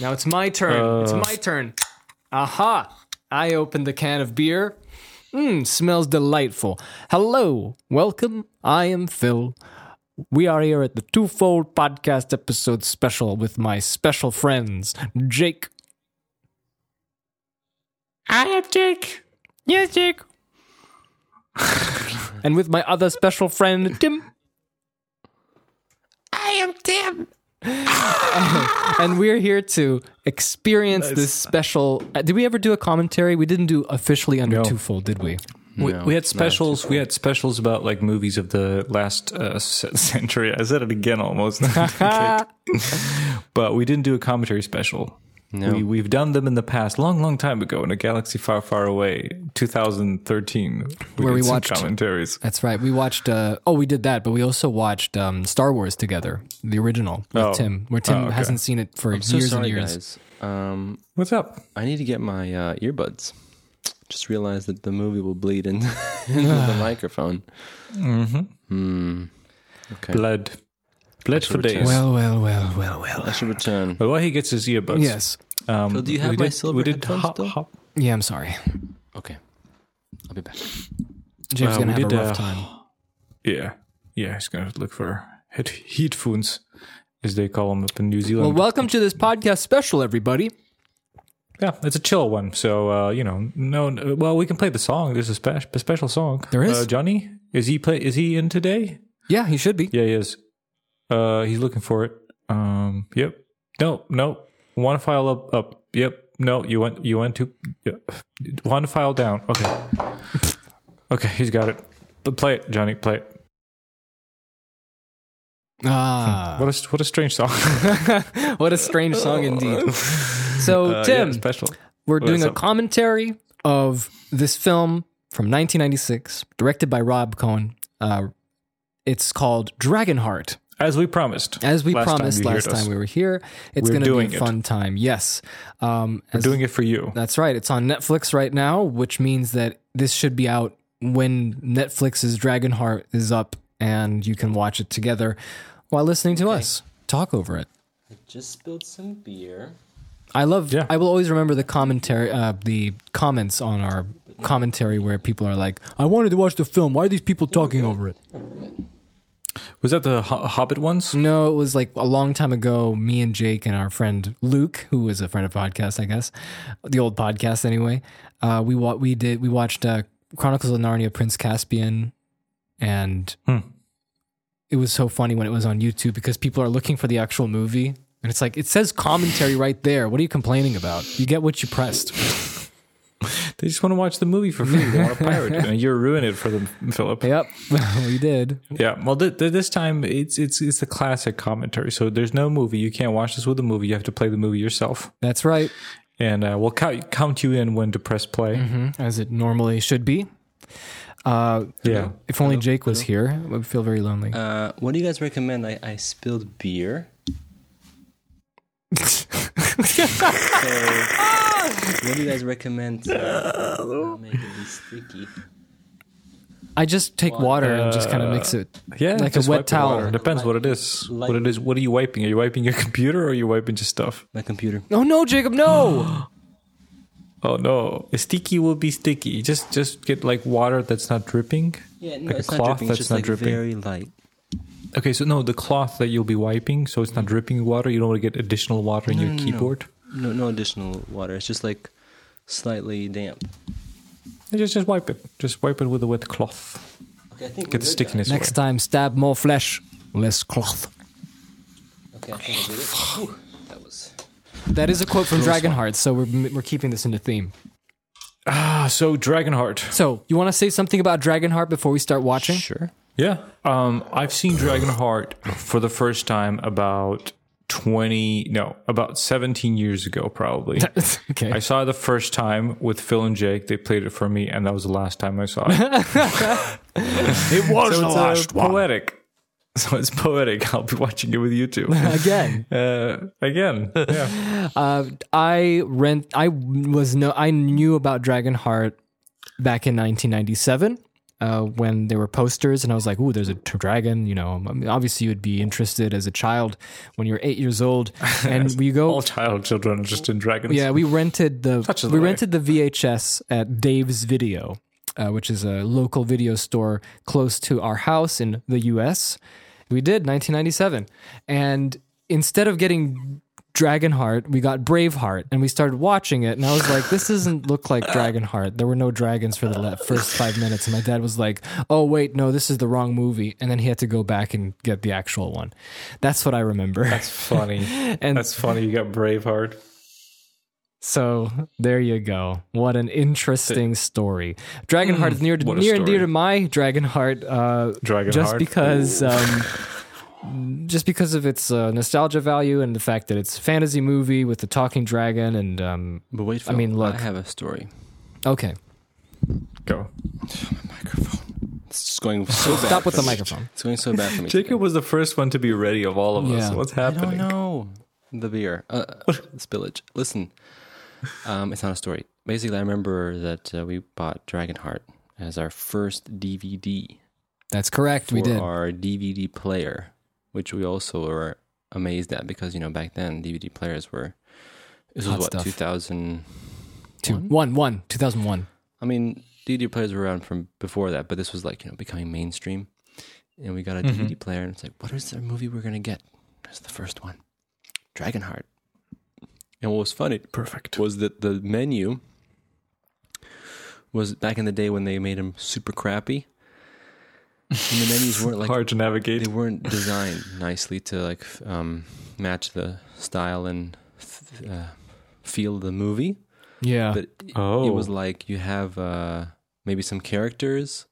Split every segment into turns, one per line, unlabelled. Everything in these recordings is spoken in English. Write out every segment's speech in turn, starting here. Now it's my turn. it's my turn. Aha! I opened the can of beer. Mmm, smells delightful. Hello, welcome. I am Phil. We are here at the Twofold Podcast episode special with my special friends, Jake.
I am Jake.
Yes, Jake. and with my other special friend, Tim.
I am Tim.
and we're here to experience this special. Uh, did we ever do a commentary? We didn't do officially under
No.
twofold, did we?
We,
No,
we had
not
specials. We had specials about like movies of the last uh, c- century. I said it again almost, but we didn't do a commentary special.
No.
We, we've done them in the past, long, long time ago, in a galaxy far, far away, 2013, we
Where
did
we
some
watched-
commentaries.
That's right. We watched. Uh, oh, we did that, but we also watched um, Star Wars together, the original with
Oh.
Tim, where Tim
Oh, okay.
hasn't seen it for
So
years
sorry,
and years.
guys. Um,
What's up?
I need to get my uh, earbuds. Just realized that the movie will bleed in, into the microphone. Okay.
Blood, blood for days.
Well, well, well, well, well.
I should return.
but while he gets his earbuds,
Yes.
Um,
Phil, do you have
we
my
did,
silver
We did
headphones
hop,
still?
hop.
Yeah, I'm sorry.
Okay. I'll be back.
Jake's
Uh,
gonna
we
have a
did,
rough
uh,
time.
Yeah, yeah. He's gonna look for head, headphones, as they call them up in New Zealand.
Well, welcome to this podcast special, everybody.
Yeah, it's a chill one. So uh, you know, no. no- Well, we can play the song. There's a, spe- a special song.
There is?
uh, Johnny. Is he play? Is he in today?
Yeah, he should be.
Yeah, he is. Uh, he's looking for it. Um, yep. No, no. One file up, up. Yep. No, you went. You went to yep. one file down. Okay. Okay, he's got it. But Play it, Johnny. Play it.
Ah,
Hmm. What a what a strange song.
what a strange song indeed. So,
Uh,
Tim,
yeah, special.
We're doing a
up?
commentary of this film from 1996, directed by Rob Cohen. Uh, it's called Dragonheart.
As we promised.
As we
last time
promised
you heard
last
us.
time we were here, it's
We're
going to
doing
be a
it.
fun time. Yes. Um,
we're
as-
doing it for you.
that's right. It's on Netflix right now, which means that this should be out when Netflix's Dragonheart is up and you can watch it together while listening to us talk over it.
Just spilled some beer.
I love.
Yeah.
I will always remember the commentary, uh, the comments on our commentary where people are like, "I wanted to watch the film. Why are these people talking over it?"
Was that the Ho- Hobbit ones?
No, it was like a long time ago. Me and Jake and our friend Luke, who is a friend of podcast, I guess, the old podcast anyway. Uh, we wa- we did we watched uh, Chronicles of Narnia, Prince Caspian, and
Hmm.
it was so funny when it was on YouTube because people are looking for the actual movie, and it's like it says commentary right there. What are you complaining about? You get what you pressed.
They just want to watch the movie for free. They want to pirate it, and you're ruining it for them, Philip.
Yep, we did.
Yeah. Well, th- th- this time it's it's it's the classic commentary. So there's no movie. You can't watch this with a movie. You have to play the movie yourself,
That's right,
and uh, we'll count count you in when to press play.
as it normally should be. Uh,
Yeah.
if only Jake was here, I would feel very lonely.
Uh, what do you guys recommend? I, I spilled beer. so, what do you guys recommend to not make it be sticky?
I just take water and just kind of mix it.
Uh, Yeah.
Like a
just
wet
wipe with water.
towel.
Depends what it is. what it is. What are you wiping? Are you wiping your computer or are you wiping just stuff?
My computer.
No, no, Jacob, no.
Oh no, a sticky will be sticky. Just just get like water that's not dripping.
Yeah, no,
like
it's
a
not
cloth
dripping.
that's
It's just
not
like
dripping.
very light.
Okay, so no, the cloth that you'll be wiping, so it's not dripping water. You don't want to get additional water in your keyboard.
No, no additional water. It's just like slightly damp.
Just just wipe it. Just wipe it with a wet cloth.
Okay, I think
Get the stickiness. away.
Next time, stab more flesh, less cloth.
Okay, I think I did it. that was.
That is a quote from Dragonheart, so we're we're keeping this into theme.
Ah, so Dragonheart.
So, you want to say something about Dragonheart before we start watching?
Sure.
Yeah. Um, I've seen Dragonheart for the first time about 20, no, about 17 years ago, probably.
okay.
I saw it the first time with Phil and Jake. They played it for me, and that was the last time I saw it. it was
the last one.
Poetic. So it's poetic. I'll be watching it with you two.
Again,
Uh, again. Yeah.
I rent. I was no. I knew about Dragonheart back in 1997. uh, when there were posters, and I was like, "Ooh, there's a t- dragon." You know, I mean, obviously you would be interested as a child when you're eight years old, and we go.
All child children are just in dragons.
Yeah, we rented the
Such is
we
the way.
rented the VHS at Dave's Video, uh, which is a local video store close to our house in the U.S. We did 1997, and instead of getting Dragonheart, we got Braveheart, and we started watching it. And I was like, "This doesn't look like Dragonheart." There were no dragons for the le- first five minutes, and my dad was like, "Oh wait, no, this is the wrong movie," and then he had to go back and get the actual one. That's what I remember.
That's funny.
and
That's funny. You got Braveheart.
So there you go. What an interesting story. Dragonheart is near
hmm, what a
near and dear to
story.
my Dragonheart. Uh,
Dragonheart.
just because, um, just because of its uh, nostalgia value and the fact that it's a fantasy movie with the talking dragon. And um,
But wait,
I mean,
Phil,
look.
I have a story.
okay,
Go.
It's just going so bad.
stop with
for
the
me.
microphone.
It's going so bad for me.
Jacob was the first one to be ready of all of us.
Yeah.
What's
I don't
happening?
know. The beer. Uh, spillage. Listen, um, it's not a story. Basically, I remember that uh, we bought Dragonheart as our first DVD
That's correct.
for
We did.
our DVD player, which we also were amazed at because, you know, back then DVD players were. This was
Hot
what,
stuff.
2000?
Two, one, one, 2001.
I mean, DVD players were around from before that, but this was like, you know, becoming mainstream. And we got a DVD player, and it's like, what is the movie we're going to get? That's the first one Dragonheart. And what was funny
Perfect.
was that the menu was back in the day when they made them super crappy. And the menus weren't like
Hard to navigate.
they weren't designed nicely to like f- um, match the style and th- uh, feel of the movie
Yeah.
but it- it
Oh.
was like you have uh, maybe some characters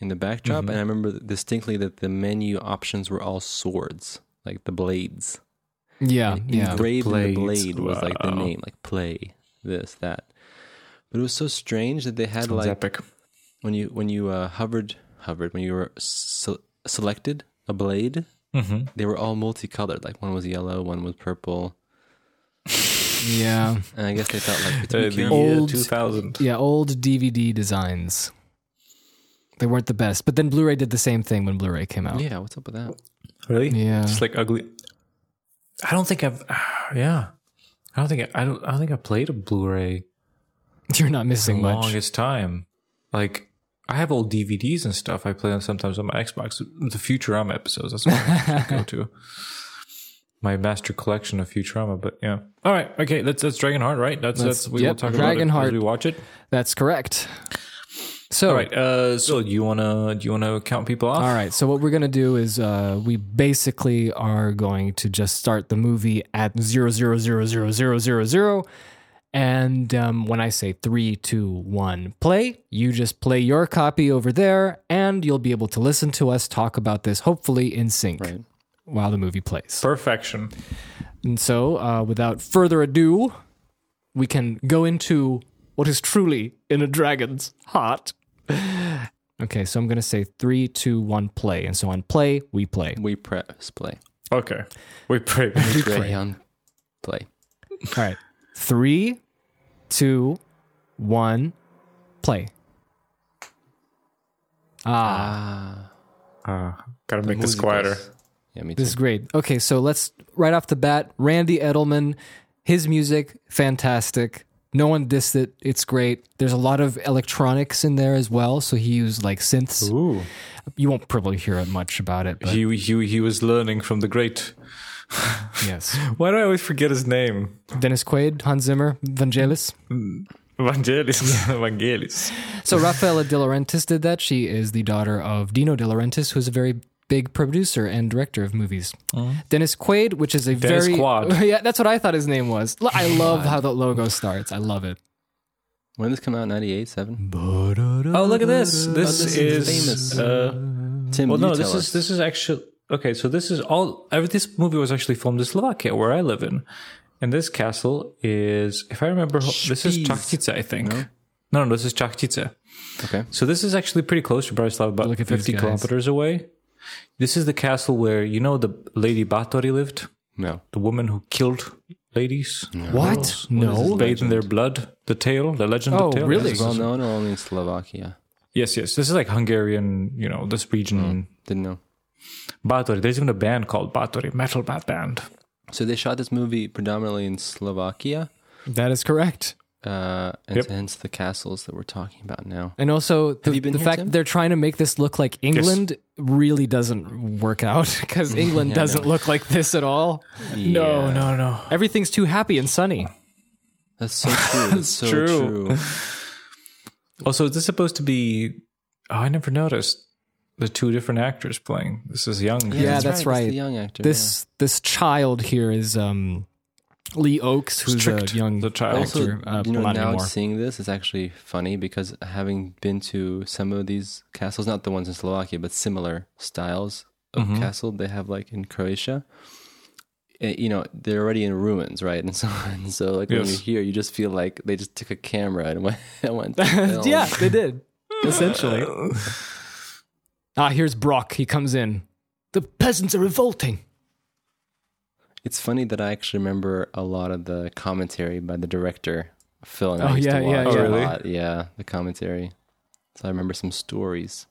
in the backdrop,
Mm-hmm.
and I remember distinctly that the menu options were all swords, like the blades.
yeah.
And
Yeah.
engraved in the
Uh, blades,
blade was like the
wow.
name, like play this that. But it was so strange that they had
Sounds
like
epic.
when you when you uh, hovered hovered when you were se- selected a blade,
Mm-hmm.
they were all multicolored. Like one was yellow, one was purple,
Yeah.
and I guess they thought like it's
Uh,
be
the
careful.
year
Old-
2000.
Yeah, old DVD designs. They weren't the best, but then Blu-ray did the same thing when Blu-ray came out.
yeah, what's up with that?
Really?
Yeah.
Just like ugly. I don't think I've. yeah. I don't think I, I don't. I don't think I played a Blu-ray
You're not
the
missing much.
longest time. Like I have old DVDs and stuff. I play them sometimes on my Xbox. The Futurama episodes. That's what I go to. My master collection of Futurama. But yeah. All right. Okay. That's that's Dragonheart, right? That's
That's-
that's we
yep,
will talk about it
Dragonheart.
as we watch it.
That's correct. So,
All right. Uh, so do you wanna do you wanna count people off?
all right. So what we're gonna do is uh, we basically are going to just start the movie at zero zero zero zero zero zero zero, and um, when I say three, two, one, play, you just play your copy over there, and you'll be able to listen to us talk about this hopefully in sync
Right.
while the movie plays.
Perfection.
And so, uh, without further ado, we can go into what is truly in a dragon's heart. Okay, so I'm going to say three, two, one, play. And so on play, we play.
We press play.
Okay. We pray.
Crayon play.
All right. Three, two, one, play. Ah,
Uh, gotta make this
Music
quieter.
is- Yeah, me too.
this is great. Okay, so let's right off the bat Randy Edelman, his music, fantastic. No one dissed it. It's great. There's a lot of electronics in there as well. So he used like synths.
Ooh.
you won't probably hear it much about it, but
He, he he was learning from the great.
yes.
Why do I always forget his name?
Dennis Quaid, Hans Zimmer, Vangelis.
Vangelis. Vangelis.
So Rafaela De Laurentiis did that. She is the daughter of Dino De Laurentiis, who's a very big producer and director of movies. Dennis Quaid, which is a
Dennis
very
Quad.
yeah, that's what I thought his name was. Lo- I love how the logo starts. I love it.
When did this come out? 98, 7?
Oh, look at this.
Uh,
This,
this is
is,
famous.
Uh,
Tim,
well,
you
no, this
tell
is
us.
this is actually okay. So this is all. every- This movie was actually filmed in Slovakia, where I live in, and this castle is, if I remember, this is
Spies.
Chachtice, I think. No, no, this is Chachtice.
Okay.
So this is actually pretty close to Bratislava, about
Look at these guys.
50 kilometers away. This is the castle where you know the Lady Báthory lived,
No.
the woman who killed ladies.
What? No.
bathed in their blood. The tale, the legend
Oh,
of tale.
really?
Yes.
Well known only in Slovakia.
Yes, yes. This is like Hungarian, you know, this
Hmm.
region.
Didn't know.
Batory. There's even a band called Batory, metal bat band.
So they shot this movie predominantly in Slovakia,
That is correct.
uh, and
Yep.
hence the castles that we're talking about now.
And also, the,
you been
the
here,
fact
Tim?
that they're trying to make this look like England really doesn't work out because England doesn't look like this at all.
Yeah.
no, no.
Everything's too happy and sunny.
That's so true. That's so
true.
true.
Also, is this supposed to be? Oh, I never noticed the two different actors playing. This is young.
Yeah,
dude.
that's
It's
right.
the young actor.
This this child here is um, Lee Oakes, who's
Strict,
a young
the child.
yeah. also,
actor. uh,
you know,
Bloody
now
Moore.
seeing this is actually funny because having been to some of these castles, not the ones in Slovakia, but similar styles of
Mm-hmm.
castle they have like in Croatia. eh, You know they're already in ruins, right? And so, and so like when
Yes.
you're here, you just feel like they just took a camera and went. And went to film.
yeah, they did. Essentially. Ah, here's Brock. He comes in. The peasants are revolting.
It's funny that I actually remember a lot of the commentary by the director, Phil. And
Oh,
I used
yeah,
to
yeah,
watch
yeah.
a
Oh, really?
lot. Yeah, the commentary. So I remember some stories.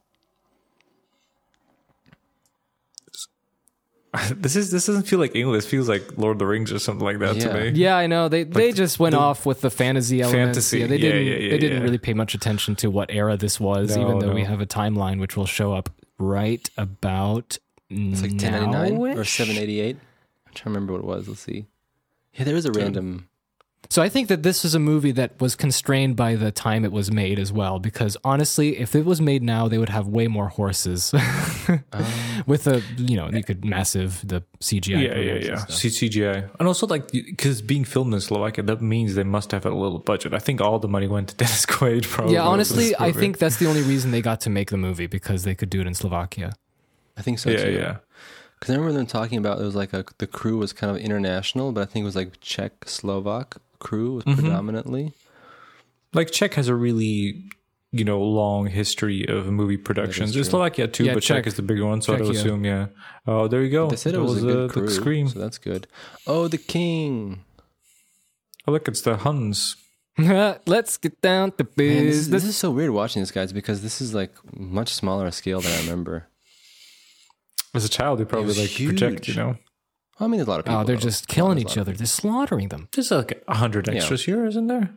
This is this doesn't feel like English. This feels like Lord of the Rings or something like that
Yeah.
to me.
Yeah, I know. They they just went off with the fantasy elements.
Fantasy.
Yeah, they
Yeah,
didn't
yeah, yeah,
they didn't
yeah.
really pay much attention to what era this was,
No,
even though we
no.
have a timeline which will show up right about
It's like 1099
now.
or 788. I'm trying to remember what it was. Let's see. Yeah, there is a random.
So I think that this is a movie that was constrained by the time it was made as well, because honestly, if it was made now, they would have way more horses.
Oh.
With a you know, you could massive the CGI.
Yeah, yeah,
programs and
yeah.
stuff.
C- CGI, and also like because being filmed in Slovakia, that means they must have had a little budget. I think all the money went to Dennis
Oh,
Quaid. Probably.
Yeah,
for
honestly,
this
I
movie.
think that's the only reason they got to make the movie because they could do it in Slovakia.
I think so
Yeah,
too.
yeah.
Because I remember them talking about it was like a, the crew was kind of international, but I think it was like Czech Slovak crew was predominantly.
Like Czech has a really you know long history of movie productions. It's Slovakia too,
Yeah,
but
Czech.
Czech, is the bigger one, so I would
Czechia.
assume. Yeah. Oh, there you go.
They said
That
it was, a
uh,
good crew,
the Scream.
so that's good. Oh, the king.
Oh, look, it's the Huns.
Let's get down to
Man, this, is,
business.
this is so weird watching this, guys, because this is like much smaller a scale than I remember.
As a child, they probably
was
like project. You
huge.
know,
I mean, there's a lot of people.
Oh, they're
though.
just killing each other. They're slaughtering them.
there's like a hundred extras here, isn't there?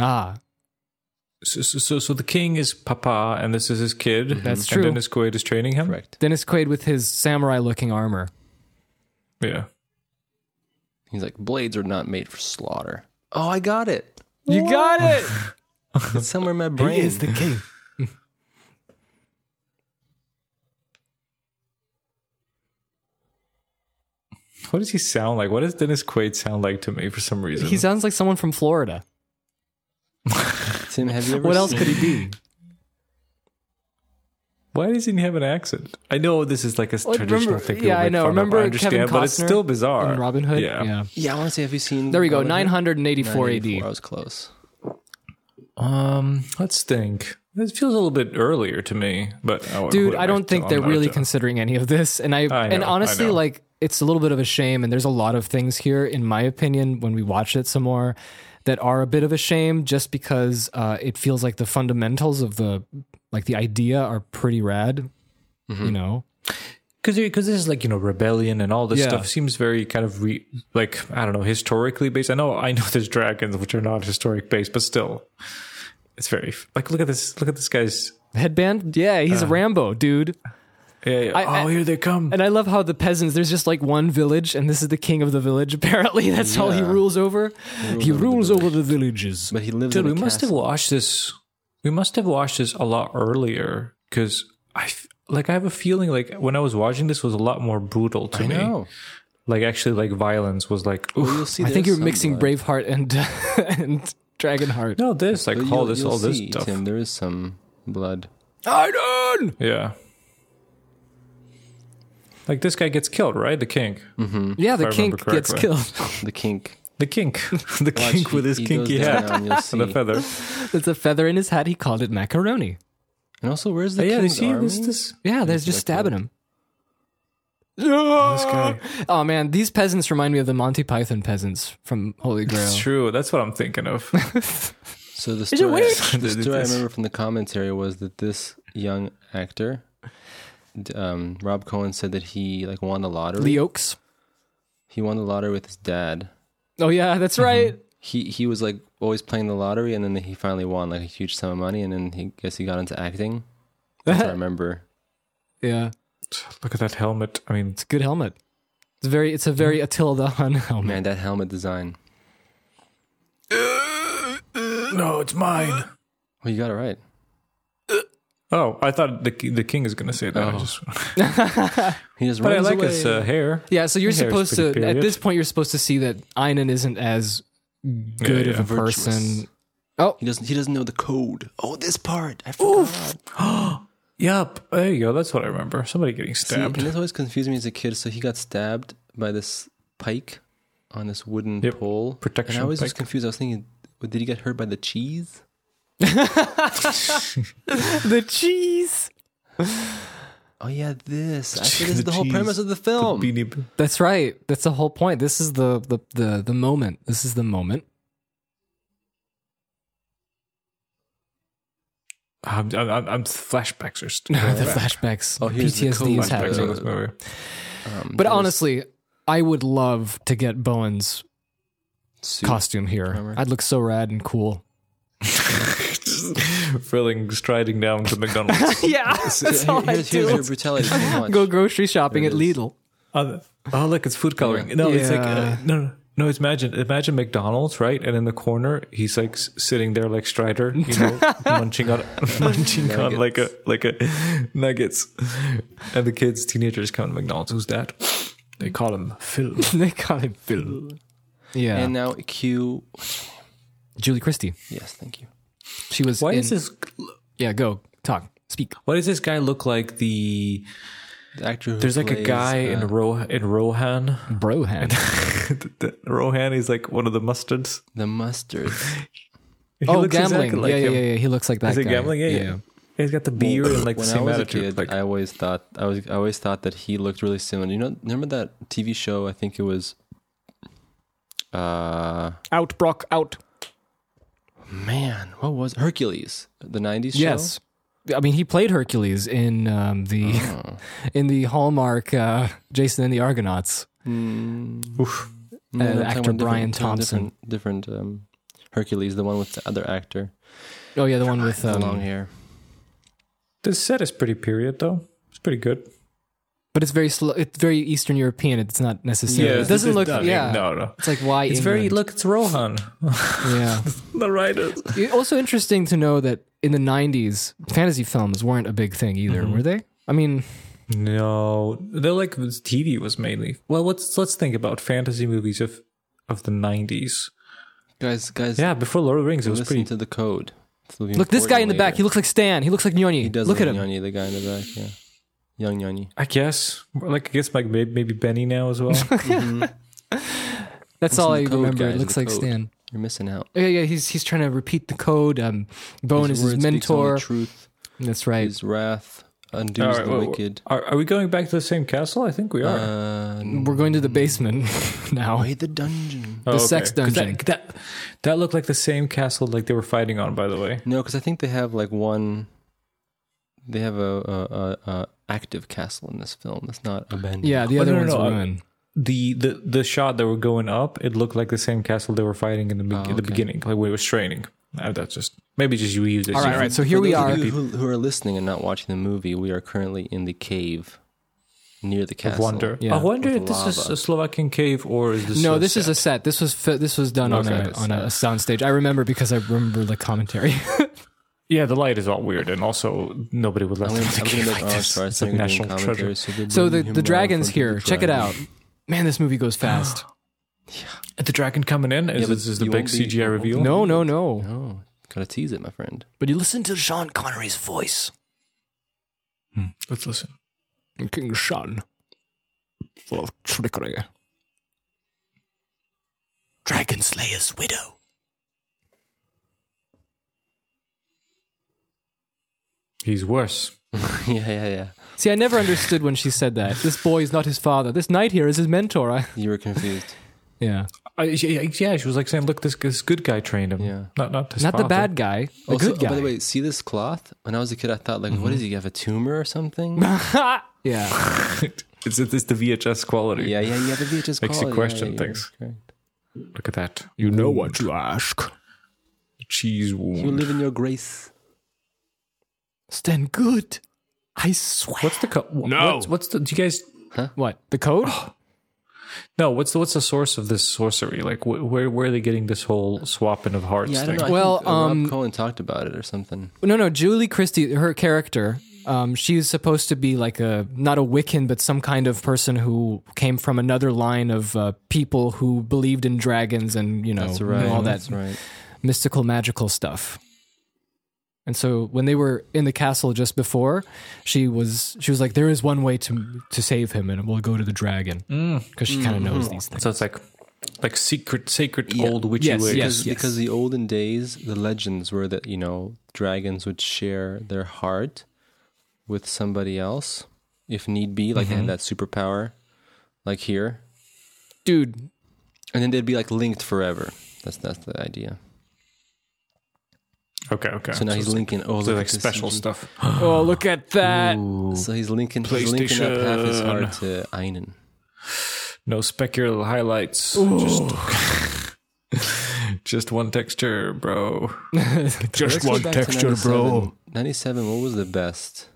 Ah,
So, so, so, so the king is Papa, and this is his kid.
That's
And
true.
Dennis Quaid is training him.
Mm-hmm. correct.
Dennis Quaid with his samurai-looking armor.
Yeah.
He's like, blades are not made for slaughter. Oh, I got it.
You got it.
It's somewhere in my brain.
king.
What does he sound like? What does Dennis Quaid sound like to me for some reason?
He sounds like someone from Florida.
Tim, have you ever
What else
seen-
could he be?
Why doesn't he have an accent? I know this is like a
Well,
traditional
remember-
thing. people
yeah, I
make
know.
fun of,
Remember
I understand,
Kevin
but it's
Costner
still bizarre.
In Robin Hood.
Yeah.
Yeah, I want to say, have you seen.
There we go.
Robin Hood?
Nine hundred and eighty-four
984, I
AD.
was close.
Um, let's think. This feels a little bit earlier to me, but oh,
Dude,
who am
I don't
to-
think
I'm
they're
not
really
to-
considering any of this. And I,
I
and
know, I
honestly,
know.
like it's a little bit of a shame. And there's a lot of things here, in my opinion, when we watch it some more, that are a bit of a shame, just because uh, it feels like the fundamentals of the like the idea are pretty rad. You know,
because because this is like you know rebellion and all this
Yeah.
stuff seems very kind of re, like I don't know historically based. I know I know there's dragons which are not historic based, but still, it's very like look at this look at this guy's.
headband. Yeah, he's a Rambo, dude.
Yeah, yeah.
I-
oh, here they come.
And I love how the peasants, there's just like one village, and this is the king of the village, apparently. That's all he
Yeah.
rules over. He rules over the villages.
But he lives
Dude,
in
we
a
must have
castle.
watched this. We must have watched this a lot earlier because I f- like I have a feeling like when I was watching this was a lot more brutal to me.
No.
Like actually, like violence was like oof.
Well, you'll see
I think
there's
you're
some
mixing
blood.
Braveheart and, and Dragonheart.
no this like
But
all
uh, you'll-
this
you'll
all this
see,
stuff.
Tim, there is some blood.
Iron!
Yeah. Like this guy gets killed, right? The kink.
Mm.
Yeah, the
I
king
remember
gets killed.
The kink.
The kink. the
Watch,
kink
he-
with his
he
kinky
goes
hat
down, you'll
and the
see.
feather.
There's a feather in his hat. He called it macaroni.
And also, where's the
But Oh, yeah, they
king's
see
army?
this this
Yeah, they're just stabbing him. This
guy.
Oh man, these peasants remind me of the Monty Python peasants from Holy Grail.
It's true. That's what I'm thinking of.
So the
it
story,
weird?
the
Did
story I
this.
remember from the commentary was that this young actor, d- um, Rob Cohen, said that he like won the lottery.
The Oaks.
He won the lottery with his dad.
Oh yeah, that's
Mm-hmm.
right.
He he was like always playing the lottery, and then he finally won like a huge sum of money, and then he guess he got into acting. That's what I remember.
yeah,
Look at that helmet. I mean,
it's a good helmet. It's very. It's a very
Mm-hmm.
Attila the Hun helmet.
Man, that helmet design.
no, it's mine.
Well, you got it right.
Oh, I thought the the king is gonna say
Oh.
that. I just-
He just
but I
runs
like
away.
his uh, hair.
Yeah, so you're
Hair's
supposed to.
pretty
At
period.
this point, you're supposed to see that Einan isn't as good
Yeah, yeah.
of a person. Oh,
He doesn't. He doesn't know the code. Oh, this part. I forgot.
Yep. There you go. That's what I remember. Somebody getting
See, and
stabbed.
this always confused me as a kid. So he got stabbed by this pike on this wooden
Yep.
pole.
Protection
And I was just
pike.
confused. I was thinking, well, did he get hurt by the cheese?
the cheese.
Oh yeah, this. I think this
the
is the whole
cheese,
premise of the film.
Beanie B-
That's right. That's the whole point. This is the the the, the moment. This is the moment.
I'm, I'm, I'm- I'm flashbacks are st-
the flashbacks.
Oh, here's the
PTSD
cool
is
flashback.
happening.
flashbacks of this movie.
Um,
But
that was
honestly, I would love to get Bowen's
suit.
costume here.
Armor.
I'd look so rad and cool.
Filling, striding down to McDonald's.
yeah, that's
Here- here's, here's your brutality. so much.
Go grocery shopping at
There it is.
Lidl.
oh, oh, look, it's food coloring. No, it's like
Yeah.
uh, no, no, no. It's imagine, imagine McDonald's, right? And in the corner, he's like s- sitting there, like Strider, you know, munching on, munching on like a like a nuggets. And the kids, teenagers, come to McDonald's. Who's that? They call him Phil.
they call him Phil. Yeah,
And now Q.
Julie Christie.
Yes, thank you.
She was.
Why
in,
is this?
Yeah, go talk, speak.
Why does this guy look like the?
The actor. Who
There's like a
plays,
guy in
uh,
Ro in Rohan.
Brohan.
The- Rohan is like one of the mustards.
the mustard.
He
oh,
looks
gambling.
exactly like
yeah,
him.
yeah, yeah, yeah. He looks like that.
Is it
guy.
gambling? Yeah, yeah. He's got the beard and like the
when I
same
was
attitude.
a kid,
like,
I always thought I was I always thought that he looked really similar. You know, remember that TV show? I think it was. Uh,
Out, Brock. Out.
man, what was Hercules? The '90s show.
Yes. I mean, he played Hercules in um, the in the Hallmark uh, Jason and the Argonauts.
Hmm. No,
And
I'm talking
actor
about different-
Brian
talking about
Thompson.
Different, different um, Hercules, the one with the other actor,
Oh yeah, the one with
the long
um,
hair.
this set is pretty period though. It's pretty good.
but it's very slow. It's very Eastern European. It's not necessarily. it doesn't look. yeah.
No, no.
It's like why
It's very
England?
look. It's Rohan,
yeah.
the writers.
It- also interesting to know that in the '90s, fantasy films weren't a big thing either, were they? I mean,
No, they're like TV was mainly. Well, let's let's think about fantasy movies of of the nineties.
Guys, guys,
Yeah, before Lord of the Rings, it was
listen
pretty.
to the code. It's gonna be
look this guy in
important
the back.
later.
He looks like Stan. He looks like Nyoni.
He does
look at him.
Yanni, the guy in the back. Yeah, young Yanni.
I guess, like I guess, like maybe, maybe Benny now as well.
Mm-hmm.
That's
Listen
all
to
I
the code,
remember.
guys,
it looks
the
like
code.
Stan.
You're missing out.
Yeah, yeah. He's he's trying to repeat the code. Um, Bowen
His
is his
word speaks only
mentor.
Truth,
That's right.
his wrath undoes
All right,
the
well,
wicked.
Are, are we going back to the same castle? I think we are.
Uh,
We're going to the basement now.
away the dungeon.
Oh,
the sex
'Cause
dungeon.
That, that that looked like the same castle like they were fighting on. By the way,
No, because I think they have like one. They have a, a, a, a active castle in this film. That's not abandoned.
Yeah, the
Oh,
other
no, no,
one's
no, I-
ruin.
the the the shot that were going up, it looked like the same castle they were fighting in the be-
Oh,
in the
okay.
beginning, like when it was training. Uh, that's just maybe just you use it.
All right, all right. So here
For
we
those
are.
of you who, who are listening and not watching the movie, we are currently in the cave near the
I
castle.
wonder.
Yeah.
I wonder
With
if this is
lava.
a Slovakian cave or is this
No,
a
this is
set?
a set. This was fi- this was done on
Okay.
a on a soundstage. I remember because I remember the commentary.
yeah. The light is all weird, and also nobody would let
I'm
them
gonna, I'm
to
gonna
cave
make
like
Arnold
this. It's like
Schwarzenegger doing
national
commentary.
treasure.
So, they
so the
bring him
the
down
dragon's
from
here.
the
Check it
dragon.
out. Man, this movie goes fast.
The dragon coming in is
Yeah, but
this is the
you
big
won't be-
CGI
you won't be-
reveal.
No, no, no.
No, gotta tease it, my friend.
But you listen to Sean Connery's voice.
Hmm, Let's listen.
King Sean. Full of trickery. Dragon Slayer's widow.
He's worse.
yeah, yeah, yeah.
See, I never understood when she said that. This boy is not his father. This knight here is his mentor. I,
You were confused.
yeah.
I, yeah, yeah, she was like saying, "Look, this, this good guy trained him.
Yeah.
Not not his
Not the
father.
bad guy, the
Also,
good guy. Mm-hmm.
oh, by the way, see this cloth? When I was a kid, I thought like, what does he have a tumor or something?
yeah.
it's, it's the VHS quality.
yeah, yeah, yeah. The VHS
Makes you
quality. Yeah,
question
yeah,
things.
Yeah. correct.
Look at that. You know what you ask. Cheese
You
wound.
live in your grace.
Stand good. I swear.
What's the co-
No.
What's, what's the? Do you guys?
What? The code?
Oh.
No. What's the what's the source of this sorcery? Like, wh- where where are they getting this whole swapping of hearts
Yeah, I
thing?
don't know. I
Well,
think, uh, Rob
um,
Cohen talked about it or something.
No, no. Julie Christie, her character, um, she's supposed to be like a not a Wiccan, but some kind of person who came from another line of uh, people who believed in dragons and you know
That's right.
Oh, all that
that's right.
mystical, magical stuff. And so when they were in the castle just before, she was she was like, "There is one way to to save him, and we'll go to the dragon
Mm.
because she kind of knows
Mm-hmm.
these things."
So it's like like secret sacred old witchy
Yes,
ways.
yes.
Because, because the olden days, the legends were that you know dragons would share their heart with somebody else if need be, like they
Mm-hmm.
had that superpower, like here,
Dude,
and then they'd be like linked forever. That's that's the idea.
Okay, okay.
So now he's
it's-
linking. Oh, look
so like
at this
special
CG.
stuff.
oh look at that!
So he's linking. He's linking up half his heart to Einen.
No speculative highlights. Just just one texture, bro. just
Let's go back to 97. Ninety-seven. What was the best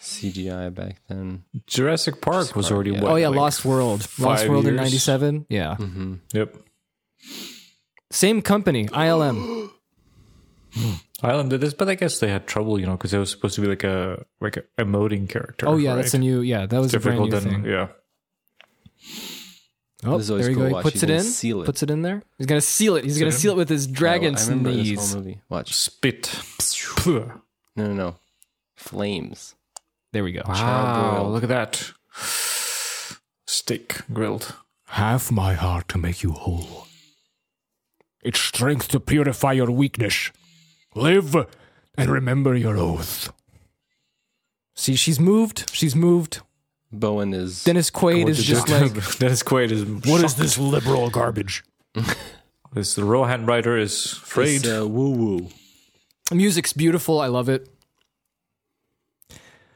CGI back then?
Jurassic Park was already
yeah.
what?
Oh yeah,
like
Lost World, Lost
five
World in
years?
'97. Yeah,
Mm-hmm.
Yep.
same company, ILM.
Island did this, but I guess they had trouble, you know, because it was supposed to be like a like a emoting character.
Oh yeah,
right?
that's a new. Yeah, that was a brand
difficult
new
than
thing.
yeah.
Oh,
This is always
there you
cool
go. He
watch.
puts
He's
it
gonna
in.
seal it.
Puts it in there. He's gonna seal it. He's gonna seal it with his dragon
Oh, I remember this
sneeze.
whole movie. Watch.
Spit.
No, no, no. Flames.
There we go.
Wow, look at that. Steak grilled.
Half my heart to make you whole.
its strength to purify your weakness. Live and remember your oath.
See, she's moved. She's moved.
Bowen is.
Dennis Quaid is just like
Dennis Quaid is
What is this liberal garbage?
This Rohan writer is afraid.
It's uh, woo woo.
music's beautiful. I love it.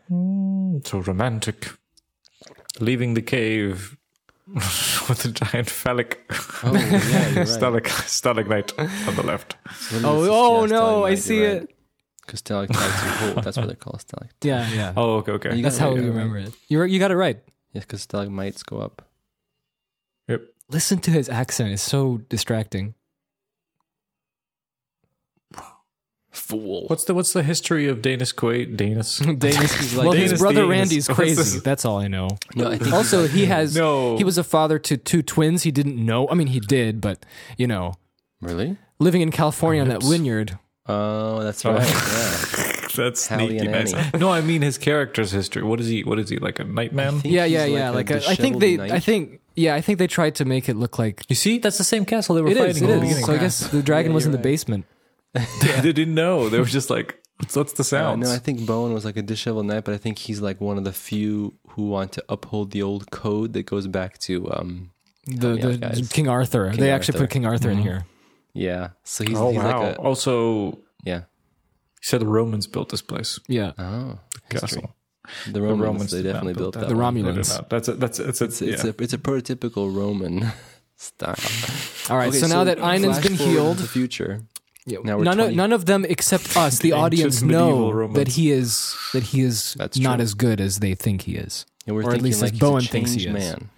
so romantic. Leaving the cave with a giant phallic
Oh, yeah, you're right.
stalac- stalagmite on the left.
What is
Oh,
this?
oh
Yeah,
no, I
stalagmite,
see
you're
it.
right. 'Cause stalactites are- oh, that's what they're called. Stalactites.
Yeah, yeah.
Oh, okay, okay.
You
That's how
got it,
we
yeah.
remember it. You you got it right.
Yeah, because stalagmites go up.
Yep.
Listen to his accent; it's so distracting.
Fool.
What's the what's the history of Dennis Quaid? Dennis.
Danish,
He's like,
well,
Danish
his brother
Danish.
Randy's
What's
crazy.
this?
That's all I know.
no, I think
Also, he has
No.
he was a father to two twins. He didn't know. I mean, he did, but you know,
really.
living in California on that
Oops.
vineyard.
Oh, that's right. Yeah.
That's
Hallie
sneaky.
and
Nice.
Annie.
No, I mean his character's history. What is he? What is he like? A nightman?
think
Yeah, yeah,
he's
yeah. Like,
a
I I think
disheveled
they,
knight.
I think, yeah, I think they tried to make it look like
You see, that's the same castle they were
it
fighting
is.
in
It
the
is.
beginning.
So I guess the dragon was in the basement.
they didn't know. They were just like, "What's, what's the
Uh,
sound?"
no, I think Bowen was like a disheveled knight, but I think he's like one of the few who want to uphold the old code that goes back to um
The,
me out,
the
guys.
King Arthur. they actually
Arthur. Mm-hmm.
put King Arthur in here.
yeah. So he's,
oh
he's
wow!
like a
also, you
yeah.
said the Romans built this place.
Yeah.
Oh, history.
Castle.
The Romans,
Romans
they
did not
definitely built
build
that.
that.
The
one.
They did
Romulans.
not. That's a, that's a, it's a,
It's, it's
yeah.
a it's a prototypical Roman style.
All right.
Okay,
so now that Einan's
flash
been
forward to
healed,
the future.
yeah,
now we're
none of
20.
none of them except us, the
ancient
audience,
medieval
know
Romans.
that he is that he is
That's
not
true.
as good as they think he is.
And we're
Or at
thinking
least as
like he's a
Bowen thinks he
changed
is.
Man.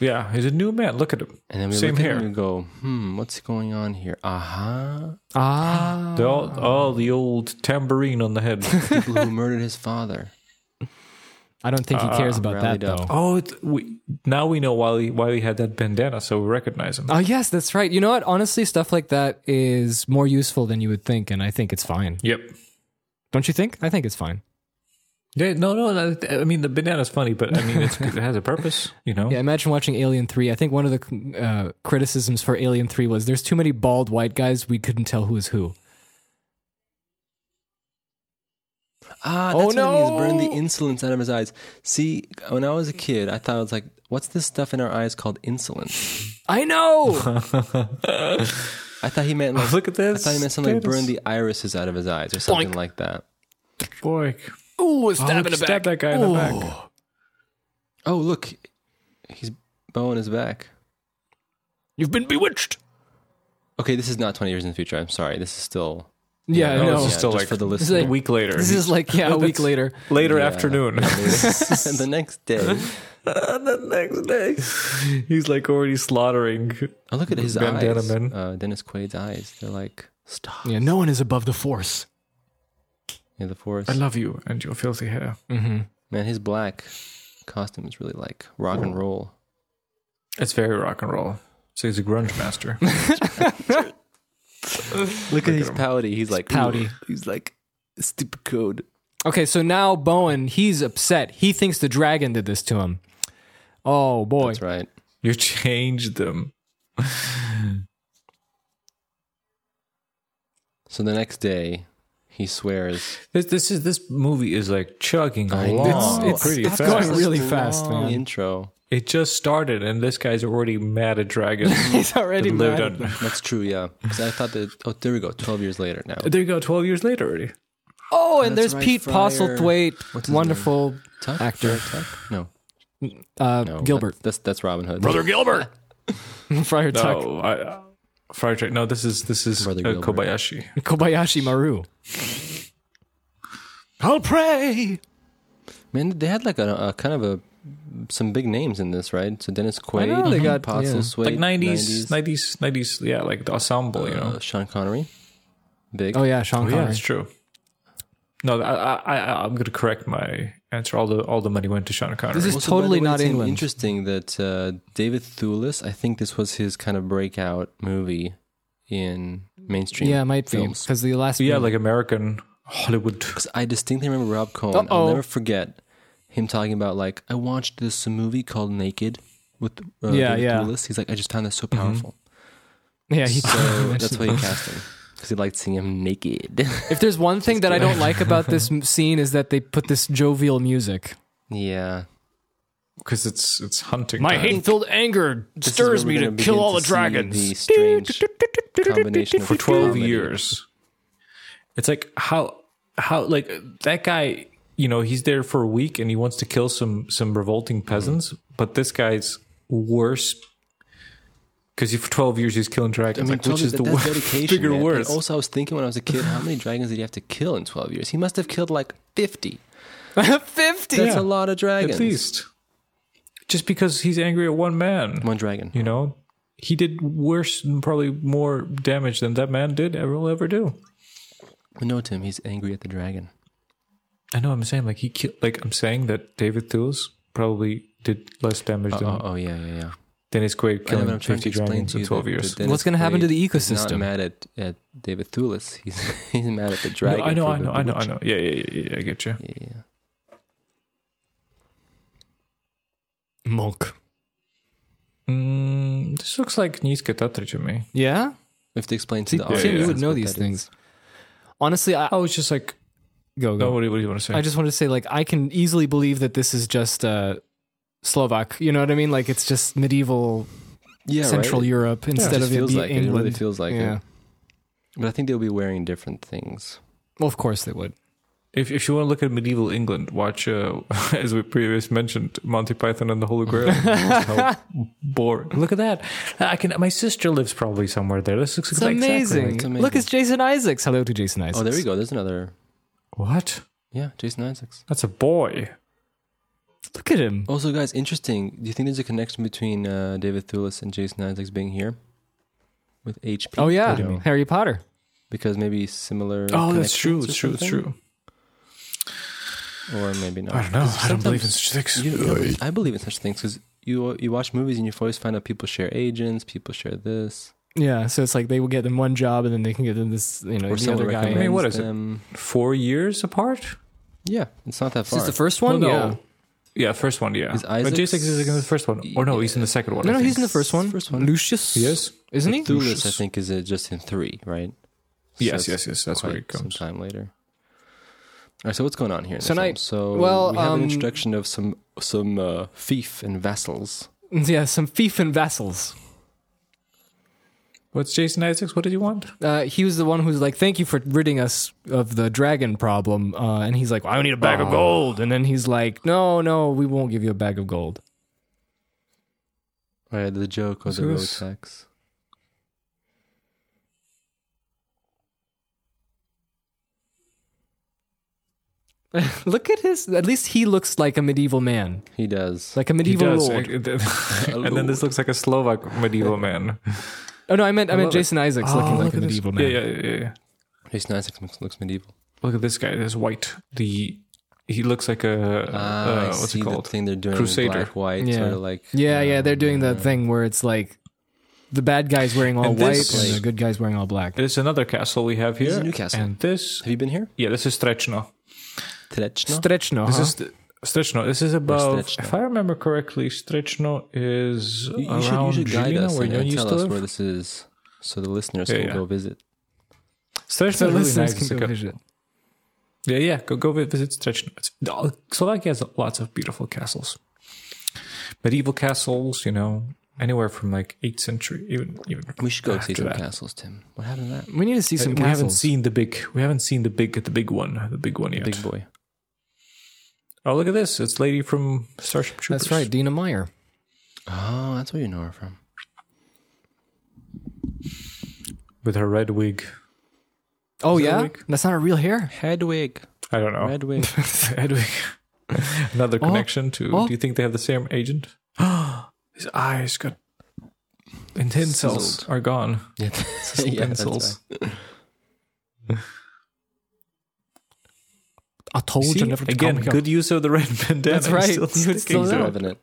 yeah. He's a new man. Look at him.
And then we
Same
look at
here.
him and go, hmm, what's going on here? Aha.
Ah.
The all, oh, the old tambourine on the head.
People who murdered his father.
I don't think he
Ah,
cares about that
rallied
though.
up.
oh, it's, we now we know why he, why he had that bandana, so we recognize him.
Oh yes, that's right. You know what? Honestly, stuff like that is more useful than you would think, and I think it's fine.
Yep.
Don't you think? I think it's fine.
Yeah. No, no. that- I mean, the bandana's funny, but I mean, it's, it has a purpose. You know.
Yeah, imagine watching Alien Three. I think one of the uh, criticisms for Alien Three was there's too many bald white guys. We couldn't tell who is who.
Ah,
Oh,
that's what it means. Burn the
no.
insolence out of his eyes. See, when I was a kid, I thought it was like, what's this stuff in our eyes called insolence?
I know.
I thought he meant like,
Oh, Look at
I
this.
thought he meant something like
There it
burn
is.
the irises out of his eyes or something like that.
Boink.
Ooh, a
Oh,
stab in the
stab
back.
that guy in the back.
Oh, look, he's bowing his back.
You've been bewitched.
Okay, this is not 20 years in the future. I'm sorry. This is still. Oh,
Yeah,
no,
no.
it's
yeah,
still
just
like-
for the
is
listener.
A
like-
week later.
This is like yeah, a week later.
later
Yeah.
afternoon.
the next day.
the next day, he's like already slaughtering.
Oh, look at his
Bandana
eyes.
man.
Uh, Dennis Quaid's eyes. They're like, stop.
Yeah, no one is above the force.
Yeah, the forest.
I love you and your filthy hair.
Man, his black costume is really like rock and roll.
It's very rock and roll. So he's a grunge master.
Look at his pouty. He's like
pouty.
He's like stupid code.
Okay, so now Bowen, he's upset. He thinks the dragon did this to him. Oh boy.
That's right.
you changed them.
So the next day, he swears.
This this is this movie is like chugging
know.
along
It's- it's-
pretty
it's
fast.
going really fast,
Long
man.
Intro.
It just started, and this guy's already mad at dragons.
He's already
Lived
mad.
on-
That's true. Yeah, because I thought that. Oh, there we go. Twelve years later now.
Uh,
There you go, twelve years later already.
Oh, and
That's
there's
right,
Pete
Friar. What's
Postlethwaite,
his
wonderful
Tuck?
actor
Tuck? No,
uh,
no.
Gilbert,
that- that's that's Robin Hood.
Brother Gilbert.
Friar Tuck,
No, I, uh, Friar Tuck. No, this is this is uh,
Brother Gilbert.
Kobayashi.
Kobayashi Maru.
I'll pray.
Man, they had like a, a kind of a some big names in this, right? So Dennis Quaid, mm-hmm.
know, they got-
Postle,
yeah.
Sway,
Like nineties, nineties, nineties. Yeah, like the ensemble. You know.
uh, Sean Connery, big.
Oh yeah, Sean
Oh, yeah,
Connery.
that's true. No, I, I, I, I'm going to correct my answer. All the all the money went to Sean Connery.
This is
Also, by the
totally
way,
not
it's in-
England.
Interesting that uh, David Thewlis, I think this was his kind of breakout movie in mainstream.
yeah, it might be
films.
because the last
yeah,
movie-
like American Hollywood.
'Cause I distinctly remember Rob Cohen.
Uh-oh.
I'll never forget him talking about like I watched this movie called Naked with uh,
Yeah,
David
yeah.
Thewlis. He's like I just found that so powerful.
yeah. He,
So that's why he cast him because he liked seeing him naked.
if there's one thing that I don't like about this m- scene is that they put this jovial music.
yeah.
because it's it's hunting.
My
time.
hate-filled anger
This is
stirs
where
me
we're
to
gonna
kill
begin
all the
see
dragons.
The strange combination of
for twelve
comedy.
years. It's like how how like that guy. You know, he's there for a week and he wants to kill some some revolting
Mm-hmm.
peasants, but this guy's worse. Because for twelve years he's killing dragons, like, which
Totally,
is
that-
the
that's
wor-
dedication,
bigger
man.
worse.
And also, I was thinking when I was a kid, how many dragons did he have to kill in 12 years? He must have killed like 50.
Fifty.
That's
Yeah.
a lot of dragons.
At least. Just because he's angry at one man,
One dragon.
you know, he did worse and probably more damage than that man did ever will ever do.
No, Tim, he's angry at the dragon.
I know I'm saying like he killed like I'm saying that David Thewlis probably did less damage than
Oh, oh yeah, yeah, yeah.
Dennis Quaid
I know, but
killing
I'm trying to
fifty
explain
dragons
to
in
you.
twelve
that-
years.
that Dennis
What's gonna happen to
Quaid
the
is not
ecosystem?
mad at, at David Thewlis. He's, he's mad at the
No,
dragon.
I know,
for
I know,
the
I know, I know. Yeah, yeah, yeah, yeah, I get you.
bewitch- Yeah.
Monk.
Mm, this looks like Niska Tatra to me.
Yeah.
We have to explain to the
Tim, you
audience.
Tim, you would
what
know
that
these
is.
things. Honestly, I
I was just like,
go
no,
go.
what do, you- what do you want to say?
I just wanted to say, like, I can easily believe that this is just uh, Slovak. You know what I mean? Like, it's just medieval
Yeah, right?
Central Europe
It
instead
just
of it
feels
being
like it. It
England.
really feels like
yeah.
it. But I think they'll be wearing different things.
Well, of course they would.
if if you want to look at medieval England, watch uh, as we previously mentioned Monty Python and the Holy Grail. Just how boring. Look at that. I can. My sister lives probably somewhere there. This looks
It's
like- exactly
amazing.
like-
Look, it's Jason Isaacs. Hello to Jason Isaacs.
Oh, there we go. There's another.
What?
Yeah, Jason Isaacs.
That's a boy.
Look at him.
Also, guys, interesting. Do you think there's a connection between uh, David Thewlis and Jason Isaacs being here with HP?
Oh yeah,
What do you mean?
Harry Potter.
because maybe similar.
Oh, that's true.
connections
It's true.
or
It's true.
something? Or maybe not.
I don't
believe in
such things.
You- you- I believe in such things because you you watch movies and you always find out people share agents, people share this,
Yeah, so it's like they will get them one job, and then they can get them this, you know,
or
the
someone
other guy.
recommends
I mean, what is it?
them.
Four years apart.
Yeah, it's not that far.
This is the first one.
No,
Yeah.
no. Yeah, first one. Yeah,
Is
but
Isaacs-
Jason is in the first one, or no, he's in the second one.
No, no,
I think.
he's in the first one.
First one.
Lucius.
Yes.
Isn't he?
Thewlis, I think, is uh, just in three, right?
Yes,
it's
yes, yes, that's where
quite
it comes.
Some time later. All right, so what's going on here? In
So
the
now-
film? so
well,
we
um,
have an introduction of some some uh, fief and vassals.
Yeah, some fief and vassals.
What's Jason Isaacs? What did he want?
Uh, he was the one who's like, "Thank you for ridding us of the dragon problem," uh, and he's like, "I need a bag of gold," and then he's like, "No, no, we won't give you a bag of gold."
All right, the joke or
So
the road
this-
tax.
Look at his. At least he looks like a medieval man,
He does.
like a medieval lord.
Uh,
and then this looks like a Slovak medieval man.
Oh no, I meant I, meant
love it. Oh,
Jason Isaacs looking like a
this.
medieval
Yeah,
man.
yeah, yeah, yeah.
Jason Isaacs looks, looks medieval.
Look at this guy. This white. The he looks like a
Ah,
uh,
I
what's
see
it
the
called?
thing they're doing. in
Crusader.
Black, white,
Yeah.
sort of like.
Yeah, yeah, they're doing that thing where it's like the bad guys wearing all
And
white
this-
and the good guys wearing all black.
This is another castle we have here.
is a new castle.
And this,
Have you been here?
yeah, this is Strechno.
Trechno?
Strechno,
This
huh?
is th- Strechno. This is above.
Strechno?
If I remember correctly, Strechno is
You, you should, you
around
should guide
Žilina,
us
where
and,
you
and
used
tell
to
us
live.
where this is, so the listeners
Yeah,
can
yeah.
go visit.
Strechno
so
is really
listeners
nice. It's
can
like
go
a-
visit.
Yeah, yeah. Go go vi- visit Stretch. Slovakia has lots of beautiful castles, medieval castles. You know, anywhere from like 8th century, even even.
We should go see some
after that.
castles, Tim. What happened to that?
We need to see some
we haven't
castles.
seen the big. We haven't seen the big the big one. The big one yet.
Big boy.
oh, look at this! It's lady from Starship Troopers.
That's right, Dina Meyer.
Oh, that's where you know her from.
with her red wig.
Oh yeah,
Hedwig?
that's not her real hair.
Hedwig.
I don't know.
Hedwig.
Red wig. Another connection to.
oh.
Do you think they have the same agent? His eyes got. And his cells
Sizzled.
are gone.
yeah, that's
Pencils.
right.
I told
See,
you never to
again,
come here.
good use of the red bandana.
That's right.
It's still
You would
sticking
still
He's
know.
a
No.
out.
revenant.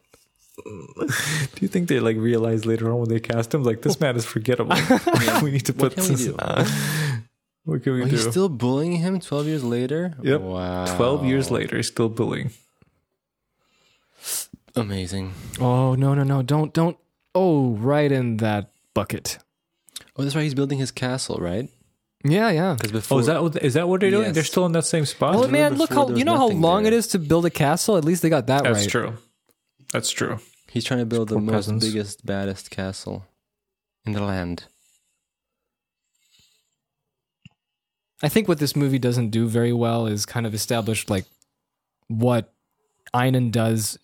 Do you think they like realize later on when they cast him, like this man is forgettable? we need to put
can we
this.
do?
what can we
Are
do?
you still bullying him 12 years later?
Yep.
Wow.
Twelve years later, he's still bullying.
Amazing.
Oh no no no! Don't don't! Oh, right in that bucket.
Oh, that's right. He's building his castle, right?
Yeah yeah.
Because before.
Oh, is that what is that what they're doing?
Yes.
They're still in that same spot.
Well, man,
before
look how
there
you
was
know how
nothing
long
there.
it is to build a castle. At least they got that
That's
right.
true. That's true.
He's trying to build the
poor
most
peasants.
biggest, baddest castle in the land.
I think what this movie doesn't do very well is kind of establish like what Einan does,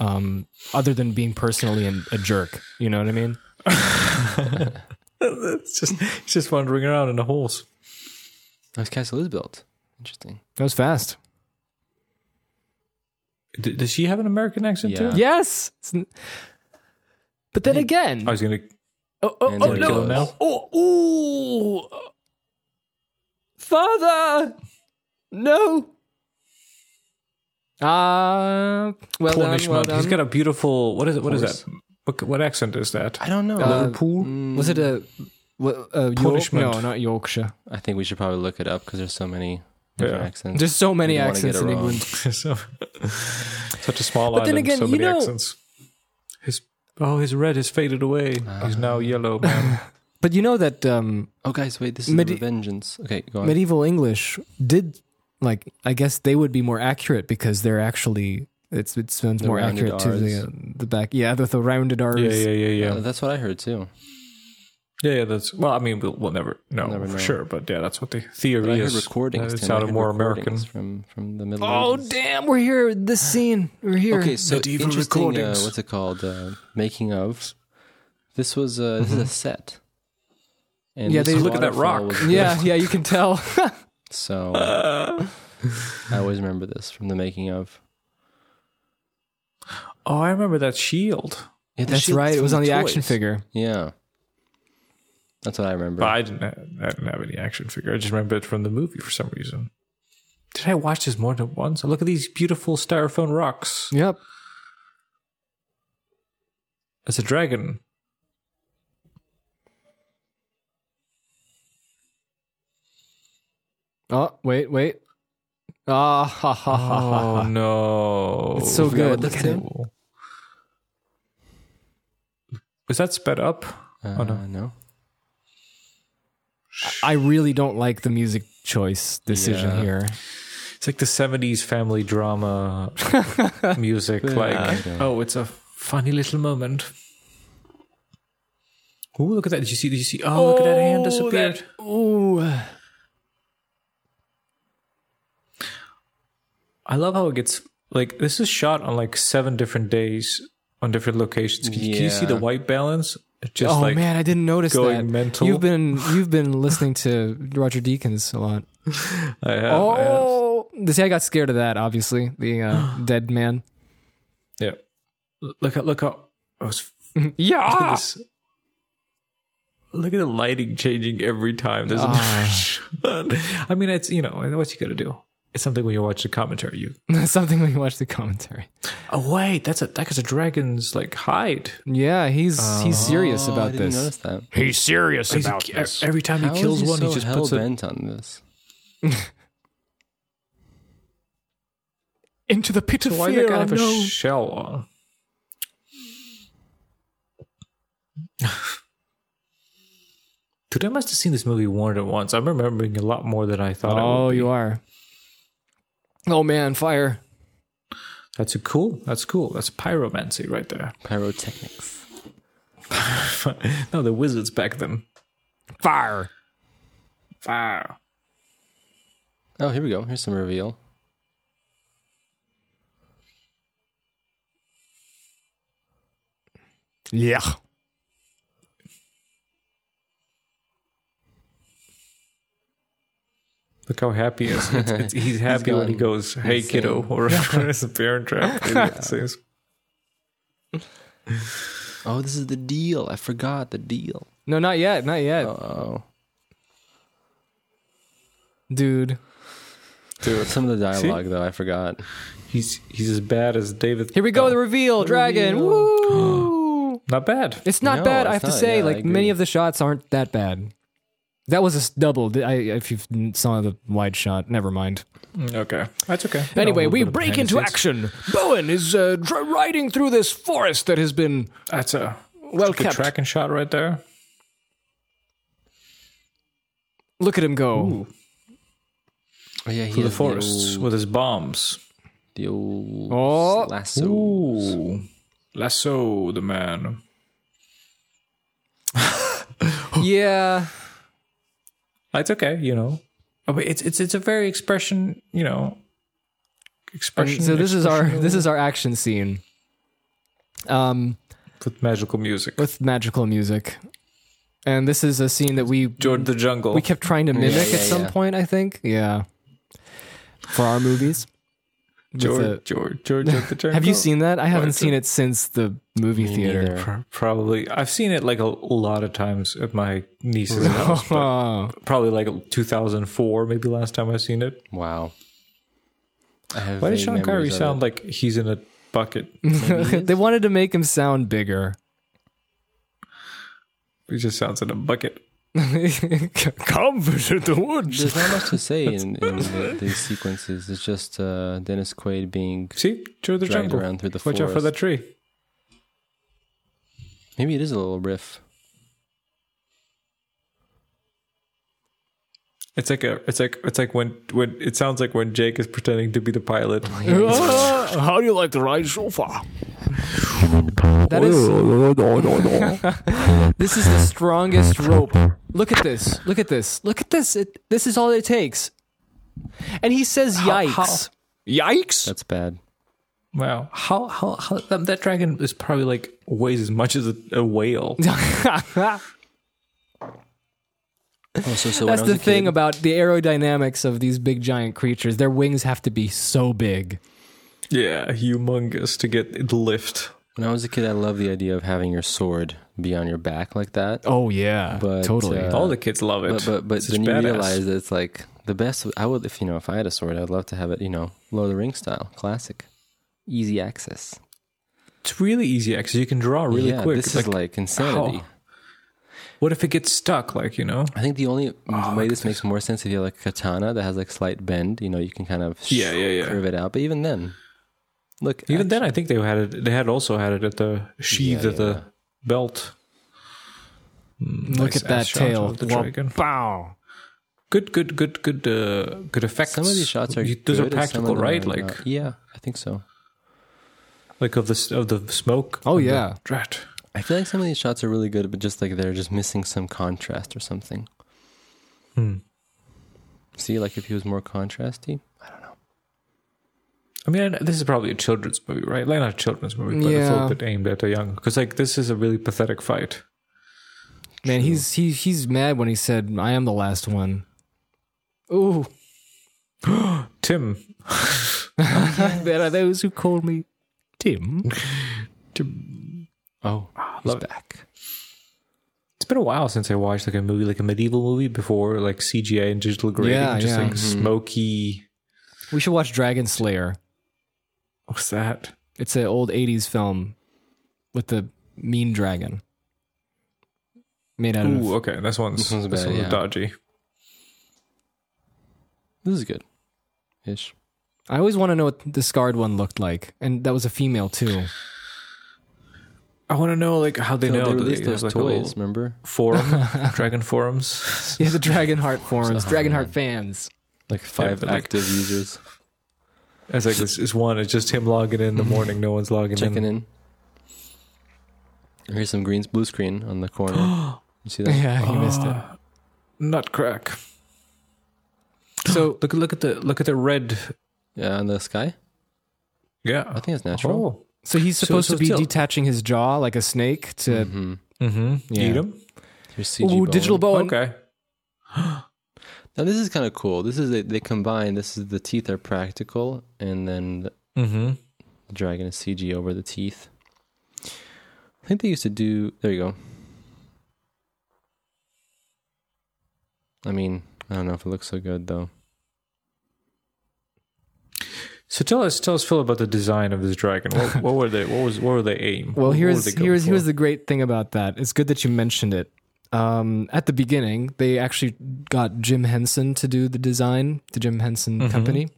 um, other than being personally an, a jerk. You know what I mean?
it's just he's just wandering around in the holes.
Oh, his castle is built. Interesting.
That was fast.
D- does she have an American accent
Yeah.
too?
Yes. It's n- But then again,
I was gonna.
oh, oh,
And
oh
there it
no!
goes.
Oh, oh, ooh. father, no. Ah, well
Cornish
done, well
man.
done.
He's got a beautiful. What is it? What is
Horse.
that? What, what accent is that?
I don't know.
Uh,
Liverpool?
mm,
Was it a, what, uh, York?
Punishment.
No, not Yorkshire.
I think we should probably look it up because there's so many different
Yeah.
accents.
There's so many
We don't wanna get
accents
it
in
wrong.
England.
so, such a small
But
island,
then again,
so
you
many
know-
accents. His oh, his red has faded away. He's now yellow, man.
But you know that um,
Oh, guys, wait. This is
Medi-
the vengeance. Okay, go on.
medieval English did like I guess they would be more accurate because they're actually it's it sounds
The
more
rounded
accurate to the
Rs.
uh, the back yeah with the rounded R's.
yeah, yeah, yeah,
Uh,
yeah,
that's what I heard too.
yeah, yeah. That's well, I mean, we'll, we'll never know
Never
for
know.
sure, but yeah, that's what the
But
theory
I heard
is.
recordings.
Uh, It
Tim. I
sounded
heard
more American.
recordings from from the Middle
Oh
Ages.
damn, we're here. This scene, we're here.
Okay, so
Medieval
interesting.
recordings.
Uh, what's it called? Uh, making of. This was uh, this is a set. And
Mm-hmm. Yeah,
this
they- Look
at that
waterfall
rock.
was
Yeah, yeah, you can tell.
So I always remember this from the making of.
Oh, I remember that shield,
Yeah, the
That's
shield's
right. It
from
was on the
toys.
action figure.
Yeah, that's what I remember.
but I didn't. Have, I didn't have any action figure. I just remember it from the movie for some reason. Did I watch this more than once? Look at these beautiful styrofoam rocks.
Yep.
It's a dragon.
Oh wait, wait. Ah ha ha ha ha.
Oh no!
It's so
forgot
good.
what
Look
this
at
did.
him.
Is that sped up?
Uh,
Oh, no.
no.
I really don't like the music choice decision
Yeah.
here.
It's like the '70s family drama music. like, oh, it's a funny little moment. Oh, look at that! Did you see? Did you see? Oh, look at that hand disappeared.
Ooh.
I love how it gets like this is shot on like seven different days on different locations. Can, you- can you see the
Yeah.
white balance? It's just
oh
like
man, I didn't notice
going
that.
mental.
You've been you've been listening to Roger Deakins a lot.
I have, I have.
Oh, see, I got scared of that. Obviously, the uh, dead man.
Yeah. Look at look how I was
Yeah.
this. Look at the lighting changing every time. There's a I mean, it's you know what you got to do. It's something when you watch the commentary. You
That's something when you watch the commentary.
oh wait, that's a that's a dragon's like hide.
Yeah, he's he's serious
Oh, I
about
didn't
this.
notice that.
He's serious
He's-
about this.
every time he
How is
kills
he
one,
so
he just
hell
puts a,
bent on this.
Into the pit of
why
fear.
they kind
I
of a
know.
shell on. Dude, I must have seen this movie more than once. I'm remembering a lot more than I thought.
Oh,
I would.
you are. Oh man, fire!
That's a cool. That's cool. That's pyromancy right there.
Pyrotechnics.
no, the wizards back then.
Fire.
Fire.
Oh, here we go. Here's some reveal.
Yeah.
Look how happy he is. It's, it's, he's happy when he
gone
goes, "Hey, kiddo," or it's a parent trap. It says,
Oh, this is the deal. I forgot the deal.
No, not yet, not yet,
Oh,
dude.
dude. Some of the dialogue though, I forgot.
he's he's as bad as David. Oh,
Here we
Oh.
go. The reveal, dragon. Woo!
Not bad.
It's not
No,
bad. I have
it's
to
not.
say,
Yeah, I
like many
agree.
of the shots aren't that bad. That was a s- double. Did I, if you saw the wide shot, never mind.
Okay, that's okay.
Anyway, we
Little bit of
break
behind
into
the scenes.
action. Bowen is uh, dr- riding through this forest that has been
That's a
well
good
kept.
tracking shot right there.
Look at him go.
Oh yeah, he
Through the
has
forests
The old,
with his bombs.
the old
Oh.
lasso.
Ooh, lasso the man.
Yeah.
It's okay, you know. Oh, but it's it's it's a very expression, you know. Expression.
So this is our
expressional
this is our action scene. Um,
with magical music.
with magical music, and this is a scene that we
Jordan the Jungle.
we kept trying to mimic
yeah,
at some
yeah.
point. I think, yeah, for our movies. With
George,
the-
George, George of the Jungle.
have you seen that? I haven't
it's
seen it since the movie theater.
Neither.
Pro- Probably, I've seen it like a lot of times at my niece's house. but
Oh,
Probably like 2004, maybe last time I've seen it.
Wow. I have
Why does
vague
Sean Connery
memories of
sound
it.
like he's in a bucket?
they wanted to make him sound bigger.
he just sounds in a bucket.
Come visit the woods.
There's not much to say in, in the, these sequences. It's just uh, Dennis Quaid being.
See, George the
Dragged
Jungle.
around through the
Watch out for
forest.
that tree.
Maybe it is a little riff.
It's like a, it's like, it's like when, when it sounds like when Jake is pretending to be the pilot.
Oh,
Ah, How do you like the ride so far?
That is. this is the strongest rope. Look at this. Look at this. Look at this. It, this is all it takes. And he says, "Yikes!"
Yikes.
That's bad.
Wow, how, how, how that, that dragon is probably like weighs as much as a, a whale.
Oh, so, so when
That's
I was
the
a
thing
kid-
about the aerodynamics of these big giant creatures. Their wings have to be so big.
yeah, humongous to get it lift.
When I was a kid, I loved the idea of having your sword be on your back like that.
Oh yeah,
But,
totally.
uh,
All the kids love it.
but but, but
It's
then you
badass.
realize that it's like the best. I would if you know if I had a sword, I'd love to have it. You know, Lord of the Ring style, classic, easy access.
it's really easy because you can draw really
yeah,
quick.
this
It's
is like insanity.
how? what if it gets stuck? Like you know,
I think the only
Oh,
way this makes more sense if you have like a katana that has like slight bend. You know, you can kind of
Yeah, yeah, yeah.
curve it out. But even then, look,
even then, I think they had it. They had also had it at the sheath
Yeah,
at the belt.
Look at that tail.
of the
Wah,
dragon.
Bow.
good, good, good, good, uh, good effects.
Some of these shots are
You- those are
good and some of
practical,
them
right?
are
Like,
not. yeah, I think so.
like of the s- of the smoke.
Oh,
and the
yeah.
drat.
I feel like some of these shots are really good, but just like they're just missing some contrast or something.
Hmm.
See, like if he was more contrasty, I don't know.
I mean, I- this is probably a children's movie, right? Like not a children's movie, but it's a
Yeah.
little bit aimed at a young. Because like this is a really pathetic fight.
Man, he's he, he's mad when he said, "I am the last one." Ooh,
Tim,
there are those who call me Tim.
Oh,
He's back.
it's been a while since I watched like a movie, like a medieval movie before, like CGI and digital grading,
Yeah,
just
yeah.
like smoky.
We should watch Dragon Slayer.
What's that?
It's an old '80s film with the mean dragon made out
Ooh, uh,
of.
okay, this one's
This one's
this
bad,
one's
yeah.
dodgy.
this is good. Ish.
I always want to know what the scarred one looked like, and that was a female too.
I want to know like how they
No,
know
they
that
released
they-
those
there's, like, a
toys.
little
Remember,
forum, dragon forums.
Yeah, the Dragonheart forums, Dragonheart fans.
like five
but, like-
active users
It's like this is one. It's just him logging in in the morning. No one's logging
checking
in.
in. Here's some greens, blue screen on the corner. you see that?
Yeah, you missed it.
Nutcrack.
So
Look look at the look at the red.
Yeah, on the sky.
Yeah,
I think it's natural.
Oh,
So he's
So-
supposed
so
to be
still-
detaching his jaw like a snake to
mm-hmm.
Yeah.
eat him.
Here's CG
ooh,
bone.
digital bone.
okay.
Now this is kind of cool. This is they, they combine. This is the teeth are practical, and then the
Mm-hmm.
dragon is CG over the teeth. I think they used to do. There you go. I mean, I don't know if it looks so good though.
So tell us, tell us, Phil, about the design of this dragon. What, what were they? What was? What were they aim?
Well,
What were
here's
they going
here's
for?
here's the great thing about that. It's good that you mentioned it. Um, at the beginning, they actually got Jim Henson to do the design. The Jim Henson
Mm-hmm.
company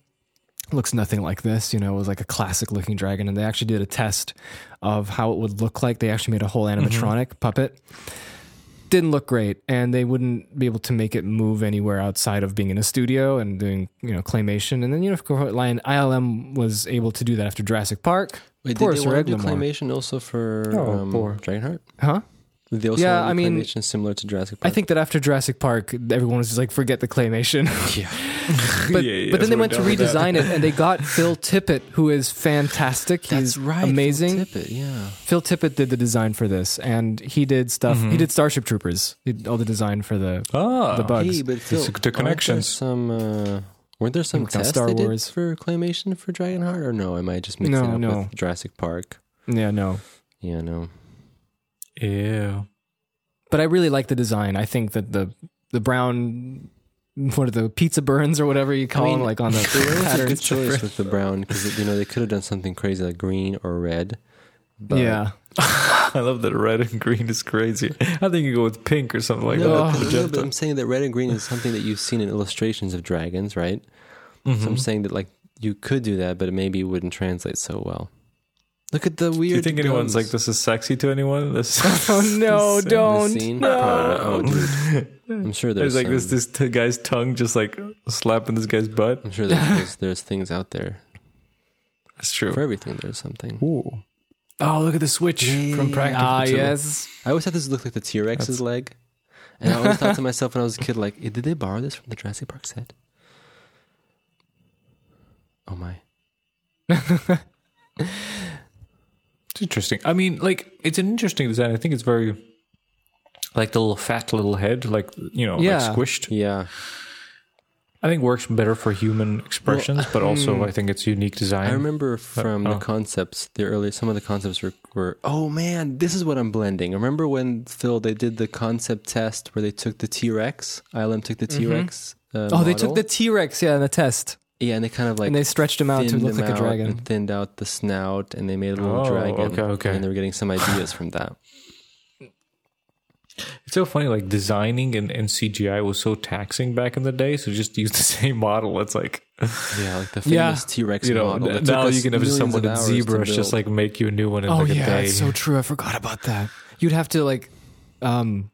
looks nothing like this. You know, it was like a classic looking dragon, and they actually did a test of how it would look like. They actually made a whole
Mm-hmm.
animatronic puppet. Didn't look great, and they wouldn't be able to make it move anywhere outside of being in a studio and doing you know claymation. And then you know, of course, Lion ILM was able to do that after Jurassic Park.
Wait,
Poor
did they want to do
Sereglimor.
claymation also for
Oh,
um,
poor.
Dragonheart?
Huh?
Did they also
Yeah,
want to do
I mean-
claymation similar to Jurassic
I
Park?
think that after Jurassic Park, everyone was just like, forget the claymation.
Yeah.
but
Yeah, yeah,
but then they
we're
went to
done with that.
redesign it, and they got Phil Tippett, who is fantastic. He's amazing.
Phil Tippett, yeah.
Phil Tippett did the design for this, and he did stuff. He did Starship Troopers. He did all the design for the
ah
the bugs.
Hey, but still,
the
aren't there
connections.
Some uh, weren't there some
Think on
tests
Star
they did
Wars.
for claymation for Dragonheart? Or no, am I just mixing
No,
up
no.
with Jurassic Park?
yeah, no.
Yeah, no.
yeah.
But I really like the design. I think that the the brown. What are the pizza burns or whatever you call
mean,
them? Like on the
It was a good
patterns.
choice with the brown because you know they could have done something crazy like green or red. But
Yeah,
I love that red and green is crazy. I think you go with pink or something like
No,
oh,
that.
but- no, but I'm saying that red and green is something that you've seen in illustrations of dragons, right?
Mm-hmm.
Mm-hmm.
So I'm saying that like you could do that, but it maybe wouldn't translate so well. Look at the weird.
Do you think anyone's like
guns.
this is sexy to anyone? This
Oh, no,
this-
don't.
The scene? Probably- oh, dude. I'm sure there's,
There's like this
some-
this t- guy's tongue just like slapping this guy's butt.
I'm sure there's, there's there's things out there
That's true.
for everything. There's something.
Ooh. Oh, look at the switch from practical.
ah,
to-
yes.
I always thought this looked like the T Rex's leg, and I always thought to myself when I was a kid, like, "Eh, did they borrow this from the Jurassic Park set? Oh my!
It's interesting. I mean, like it's an interesting design. I think it's very like the little fat little head, like you know,
Yeah.
like squished.
Yeah,
I think works better for human expressions, but also I think it's unique design.
I remember from
oh.
the concepts, the earlier some of the concepts were, were oh man, this is what I'm blending. Remember when Phil they did the concept test where they took the T Rex, ILM took the T Rex.
Mm-hmm.
Uh,
Oh, they took
model?
the T Rex, yeah, in the test,
yeah, and they kind of like
and they stretched him out to
thinned
look
them
like a
out
dragon.
and thinned out the snout, and they made a little
Oh,
dragon.
okay, okay.
And they were getting some ideas from that.
It's so funny, like designing and, and CGI was so taxing back in the day. So just use the same model. It's like
Yeah, like the
Yeah.
famous T Rex
you know
model. that
n-
took
now
us
you can have just
millions
someone
of
in
hours to
zebras just
build.
like make you a new one in
Oh
like
yeah,
a day.
that's so true. I forgot about that. You'd have to like, um,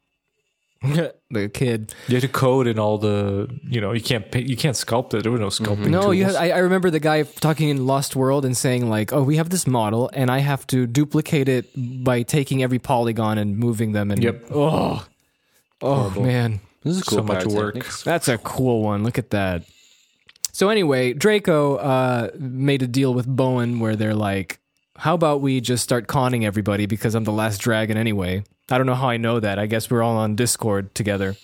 the kid.
You had to code in all the, you know, you can't pay, you can't sculpt it. There were no
Mm-hmm.
sculpting.
No, you.
tools.
Had, I, I remember the guy talking in Lost World and saying like, "Oh, we have this model, and I have to duplicate it by taking every polygon and moving them." And
Yep.
Oh, oh man,
This is cool.
So much work.
pyrotechnics.
that's a cool one. Look at that. So anyway, Draco uh, made a deal with Bowen where they're like, "How about we just start conning everybody because I'm the last dragon anyway." I don't know how I know that. I guess we're all on Discord together.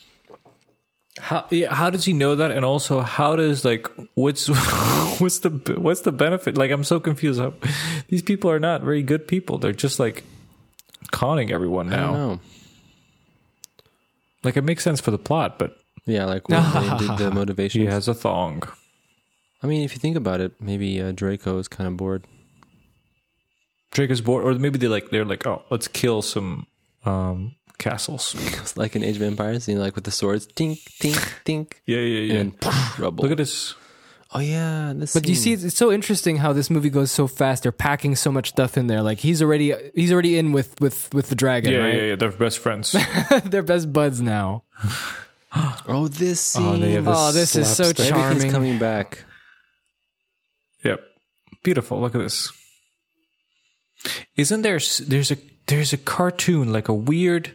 How, yeah, how does he know that? And also, how does like what's what's the what's the benefit? Like, I'm so confused. How- These people are not very good people. They're just like conning everyone
I don't
now.
know.
Like, it makes sense for the plot, but
Yeah, like what they did the motivation.
he has a thong.
I mean, if you think about it, maybe uh, Draco is kind of bored.
Drake is bored, or maybe they like they're like, oh, let's kill some um castles.
It's like in Age of Empires, you know, like with the swords, tink, tink, tink,
Yeah, yeah, yeah.
and then rubble.
Look at this.
oh yeah, this.
But do you see,
scene.
it's so interesting how this movie goes so fast. They're packing so much stuff in there. Like he's already he's already in with with with the dragon.
Yeah,
right?
yeah, yeah. They're best friends.
They're best buds now.
Oh, this scene.
Oh, they have this
Oh, this is so
slapstick.
charming.
Everything's coming back.
Yep. Beautiful. Look at this. Isn't there s- there's a there's a cartoon like a weird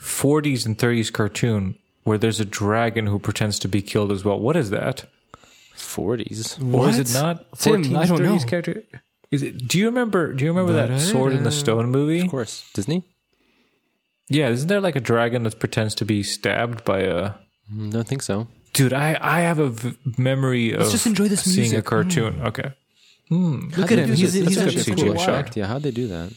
40s and 30s cartoon where there's a dragon who pretends to be killed as well. What is that?
Forties.
Or is it
What?
not
Tim,
14s,
I don't know.
30s cartoon? Is it, do you remember do you remember that Sword in the Stone movie?
Of course, Disney.
Yeah, isn't there like a dragon that pretends to be stabbed by a
Mm, Don't think so.
Dude, I I have a v- memory of
just enjoy this
seeing a
music. Mm.
cartoon. Okay.
Look at him. He's,
it?
he's
That's
a
good
cool
CGI.
shot.
effect. Yeah, how'd they do that?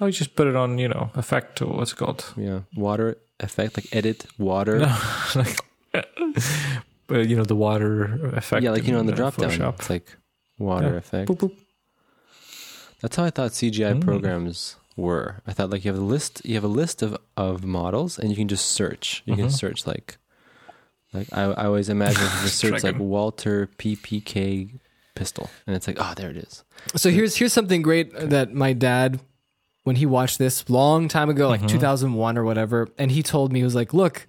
I just put it on, you know, effect or what's it called?
Yeah, water effect, like edit water.
like uh, you know the water effect.
yeah, like you know, on the
in, uh,
drop down,
Photoshop.
it's like water
Yeah.
effect.
Boop, Mm. boop.
That's how I thought CGI programs were. I thought like you have a list, you have a list of, of models, and you can just search. You can
Mm-hmm.
search like, like I, I always imagine if you just search like
Dragon.
Walter PPK pistol, and it's like oh there it is.
So here's here's something great that my dad, when he watched this long time ago, like 2001 or whatever, and he told me he was like, "Look,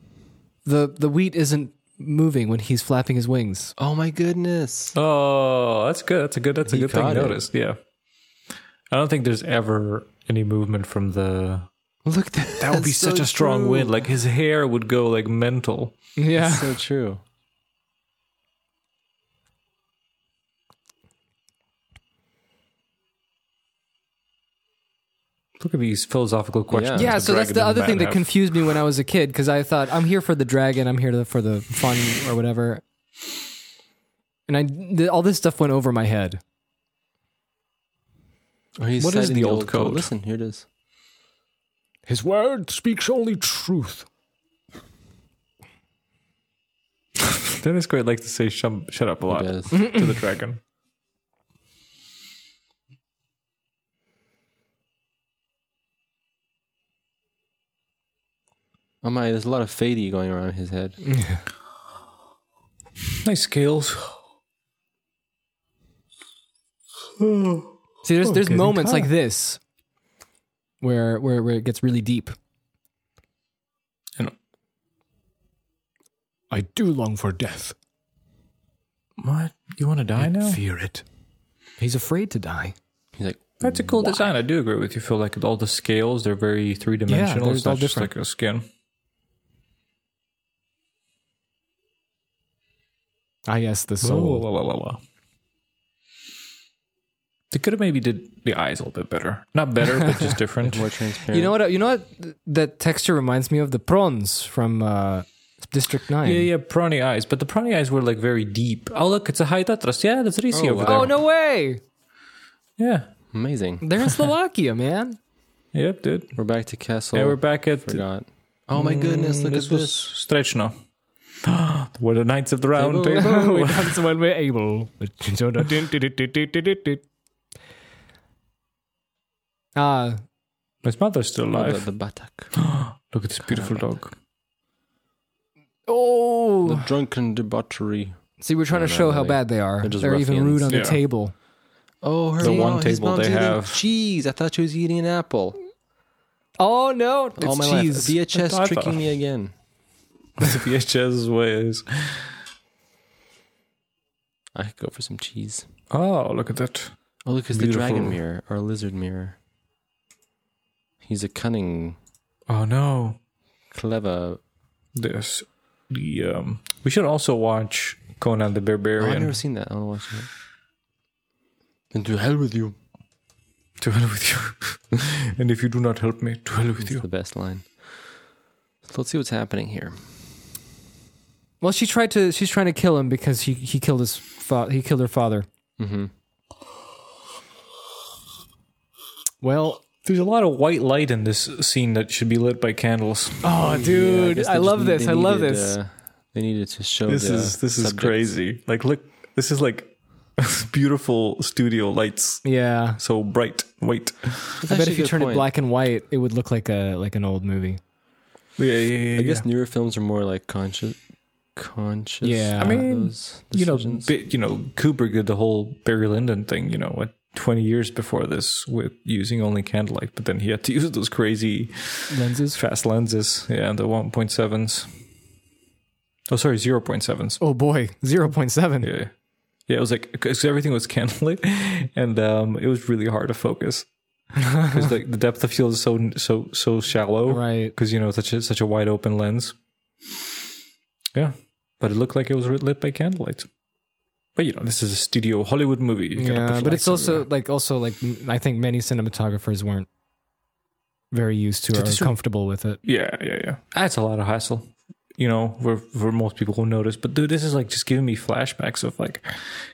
the the wheat isn't moving when he's flapping his wings."
Oh my goodness!
Oh, that's good. That's a good. That's a
He
good thing you
caught it.
noticed. Yeah, I don't think there's ever any movement from the.
Look, that,
That would be such a strong wind. Like his hair would go like mental.
Yeah.
so true.
Look at these philosophical questions.
Yeah,
that
so that's
dragon
the
and
other
man
thing that
have.
confused me when I was a kid because I thought I'm here for the dragon, I'm here to, for the fun or whatever, and I th- all this stuff went over my head.
Oh, he's
What is
citing
the old code?
Listen, here it is.
His word speaks only truth.
Dennis Quaid likes to say "shum- "shut up" a lot
does.
to the dragon.
Oh my, there's a lot of fadey going around his head.
Nice scales.
See, there's there's
getting
moments
caught.
like this where where where it gets really deep.
I do long for death.
What? You want to die now?
Fear it.
He's afraid to die.
He's like,
That's a cool design. I do agree with you. Feel like all the scales they're very three dimensional.
they're
it's
all
not just
different.
like a skin.
Ah, yes, the
So
soul.
They could have maybe did the eyes a little bit better. Not better, but just different.
more transparent.
You know what? You know what? th- That texture reminds me of the prawns from uh, District Nine.
yeah, yeah, prawny eyes. But the prawny eyes were like very deep. Oh look, it's a high tetras. Yeah, that's Risi over there.
Oh no way!
Yeah.
Amazing.
They're in Slovakia, man.
Yep, dude.
We're back to Castle.
Yeah, we're back at
Oh, Forgot. Oh my goodness! Look
this
at
was
this.
Strechno. we're the knights of the round
Table.
table.
we dance when we're able. Ah,
His mother's still
Oh,
alive.
the, the Batak.
Look at this beautiful dog.
oh.
the drunken debauchery.
See, we're trying to
no,
show
no,
how
they-
bad they are.
they're just
They're even
ruffians.
rude on the
Yeah.
table.
Oh, her
The
mom,
one
his
table
mom's
they
eating
have.
Cheese. I thought she was eating an apple.
Oh no! It's
All my
cheese.
life.
I thought-
VHS tricking me again.
That's VHS's ways.
I could go for some cheese.
Oh, look at that.
Oh, look, it's the dragon
Beautiful.
mirror or lizard mirror. He's a cunning,
Oh no.
clever.
This the um we should also watch Conan the
Oh, I've
Barbarian.
never seen that. I want to watch it. And to hell with you.
to hell with you. and if you do not help me, to hell with
It's
you.
the best line. So let's see what's happening here.
Well, she tried to. She's trying to kill him because he he killed his fa- he killed her father.
Mm-hmm.
Well,
There's a lot of white light in this scene that should be lit by candles.
oh dude, I, love this. I love this.
uh, they needed to show
This
the
is this is
subject-
crazy. Like look this is like beautiful studio lights.
yeah,
So bright, white.
That's
I bet
actually
if
a
you
good
turned it
point.
black and white, it would look like a like an old movie.
Yeah, yeah, yeah. yeah.
I guess newer films are more like conscious, conscious.
Yeah. I
of
mean,
those
you know,
decisions.
bit, you know, Kubrick did the whole Barry Lyndon thing, you know, what, 20 years before this with using only candlelight, but then he had to use those crazy
Lenses.
fast lenses. Yeah, the 1.7s. Oh, sorry, 0.7s.
Oh boy, zero point seven.
Yeah. Yeah, it was like, because everything was candlelight and um, it was really hard to focus. Because like the depth of field is so so so shallow,
Right.
Because you know such a, such a wide open lens. Yeah, but it looked like it was lit by candlelight. But you know, this is a studio Hollywood movie. You gotta
Yeah,
put
but it's
lights
also
everywhere.
like also like m- I think many cinematographers weren't very used to or
this-
comfortable with it.
yeah, yeah, yeah. That's a lot of hassle. You know, for for most people who notice, but dude, this is like just giving me flashbacks of like,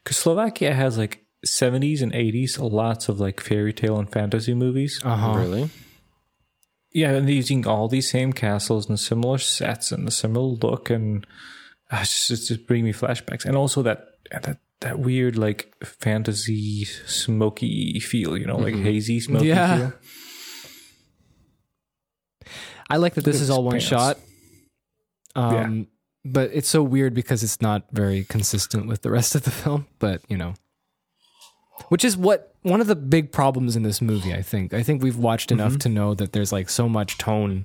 because Slovakia has like seventies and eighties, lots of like fairy tale and fantasy movies.
Uh huh.
really.
Yeah, and they're using all these same castles and similar sets and a similar look, and uh, it's just, it's just bringing me flashbacks. And also that that that weird like fantasy smoky feel, you know, like hazy smoky
Yeah.
feel.
I like that this
at
is
his
all one
pants.
shot. Um, but it's so weird because it's not very consistent with the rest of the film. But you know, which is what one of the big problems in this movie. I think. I think we've watched enough to know that there's like so much tone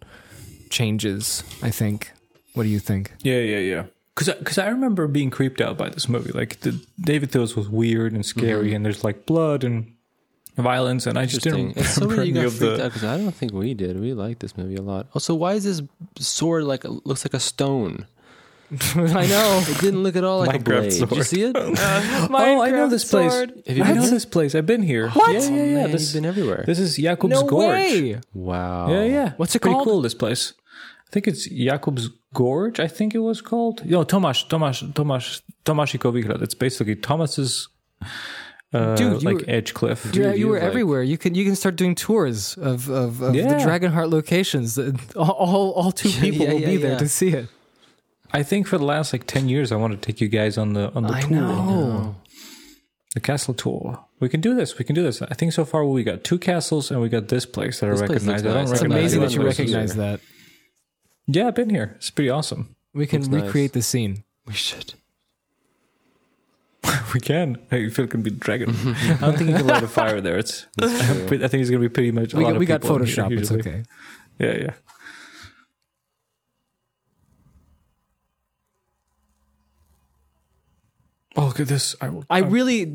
changes. I think. What do you think?
Yeah, yeah, yeah. Because I remember being creeped out by this movie. Like the David Thills was weird and scary, and there's like blood and violence, and I just
Interesting.
didn't
It's so
remember
weird you
any
got
of the.
freaked out because I don't think we did. We liked this movie a lot. Also, why is this sword like looks like a stone?
I know.
It didn't look at all like a
Minecraft
blade. Did you
sword.
see it?
Oh, I know this place.
Have you
I
been
know
here?
this place. I've been here. What? Yeah,
Oh,
yeah, yeah.
man,
This,
you've been everywhere.
this is Jakob's
no
Gorge.
way.
wow.
Yeah, yeah.
What's it
Pretty
called?
cool, this place. I think it's Jakob's Gorge, I think it was called. No, Tomasz, Tomasz, Tomasz, Tomasziko Wichrad. It's basically Thomas's, uh,
Dude, you
like
were-
edge cliff.
You, you
you
were
like-
everywhere. You can you can start doing tours of of, of the
Yeah.
Dragonheart locations. All all, all two people
yeah,
will
yeah,
be there to
yeah.
see it.
I think for the last like 10 years, I want to take you guys on the, on the tour. The castle tour. We can do this. We can do this. I think so far we got two castles and we got this place that I
place looks
recognize. I don't
nice. It's
It's
recognize.
amazing
it.
that you
Everyone knows
recognize
who's
that.
Yeah, I've been here. It's pretty awesome.
We can
Looks nice.
recreate the scene.
We should.
We can. Hey, Phil can be dragon. I don't think you can light a fire there. It's. I think it's going to be pretty much. A
We
lot
got,
of
we got
people in here
Photoshop. It's
usually.
okay.
Yeah, yeah. Oh, look at this. I will.
I really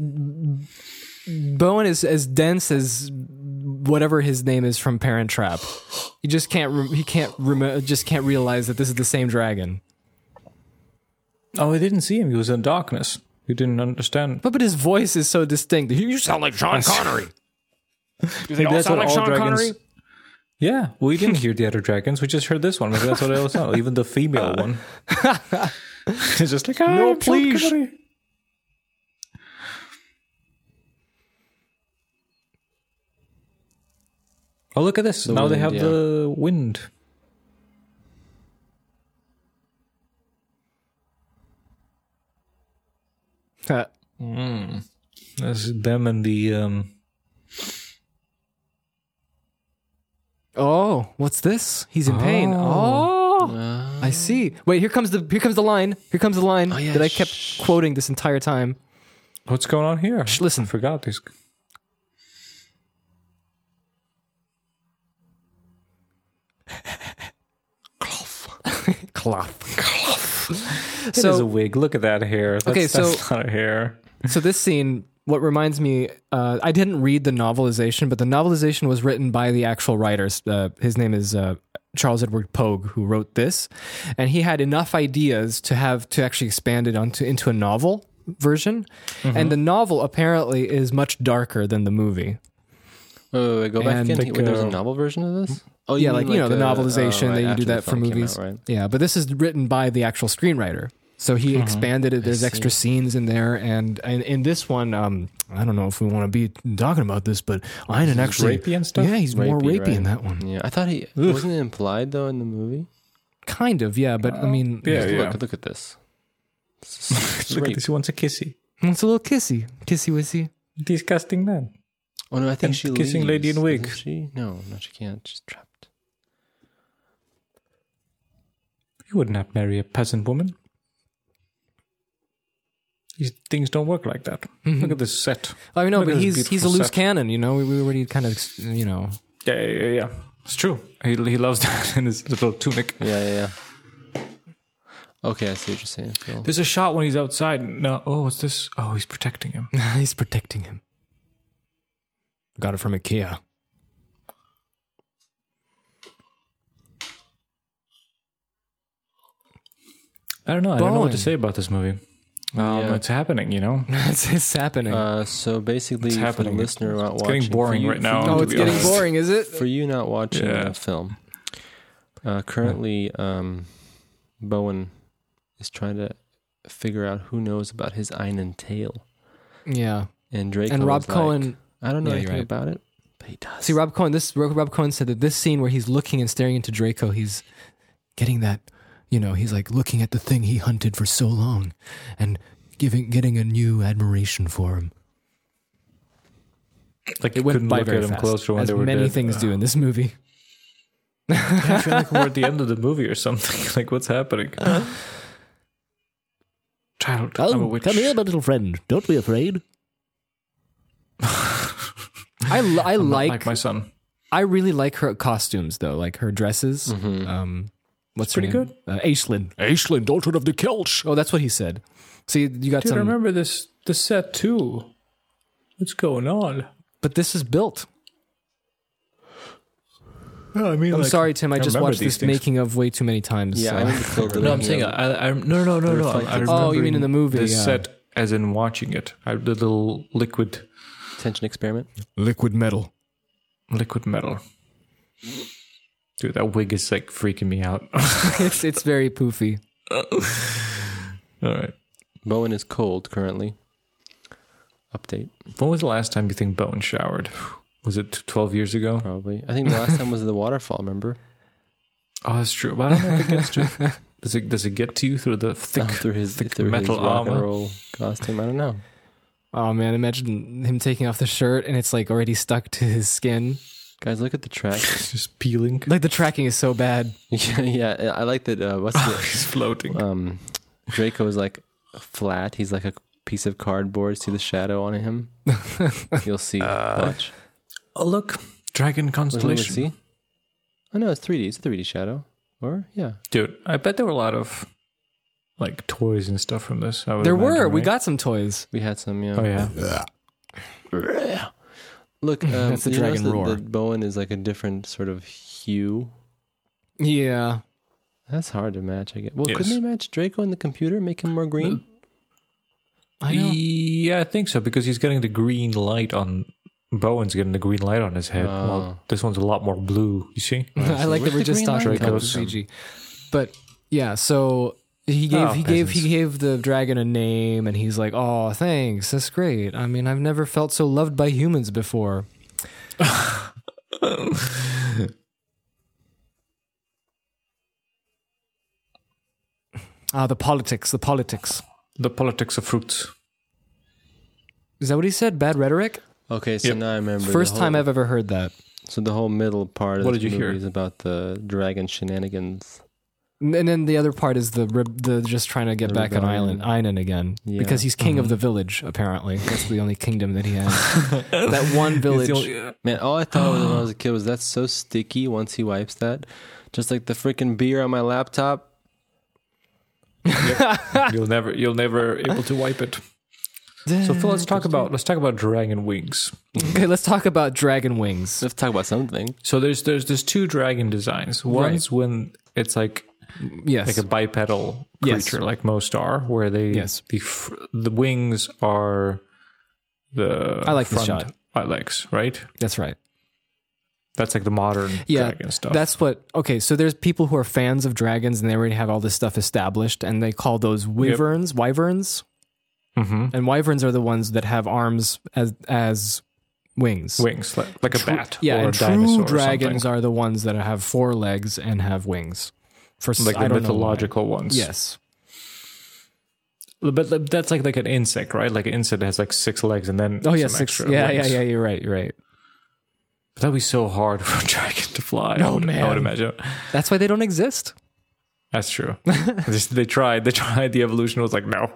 Bowen is as dense as whatever his name is from Parent Trap. You just can't re- he can't rem- just can't realize that this is the same dragon.
Oh, I didn't see him. He was in darkness. You didn't understand.
But but his voice is so distinct. You sound like John Connery.
Maybe that's
sound like
what all
Sean
dragons.
Connery?
Yeah, we didn't hear the other dragons. We just heard this one. Maybe that's what I was on. Even the female one. it's just like no,
Uh. please."
Oh, look at this! now they
wind,
have
yeah.
the wind. This is them and the um,
oh, what's this? He's in pain. Oh. I see. Wait, here comes the here comes the line. Here comes the line
yeah,
that I kept quoting this entire time.
What's going on here?
Shh, listen.
I forgot this.
Cloth. Cloth.
It is a
so,
wig. Look at that hair. That's,
Okay,
that's
so-
not a hair.
so this scene, what reminds me, uh, I didn't read the novelization, but the novelization was written by the actual writers. Uh, his name is uh, Charles Edward Pogue, who wrote this, and he had enough ideas to have to actually expand it onto into a novel version. And the novel apparently is much darker than the movie.
Wait, wait, wait, go back
And
again.
like,
Wait, there's a
uh,
novel version of this? Oh,
yeah, like,
mean
you know, the
uh,
novelization that
oh, right,
you
after
do
the
that for
film came
movies.
out, right?
Yeah, but this is written by the actual screenwriter. So he
Mm-hmm.
expanded it. There's extra scenes in there, and and in this one, um, I don't know if we want to be talking about this, but Einan actually
rapey and stuff?
Yeah, he's more rapey
Rapey, right.
in that one.
Yeah, I thought he wasn't it implied though in the movie.
Kind of, yeah, but I mean,
Yeah,
Just
yeah.
Look, look at this. This is
Look
rape.
at this. He wants a kissy.
it's a little kissy, kissy wissy.
Disgusting man.
Oh no, I think
And
she
kissing
leaves,
lady in wig.
doesn't She no, no, she can't. She's trapped.
You would not marry a peasant woman. These things don't work like that. Look at this set.
I know,
Look at
but
this
he's he's a
beautiful
loose
set.
cannon, you know. We, we already kind of, you know,
Yeah, yeah, yeah, yeah. It's true. He, he loves that in his little tunic.
Yeah, yeah, yeah. Okay, I see what you're saying. Phil.
There's a shot when he's outside. No, oh, what's this? Oh, he's protecting him.
he's protecting him. Got it from IKEA.
I don't know. I don't know what to
Boeing.
say about this movie. Um,
Yeah.
It's happening, you know.
That's it's happening.
Uh, so basically,
It's
for
happening.
the listener not
It's
watching,
getting boring
for you,
right now.
oh,
to
it's
be
getting
honest.
boring, is it?
For you not watching
Yeah.
a film, uh, currently um, Bowen is trying to figure out who knows about his Einan tale,
Yeah.
and Drake
and Rob
was like,
Cohen.
I don't know
Yeah, you're
anything
right.
about it, but he does.
See, Rob Cohen. This Rob Cohen said that this scene where he's looking and staring into Draco, he's getting that, you know, he's like looking at the thing he hunted for so long, and giving getting a new admiration for him.
Like
It
you
went
couldn't
by
look
very
at him
fast,
closer when
as
they were
many
dead.
things
Uh,
do in this movie.
I feel like we're at the end of the movie or something. Like, what's happening?
Uh-huh.
Child,
Oh,
I'm a witch.
my little friend. Don't be afraid. I li- I
I'm not
like,
like my son.
I really like her costumes though, like her dresses. Um, what's her
Mm-hmm. pretty
name? Uh, Aislinn.
Aisling, daughter of the Kelch.
Oh, that's what he said. See, you got
Dude, I
some.
remember this the set too. What's going on?
But this is built.
I mean,
I'm sorry, Tim. I, just
remember
watched
these
this
things.
making of way too many times.
yeah,
so-
I mean, Phil did
No,
it.
I'm
He
saying
was-
I, I, no, no, no, no. I, I
reflective.
Oh, you mean in the movie,
The
yeah.
set, as in watching it, I, the little liquid,
Tension experiment.
Liquid metal.
liquid metal. Dude, that wig is like freaking me out.
it's it's very poofy.
All right.
Bowen is cold currently. Update
When was the last time you think Bone showered? Was it 12 years ago?
probably. I think the last time was the waterfall. Remember
Oh, that's true. Well, I don't know if it gets to does it, does it get to you through the thick,
Um, through his
thick
through
metal
his rock and
armor?
roll costume. I don't know.
Oh man, imagine him taking off the shirt and it's like already stuck to his skin.
Guys, look at the track.
It's just peeling.
Like the tracking is so bad.
yeah, yeah, I like that. Uh, what's
He's
the
floating.
um, Draco is like flat. He's like a piece of cardboard. See the shadow on him. You'll see.
Uh,
Uh,
Watch.
oh, look. Dragon
Look, look, look,
constellation.
see. Oh no, it's 3D. It's a 3D shadow. Or yeah,
Dude, I bet there were a lot of like toys and stuff from this. I would
There
imagine,
were. We
right?
got some toys.
we had some. Yeah.
Oh yeah.
Look, um,
That's the
you notice
dragon
that-
roar.
That Bowen is like a different sort of hue.
Yeah.
That's hard to match. I guess. Well,
Yes.
couldn't they match Draco in the computer, make him more green?
I know.
Yeah, I think so because he's getting the green light on Bowen's getting the green light on his head. Well, this one's a lot more blue, you see?
I like that
Where's
we're
the
just
green
talking
light
about
goes?
CG. But yeah, so he gave
Oh,
he gave
peasants.
he gave the dragon a name and he's like, "Oh, thanks. That's great. I mean, I've never felt so loved by humans before." Ah, the politics, the politics.
The politics of fruits.
Is that what he said? Bad rhetoric?
Okay, so
Yep.
now I remember. the
First time
whole-
I've ever heard that.
So the whole middle part of
What
this
did you
movie
hear?
is about the dragon shenanigans.
And and then the other part is the rib, the just trying to get back on Island Einan again
Yeah.
because he's king
Mm-hmm.
of the village. Apparently, that's the only kingdom that he has. that one village.
Man, all I thought was when I was a kid was that's so sticky once he wipes that. Just like the freaking beer on my laptop.
you'll never you'll never able to wipe it. So Phil, let's talk about let's talk about dragon wings.
okay, let's talk about dragon wings.
Let's talk about something.
So there's there's there's two dragon designs. One's when it's like
Yes,
like a bipedal
Yes.
creature, like most are, where they
Yes.
the f- the wings are the
I like this
front
shot.
uh, legs, right?
that's right.
That's like the modern
Yeah,
dragon stuff.
that's what. Okay, so there's people who are fans of dragons and they already have all this stuff established, and they call those wyverns. Wyverns,
hmm
and wyverns are the ones that have arms as as wings.
wings, like, like a bat.
Yeah,
or a
and
dinosaur
true
or
dragons
something.
are the ones that have four legs and have wings. For s-
like
I
the
don't know why.
mythological ones.
Yes.
but like, that's like like an insect, right? Like an insect has like six legs and then
Oh yeah,
some
six.
extra
Yeah,
wings.
yeah, yeah. You're right. You're right.
But that'd be so hard for a dragon to fly. I
No,
would, I
man.
would imagine.
That's why they don't exist.
That's true. Just- they tried. They tried. The evolution was like, no,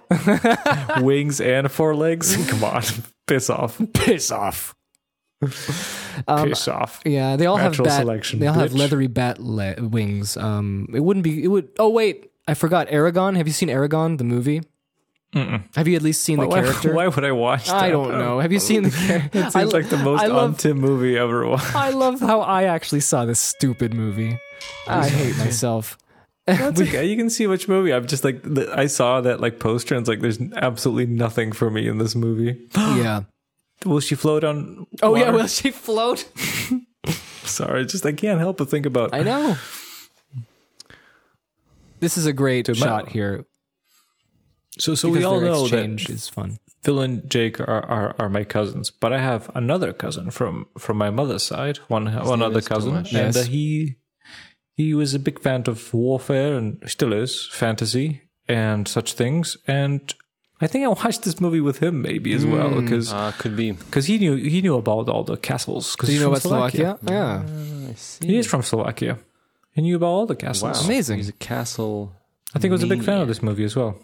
wings and four legs. Come on, piss off,
Piss off.
Um,
piss off.
Yeah, they all
Natural
have bat.
selection,
they all have
bitch.
leathery bat le- wings. Um, it wouldn't be. It would. Oh wait, I forgot. Aragon. Have you seen Aragon the movie? Have you at least seen the
Why,
character?
why would I watch? That?
I don't know. Have you seen the character?
It seems like the most
I
on
love,
Tim movie ever. watched.
I love how I actually saw this stupid movie. I hate myself.
That's okay. You can see which movie. I'm just like the, I saw that like poster and it's like there's absolutely nothing for me in this movie.
yeah.
Will she float on?
Oh yeah.
water?
Will she float?
Sorry, just I can't help but think about.
I know. This is a great
my-
shot here.
so so
because
we all
their
know that
exchange is fun.
Phil and Jake are, are, are my cousins, but I have another cousin from from my mother's side, one one
name
other
is
cousin,
Tomas.
and uh,
Yes.
he he was a big fan of warfare and still is fantasy and such things. And I think I watched this movie with him maybe as well
Hmm.
because
Uh, could be.
he knew he knew about all the castles. Because
Do Ah. you know about Slovakia? Yeah.
I
He
see.
is from Slovakia. He knew about all the castles.
Amazing.
He's a castle.
I think he was a big fan of this movie as well.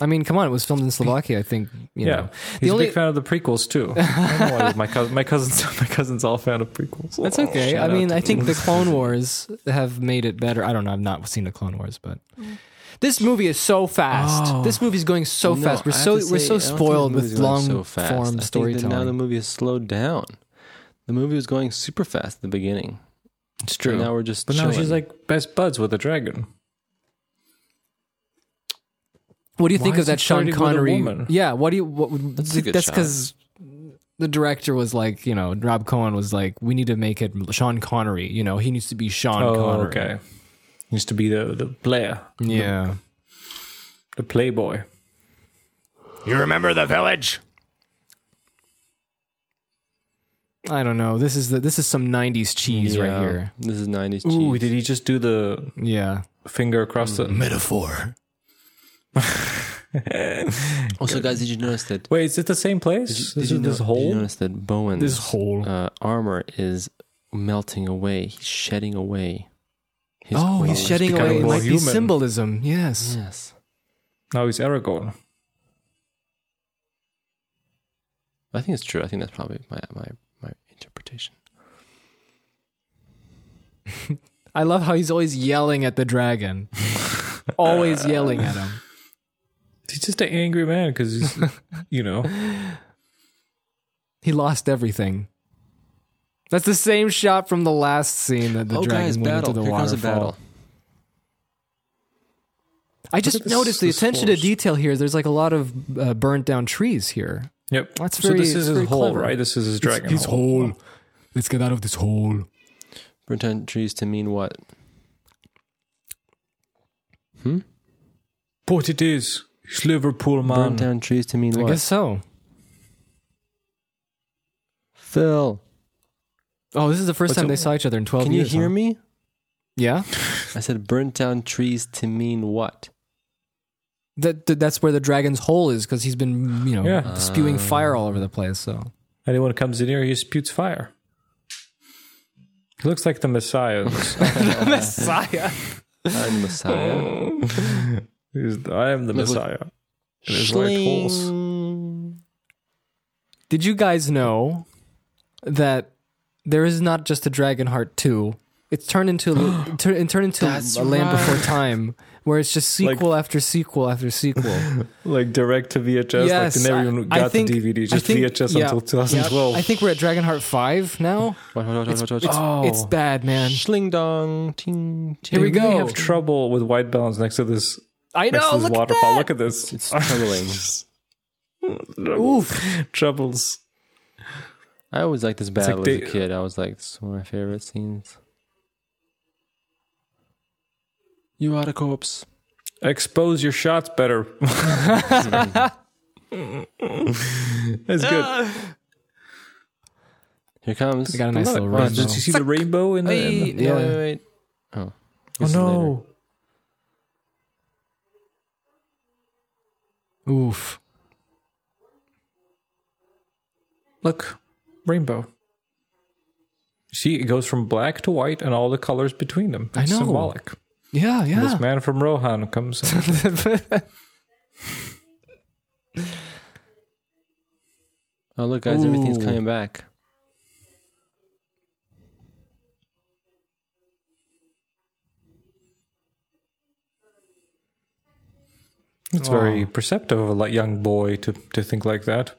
I mean, come on, it was filmed in Slovakia. I think you
Yeah,
know.
he's
only-
a big fan of the prequels too. I don't know why my cousin, my cousins, my cousins, all fan of prequels. Oh,
That's okay.
Oh,
Shout
I
out
mean,
to
I think the Clone Wars have made it better. I don't know. I've not seen the Clone Wars, but this movie is so fast.
Oh.
This movie's going so
No,
fast. We're
I
so
have to
we're
say,
so
I don't think
spoiled
the
with
movie's
long
going so fast. I
form
think that Now the
storytelling.
movie is slowed down. The movie was going super fast at the beginning.
It's
And now we're just.
But now she's
chilling.
like best buds with a dragon.
What do you think
Why
of
is it
that Sean
starting with a
Connery?
woman?
Yeah. What do you? What, would-
That's a good
that's
shot.
because the director was like, you know, Rob Cohen was like, we need to make it Sean Connery. You know, he needs to be Sean
Oh,
Connery.
okay. Used to be the the player,
Yeah.
the playboy.
You remember the village?
I don't know. This is the this is some '90s cheese right
Yeah.
here.
This is 90s
Ooh,
cheese.
did he just do the
Yeah.
finger across the?
Metaphor.
Also, guys, did you notice that?
Wait, is it the same place?
Did
is
you,
it
know-
this
did you
hole?
notice that Bowen's
This whole.
uh, armor is melting away? He's shedding away. His
Oh,
clothes.
he's shedding away. It
more
might be
human.
symbolism. Yes.
Yes.
Now he's Aragorn.
I think it's true. I think that's probably my my, my interpretation.
I love how he's always yelling at the dragon. always yelling at him.
He's just an angry man because he's, you know,
He lost everything. That's the same shot from the last scene that the
oh,
dragon
guys,
went
battle.
into the
Here comes
waterfall.
a battle.
I just
at this-
noticed the
this
attention
forest.
to detail here. There's like a lot of uh, burnt down trees here.
yep.
That's
so
very-
this is
very
his hole,
clever.
right? This is his dragon.
This
hole.
hole. Let's get out of this hole.
Pretend trees to mean what?
What it is? It's Liverpool,
Burn
man.
down trees to mean
I
what?
guess so.
Phil,
Oh, this is the first
What's
time
up?
they saw each other in 12
can you
years.
hear
huh?
me?
Yeah.
I said burn down trees to mean what?
That, that that's where the dragon's hole is because he's been you know
Yeah.
spewing fire all over the place. So
Anyone who comes in here, he spews fire. He looks like the Messiah.
Messiah.
I'm Messiah.
I am the Messiah. It is like holes.
Did you guys know that there is not just a Dragonheart 2? It's turned into a, tur- it turned into
That's
a Land Before
right.
Time, where it's just
Like-
sequel after sequel after sequel.
Like direct to VHS.
Yes,
like they never
I-
even
I
got
think-
the DVD.
I
Just
think-
VHS
yeah,
until 2012.
I think we're at Dragonheart 5 now.
Watch, watch, watch, watch, watch.
It's,
Oh.
it's bad, man.
Schling dong, ting, ting.
Here we
I
go.
have trouble with white balance next to this
I
next
know.
to this
Look at
waterfall.
that.
Look at this.
It's troubling.
Oof.
Troubles.
I always liked this
like
battle
they-
as a kid. I was like, this is one of my favorite scenes. You are the corpse.
Expose your shots better. That's good.
Here comes.
We got a nice little
Right,
run.
did you see the rainbow in the? in the-
Wait, no, wait, wait. Oh.
oh
This is later.
no!
though. Oof.
Look, rainbow. See, it goes from black to white, and all the colors between them. It's
I know. Ah.
Symbolic.
Yeah,
This
yeah.
man from Rohan comes. in.
Oh, look, guys, everything's coming back.
It's very oh, perceptive of a li- young boy to to think like that.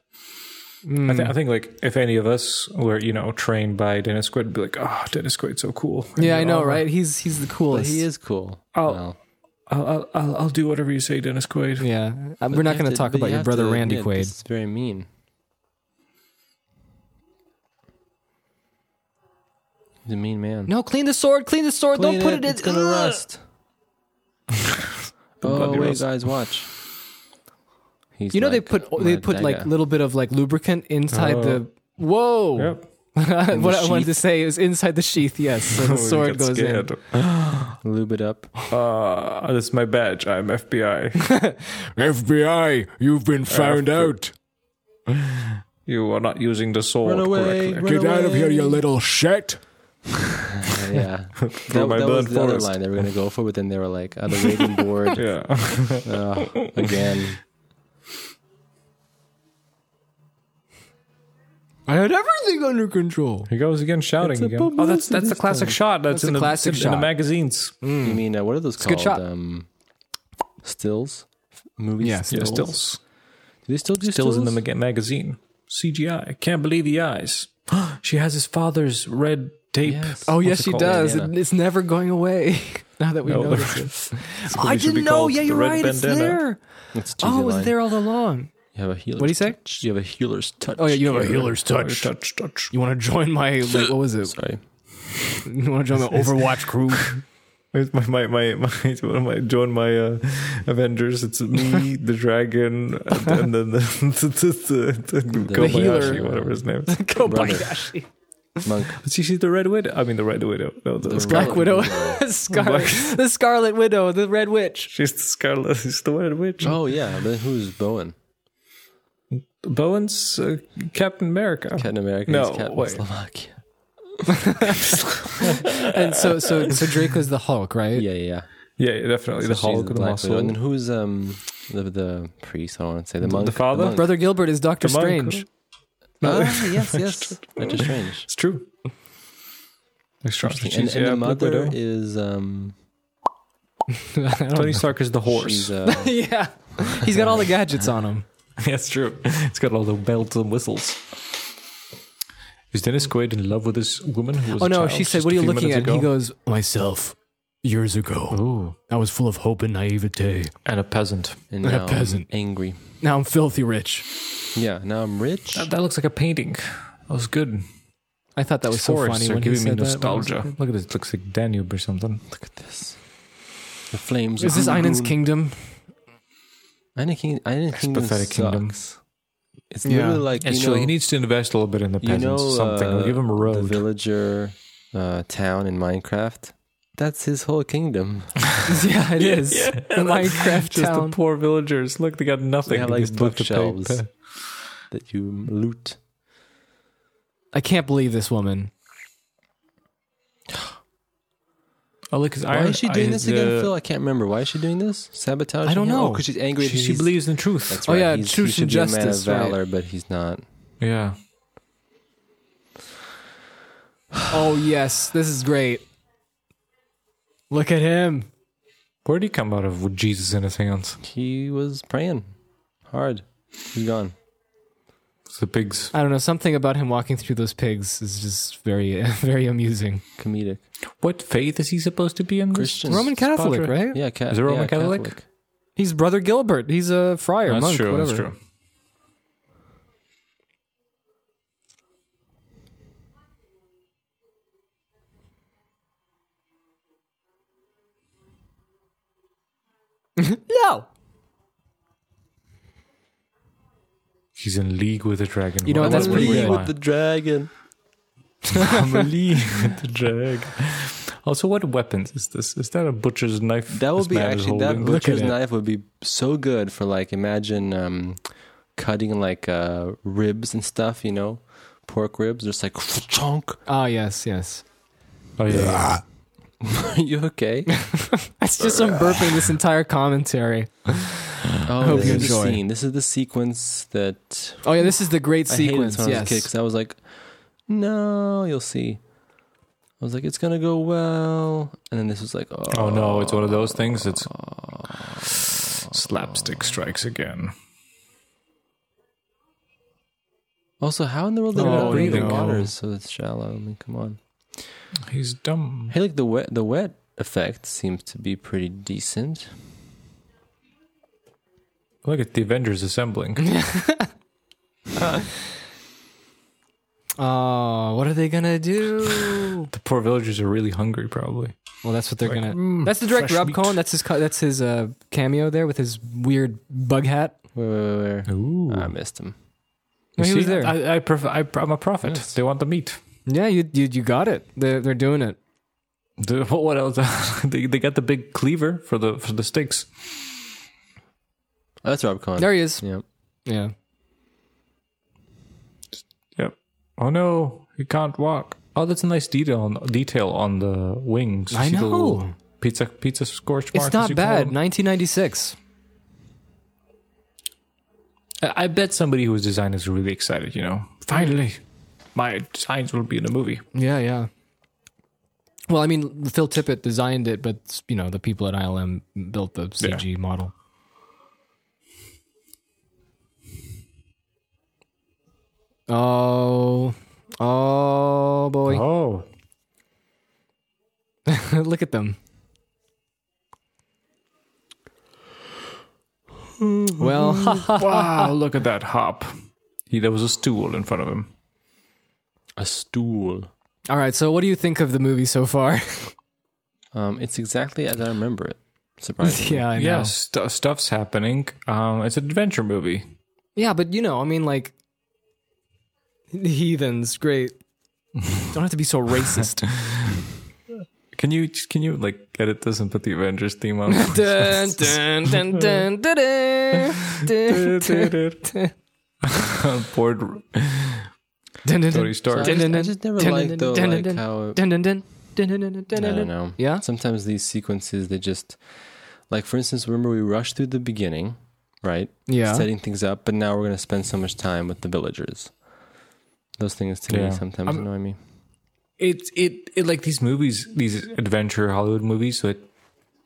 I, thi- I think, like, if any of us were, you know, trained by Dennis Quaid, would be like, oh, Dennis Quaid's so cool.
yeah, I
You
know,
"Oh,
right? He's he's the
But
coolest.
he is cool.
Oh.
Well,
I'll, I'll, I'll, I'll do whatever you say, Dennis Quaid.
Yeah. Uh,
but
We're not
you
going
have
to talk
but
about
you
your
have
brother
to
Randy
admit,
Quaid.
It's very mean. He's a mean man.
No, clean the sword. Clean the sword.
Clean
Don't put it, in.
It's gonna
Ugh.
rust. oh
Bloody
wait,
rust.
guys, watch. He's
You know they
like,
put
uh,
they
my
put like
dagger.
little bit of like lubricant inside
Oh.
the. Whoa!
Yep.
what I wanted
sheath.
to say is inside the sheath. Yes, so the sword goes in.
lube it up.
Uh, this is my badge. I'm FBI.
FBI, you've
Uh,
been found
After-
out.
you are not using the sword
Run away,
correctly.
run
Get out of here, you
away.
little shit.
Yeah, that, that
my
was
blood
the other
forest.
line they were gonna go for, but then they were like, "Oh, the waiting board
Yeah.
uh, again."
I had everything under control.
he goes again shouting
a
again.
publicity
Oh, that's that's the classic shot. Mm. That's,
That's
in
the
the
classic
in, in
shot.
the magazines.
You mean uh, what are those
Mm. a good
called?
shot.
Um, stills, movies.
Yeah,
Yeah,
Stills.
stills.
Do they still do
Stills in the mag- magazine. CGI. I can't believe the eyes. she has his father's red tape.
Yes.
Oh
What's
yes,
it
she
called?
does.
Bandana.
It- it's never going away. now that we
No,
know,
the-
this.
It's what
I
it should be
didn't know.
called,
Yeah,
the
you're
red
right. It's
bandana.
there.
It's
Oh, it
cheesy
was
line.
there all along.
You have a healer's
What'd he say?
touch. You have a healer's touch.
Oh yeah, you have a
Karen.
healer's
Touch,
touch.
touch, touch.
You want to join my like, what was it?
Sorry.
You want to join my Overwatch crew?
It's my my my, my, it's one of my join my uh, Avengers. It's me, the dragon, and, and then the, the, the, the, Kobayashi,
healer.
whatever his name. is.
Oh, Kobayashi,
Monk.
She, she's the Red Widow. I mean, the Red Widow. No, the, Scar-
Black Widow, Scarlet, the Scarlet Widow, the Red Witch.
She's the Scarlet. She's the Red Witch.
Oh yeah, but who's Bowen?
Bowen's uh, Captain America.
Captain America is
No,
Captain
wait.
Slovakia.
And so, so, so Draco's the Hulk, right?
Yeah, yeah, yeah.
yeah, yeah, definitely the
She's
Hulk and the
Black Widow. And then
muscle.
who's um the the priest? I don't want to say the monk.
father?
monk.
Brother Gilbert is Doctor
The monk.
Strange.
Ah, yes, yes. Doctor Strange.
It's true. Interesting.
And,
She's,
and
yeah,
the
Black
mother
Widow.
is um
Tony Stark is the horse.
she's uh,
yeah, he's got all the gadgets on him.
That's true. It's got all the bells and whistles. Is Dennis Quaid in love with this woman? Who was
Oh
a
no,
child
she said,
just
"What are you
a few
looking at?"
minutes
And he
ago?
goes,
Myself, years ago, I was full of hope and naivete.
and a peasant.
and
What a
now I'm
peasant.
angry.
Now I'm filthy rich.
Yeah, now I'm rich.
That, that looks like a painting. That was good.
"I thought that was so
Forests
funny."
are
When he
giving me
said that.
nostalgia. Look at this. Looks like Danube or something.
Look at this. The flames.
Is this Einan's kingdom?
Einan's King? Einan's Kingdom
pathetic
sucks.
kingdom.
It's
Yeah.
literally like
And
you
so
know,
he needs to invest a little bit in the
you
peasants
know
or something.
uh,
We'll give him a
the
road.
villager uh, town in Minecraft. That's his whole kingdom.
yeah, it is. the Minecraft
Just
town.
the poor villagers. Look, they got nothing.
They have
They
like
just have to pay-
bookshelves that you loot.
I can't believe this woman.
Oh, look, his
Why is she doing this again, Phil? I can't remember. Why is she doing this? Sabotage?
I don't know.
Because she's angry.
She,
that
she
he's-
believes in truth.
That's
Oh,
right.
yeah,
he's, he
truth and
should be a man of
justice, right.
valor, but he's not.
Yeah.
Oh yes, this is great. Look at him.
Where did he come out of with Jesus in his hands?
He was praying hard. He's gone.
It's the pigs.
I don't know. Something about him walking through those pigs is just very, very amusing.
Comedic.
What faith is he supposed to be in? this?
Christian.
Roman Catholic, right?
Yeah, ca-
Is it Roman
yeah,
Catholic?
He's brother Gilbert. He's a friar,
That's
monk,
true.
whatever.
That's true.
No,
He's in league with the dragon.
You know,
What-
that's
what do
pretty
we
good.
want?
with the dragon.
I'm in league with the dragon. Also, what weapons is this? Is that a butcher's knife?
That would
this
be
man is
actually
holding?
that
Look at
butcher's
it.
knife would be so good for like imagine um, cutting like uh, ribs and stuff. You know, pork ribs. Just like chunk.
Ah, yes, yes.
Oh yeah, yeah.
Are you okay?
That's just some burping this entire commentary.
Oh,
Hope
this
you
is
enjoy.
the scene. This is the sequence that
Oh yeah, this is the great sequence.
I hated this when I was a kid
yes.
because I was like, no, you'll see. I was like, it's gonna go well, and then this was like, oh,
Oh no, it's one of those things. It's slapstick strikes again.
Also, how in the world did
Oh,
not bring the
no.
waters so it's shallow? I mean, come on.
He's dumb.
Hey, like the wet, the wet effect seems to be pretty decent.
Look at the Avengers assembling.
Oh, what are they gonna do?
the poor villagers are really hungry, probably.
well, that's what they're
Like,
gonna.
mm,
that's the director
fresh
Rob
meat.
Cohen. That's his. co- That's his uh, cameo there with his weird bug hat.
Where, where, where?
Ooh,
I missed him.
No, he was there.
I, I pref- I, I'm a prophet.
Yes.
They want the meat.
yeah, you you you got it. They're they're doing it.
The, what what else? they, they got the big cleaver for the for the sticks.
Oh, that's Rob Cohen.
There he is.
yeah.
Yeah.
Yep. Oh no, he can't walk. Oh, that's a nice detail on detail on the wings. You
I
see the
know.
little pizza pizza scorch marks.
It's
as
not
you call
bad.
them?
1996.
I I bet somebody who was designed is really excited. You know, finally, my designs will be in a movie.
Yeah, yeah. Well, I mean, Phil Tippett designed it, but you know, the people at ILM built the CG model. Oh, oh boy!
Oh,
Look at them. well,
wow! look at that hop. He, there was a stool in front of him.
A stool.
all right. So, what do you think of the movie so far?
Um, it's exactly as I remember it. Surprisingly.
yeah, I know.
Yeah, stu- stuff's happening. Um, it's an adventure movie.
Yeah, but you know, I mean, like, heathens, great. Don't have to be so racist.
Can you can you like edit this and put the Avengers theme on?
dun, dun, dun, dun, dun, dun, dun, dun,
Board.
dun, dun,
Tony
dun.
So I,
Stark.
just, I just never
Dun,
liked though,
dun,
like
dun,
how it
Dun, dun, dun, dun, dun, dun, dun,
I don't
dun.
know.
Yeah?
Sometimes these sequences they just like for instance, remember we rushed through the beginning, right?
Yeah.
Setting things up, but now we're gonna spend so much time with the villagers. Those things to
Yeah.
me sometimes
I'm-
annoy me.
It it it like these movies, these adventure Hollywood movies. So it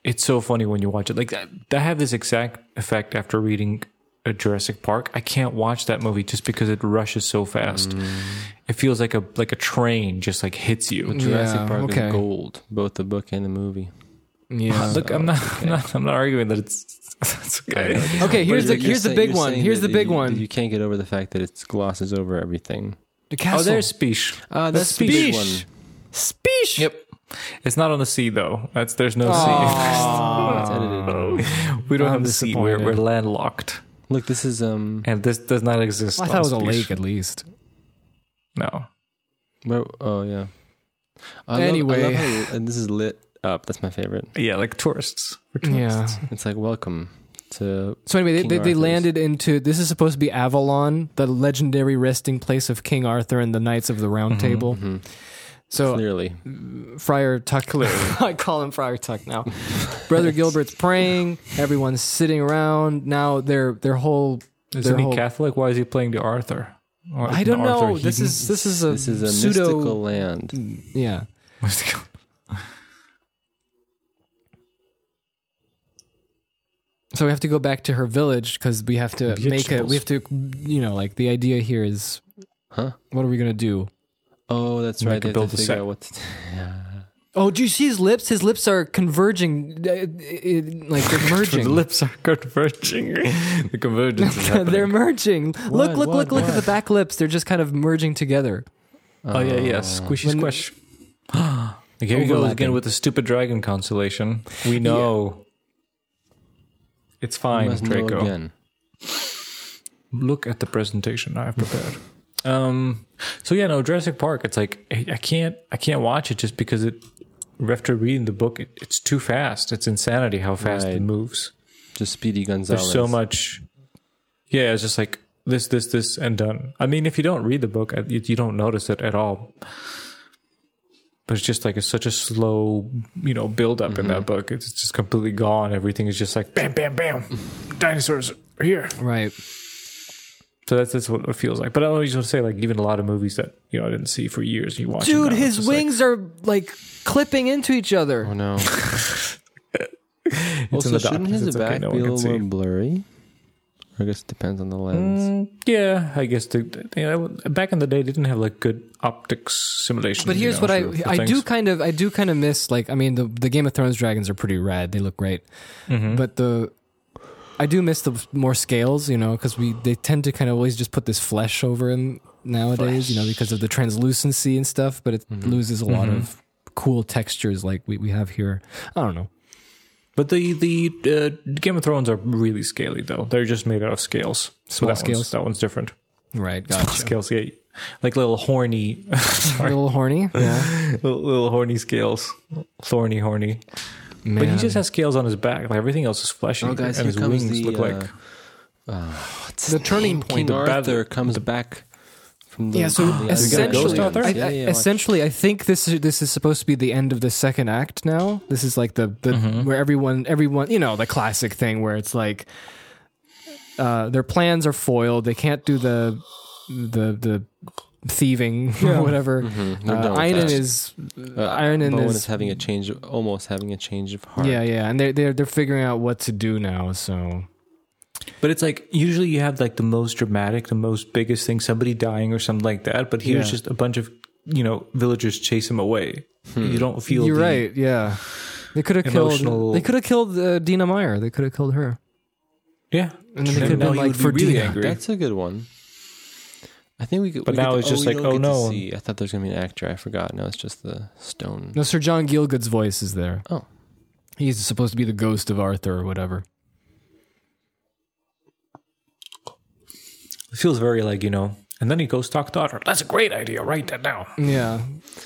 it's so funny when you watch it. Like I, I have this exact effect after reading a Jurassic Park. I can't watch that movie just because it rushes so fast.
Mm.
It feels like a like a train just like hits you.
Jurassic
Yeah,
Park
okay.
is gold, both the book and the movie.
Yeah.
Uh, Look, I'm not, I'm not I'm not arguing that it's it's okay.
Okay, here's the
But you're- you're
here's the
say-
big
you're
one.
saying
Here's the
that
big
you-
one.
You can't get over the fact that it glosses over everything.
the
Oh,
castle.
there's speech.
Ah, that's the big
Uh, Speech.
one.
Speech.
Yep. It's not on the sea though. That's there's no
It's edited.
sea. we don't
I'm
have the sea. We're,
disappointed.
we're landlocked,
Look, this is um.
and this does not exist.
I
on
thought it was a
speech.
lake at least.
No.
Where, oh yeah. I love- I
Anyway.
love how- and this is lit up. That's my favorite.
Yeah, like tourists.
Yeah.
It's like welcome to
So anyway,
King
they, they, they
Arthur's.
landed into this is supposed to be
Mm-hmm.
Avalon, the legendary resting place of King Arthur and the Knights of the Round Table. So
Clearly,
Friar Tuck. I call him Friar Tuck now. Brother Gilbert's praying. Everyone's sitting around. Now their their whole
Is
their
he
whole,
Catholic? Why is he playing the Arthur? Or
I don't
an Arthur
know. This
Heaton?
is this is a
this is a
pseudo
mystical land.
yeah. So we have to go back to her village because we have to make a we have to you know like the idea here is
Huh?
what are we gonna do?
Oh, that's
Make
right. They
a
have to
build a
figure
set.
out what. To, yeah.
Oh, do you see his lips? His lips are converging, uh, uh, like they're merging.
The lips are converging. the convergence is
they're
happening.
merging. look, look,
what,
look, look at the back lips. They're just kind of merging together.
Oh yeah, yeah. Squishy squish. Here we go again
Uh, Overlapping.
with the stupid dragon constellation. We know. It's fine,
Must know
Draco.
again.
look at the presentation I have prepared. um, so yeah, no Jurassic Park. It's like I I can't, I can't watch it just because it. After reading the book, it, it's too fast. It's insanity how fast
Right.
it moves.
Just Speedy Gonzalez.
There's so much. Yeah, it's just like this, this, this, and done. I mean, if you don't read the book, I- you, you don't notice it at all. But it's just like it's such a slow, you know, build up in that book. It's just completely gone. Everything is just like bam, bam, bam. Dinosaurs are here.
Right.
So that's that's what it feels like. But I always want to say, like, even a lot of movies that you know I didn't see for years, you watch. them
Dude,
now, it's
his
just like,
wings are like clipping into each other.
Oh no.
it's in
also,
the
shouldn't
darkness,
his
it's okay,
back
no
be a
one can
little
see.
more blurry? I guess it depends on the lens.
mm, yeah, I guess the, the- you know, back in the day they didn't have like good optics simulation.
But here's what I I do kind
Kind
of I do kind of miss like I mean the the Game of Thrones dragons are pretty rad. They look great. But the I do miss the more scales, you know, because we they tend to kind of always just put this flesh over him nowadays, you know, because of the translucency and stuff. But it loses a lot of cool textures like we, we have here. I don't know.
but the the uh, Game of Thrones are really scaly though. They're just made out of scales. So
Small
that
scales?
One's, that one's different.
Right, gotcha.
Scales, yeah, like little horny,
A little horny. Yeah,
little, little horny scales, thorny, horny. But he just has scales on his back. Like everything else is fleshy,
Oh, guys, here
and his
comes
wings
the,
look like
uh,
the turning point.
King Arthur
battle-
comes back from the
Yeah, so
the
essentially,
Ghost Arthur?
I,
Asgardians. Yeah,
I-
yeah, watch.
essentially, I think this is, this is supposed to be the end of the second act. Now, this is like the, the
Mm-hmm.
where everyone everyone you know the classic thing where it's like uh, their plans are foiled. They can't do the the the thieving or whatever.
They're
Uh,
done with
Iron
that.
is
Uh,
Iron and
Bowen
is-
is having a change, of, almost having a change of heart.
yeah yeah, and they they're they're figuring out what to do now. So
But it's like usually you have like the most dramatic, the most biggest thing, somebody dying or something like that. But here's
Yeah.
just a bunch of you know villagers chase him away. You don't feel
you're
the-
right. Yeah, they could have killed
Emotional-
they could have killed uh, Dina Meyer. They could have killed her.
Yeah,
And then they could've been
he
like,
would be
for
really
Dina.
angry.
That's a good one. I think we could.
But
we
now
could-
it's just
we
like,
don't
oh,
get to
no.
see- I thought there's gonna be an actor. I forgot. Now it's just the stone.
No, Sir John Gielgud's voice is there.
Oh.
He's supposed to be the ghost of Arthur or whatever.
it feels very like you know. And then he goes talk to Arthur. That's a great idea. Write that down.
Yeah.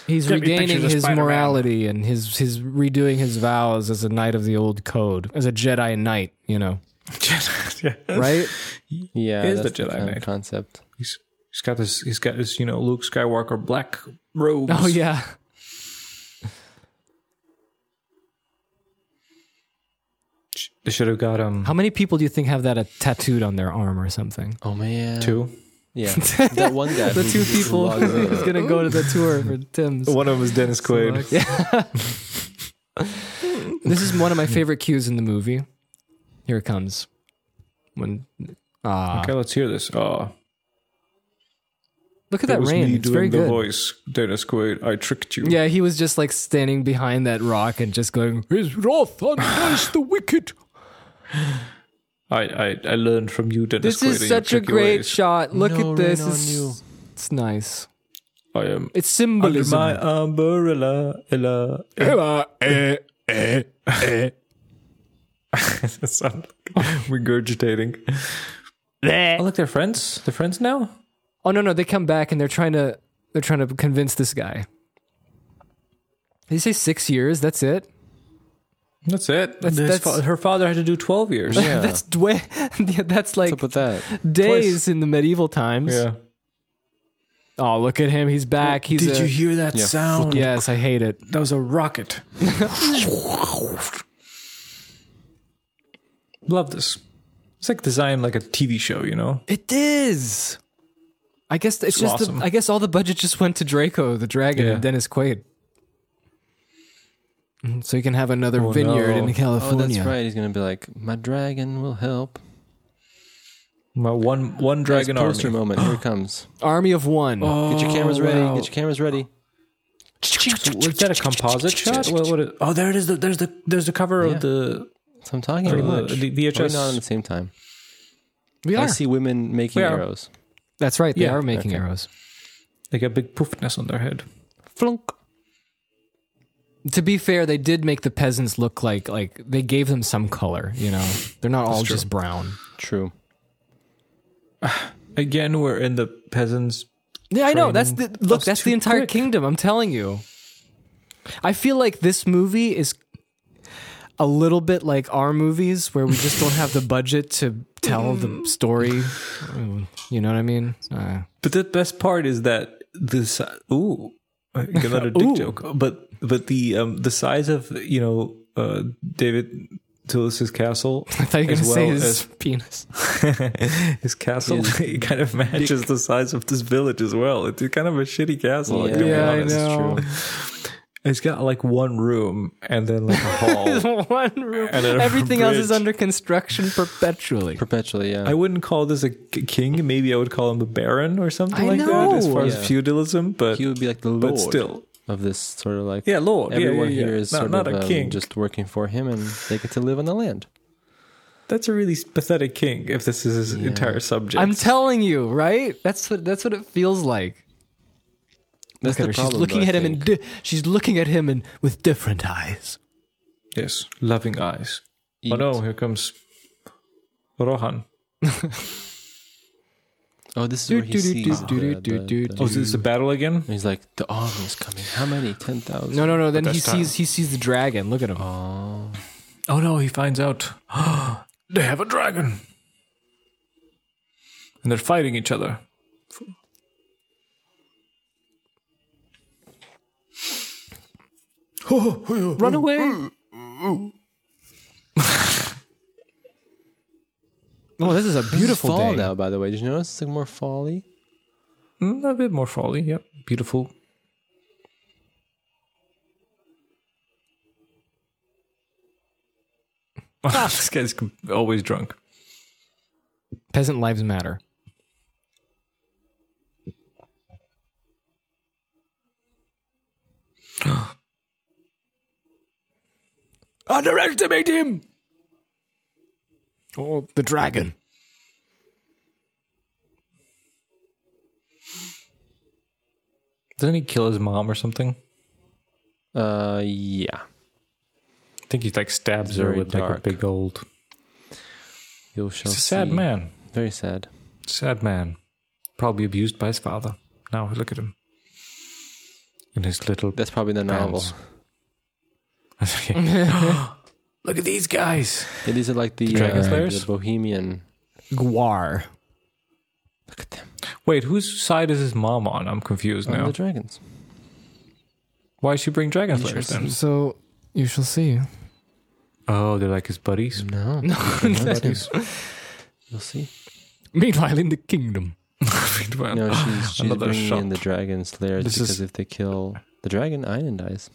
He's
Get me
regaining
pictures of
his
Spider-Man.
morality and his his redoing his vows as a knight of the old code, as a Jedi knight, you know.
yeah,
Right?
Yeah,
Is
that's
the Jedi
kind of
Knight.
concept.
he's, he's got this. He's got this. You know, Luke Skywalker black robes.
oh yeah.
They should have got him
How many people do you think have that uh, tattooed on their arm or something?
Oh man,
two.
Yeah, that one guy.
The
who
two
just
people
logs
uh,
in.
who's gonna go to the tour for Tim's.
One of them is Dennis Quaid.
Yeah. this is one of my favorite cues in the movie. Here it comes. When ah,
Okay, let's hear this. Oh,
look at
that
that
was
rain.
me
It's
doing
very
the
good.
voice. Dennis Quaid, I tricked you.
Yeah, he was just like standing behind that rock and just going, "His wrath undoes the wicked."
I, I, I learned from you, Dennis.
This is
Quaid,
such a
and your tricky
great
ways.
shot. Look
No
at this.
rain on
It's,
you.
it's nice.
I am
It's
under
symbolism.
my umbrella. Ella.
Ella, eh, eh, eh.
Sound regurgitating. Oh, look, they're friends. They're friends now.
oh no, no, they come back and they're trying to they're trying to convince this guy. Did he say six years? That's it.
That's it.
His fa-
her father had to do twelve years.
Yeah.
that's dwe- yeah, that's like
What's up with that?
days in the medieval times.
yeah.
Oh, look at him. He's back. He's
Did
a,
you hear that
Yeah.
sound?
Yes, I hate it.
That was a rocket. Love this. It's like designed like a TV show, you know?
It is. I guess it's, just. the-
awesome.
I guess all the budget just went to Draco the Dragon
Yeah.
and Dennis Quaid. Mm, So you can have another vineyard
no.
in
Oh,
California.
that's right. He's gonna be like, my dragon will help.
My one one dragon
Nice
army.
poster moment. Here it comes.
Army of one.
Get your cameras ready.
wow.
Get your cameras ready.
Was that a composite shot? What, what is, oh, there it is. The, there's the there's the cover
Yeah.
of the
That's what I'm talking
Pretty
about.
much. The
Are we
VHS.
not on at the same time?
we
I
are.
see women making
We are.
arrows.
That's right. They
Yeah.
are making arrows.
They got big poofness on their head.
Flunk.
To be fair, they did make the peasants look like like they gave them some color. You know, they're not all just brown.
True.
Again, we're in the peasants.
Yeah, I know. That's the
Training
look.
us
That's the
too
entire
quick.
kingdom. I'm telling you. I feel like this movie is a little bit like our movies, where we just don't have the budget to tell the story. You know what Mm. I mean? Uh,
But the best part is that this. Ooh, another
Ooh.
dick joke. But but the um the size of you know uh David Tillis's castle.
I thought you were
as
gonna say
well
his
as-
penis.
his castle it kind of matches the size of this village as well. It's kind of a shitty castle. Yeah,
Yeah, I
I know.
know.
It's got like one room and then like a hall.
One room.
And a
Everything else is
bridge.
under construction perpetually.
Perpetually, yeah.
I wouldn't call this a k- king. Maybe I would call him a baron or something
I
like that, as
know.
far
Yeah.
as feudalism. But
he would be like the lord
but still,
of this sort of like.
yeah, lord.
Everyone
yeah, yeah, yeah.
here is
not,
sort
not
of
a
um,
king.
just working for him, and they get to live on the land.
That's a really pathetic king. If this is his entire subject,
I'm telling you, right? That's what that's what it feels like.
That's
Look at
the
her.
problem.
she's looking
though, I
at him
think.
and di- she's looking at him and with different eyes.
yes, loving eyes. Oh
Eat.
no, here comes Rohan.
Oh, this is
Do,
where he
do, do,
sees.
do, do,
the-
do,
the-
do,
the-
do.
Oh, is this a battle again?
He's like, the army is coming. How many? Ten thousand.
No, no, no. Then he
this time-
sees he sees the dragon. Look at him.
Oh no, he finds out they have a dragon, and they're fighting each other.
Run away. oh, this is a
Beautiful
beautiful
fall
day.
now, by the way. Did you notice it's like more folly?
Mm, a bit more folly. Yep, beautiful. this guy's com- always drunk.
Peasant lives matter.
Underestimate him.
Oh, the dragon.
Doesn't he kill his mom or something?
Uh, yeah.
I think he like stabs her
very
with like
dark.
a big old.
You shall
He's a sad
see.
man.
Very sad.
Sad man. Probably abused by his father. Now look at him. In his little.
That's probably the novel.
Pants. look at these guys.
Yeah, these are like the,
Dragon
uh,
Slayers?
the Bohemian.
Guar.
Look at them.
Wait, whose side is his mom on? I'm confused
Oh,
now.
The dragons.
Why she bring dragon slayers then?
So you shall see.
Oh, they're like his buddies.
No, no.
buddies.
You'll see.
Meanwhile, in the kingdom.
Meanwhile-
No, she's, she's
Another
bringing in
shot.
the dragon slayers
This
because
is-
if they kill the dragon, Iron dies.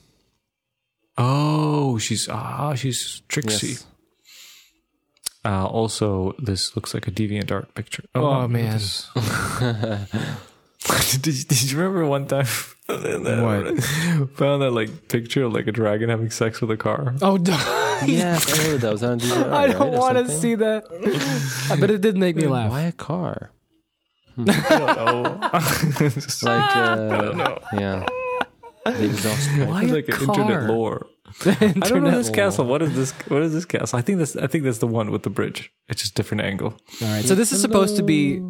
Oh, she's ah, she's tricksy.
Yes.
Uh, also, this looks like a deviant art picture.
Oh,
no,
man.
this- did, you- did you remember one time?
What?
Found that like picture of like a dragon having sex with a car.
Oh, d-
Yes, I remember that. Was on DVR,
I don't
right, or
want to
something?
see that. but it did make me laugh.
Why a car? Hmm.
Oh,
Like, uh, yeah, the exhaust pipe.
Why
it's
a
like an
car?
internet lore. I don't know this castle. What is this? What is this castle? I think this. I think that's the one with the bridge. It's just different angle.
All right. So this is supposed to be.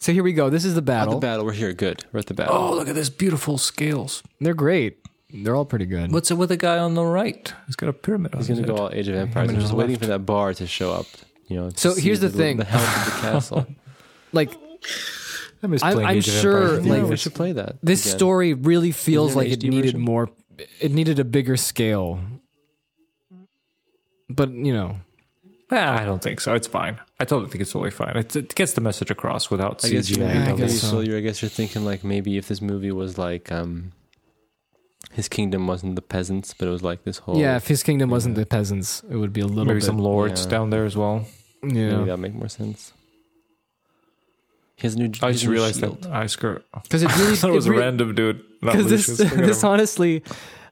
So here we go. This is the
At
battle.
the battle, we're here. Good. We're at the battle.
Oh, look at this beautiful scales.
They're great. They're all pretty good.
What's it with the guy on the right? He's got a pyramid.
He's gonna go all Age of Empires. I'm
minute
just
left.
waiting for that bar to show up. You know. to
So
see
here's the thing.
The health of the castle.
Like
I miss
I'm-
playing
I'm
Age of
sure,
Empires.
like-
yeah, we should play that.
This
again.
story really feels
Is there
like
an
it
HD
needed
version?
more. It needed a bigger scale. But you know,
Nah, I don't think so. It's fine. I totally think it's totally fine. It, it gets the message across without
I
CGI.
guess, you, I,
I
doubles.
guess
guess so.
so. you're, I guess you're thinking like maybe if this movie was like um, his kingdom wasn't the peasants, but it was like this whole
yeah, if his kingdom wasn't the peasants, it would be a little
Maybe
bit.
some lords
yeah.
down there as well.
Maybe
yeah,
that make more sense. He has a new.
I
his
just
new
realized
shield.
that I skirt.
because it really
That
it
was a
re-
random dude. Not
Because this
Lucius. Forget
this
about
honestly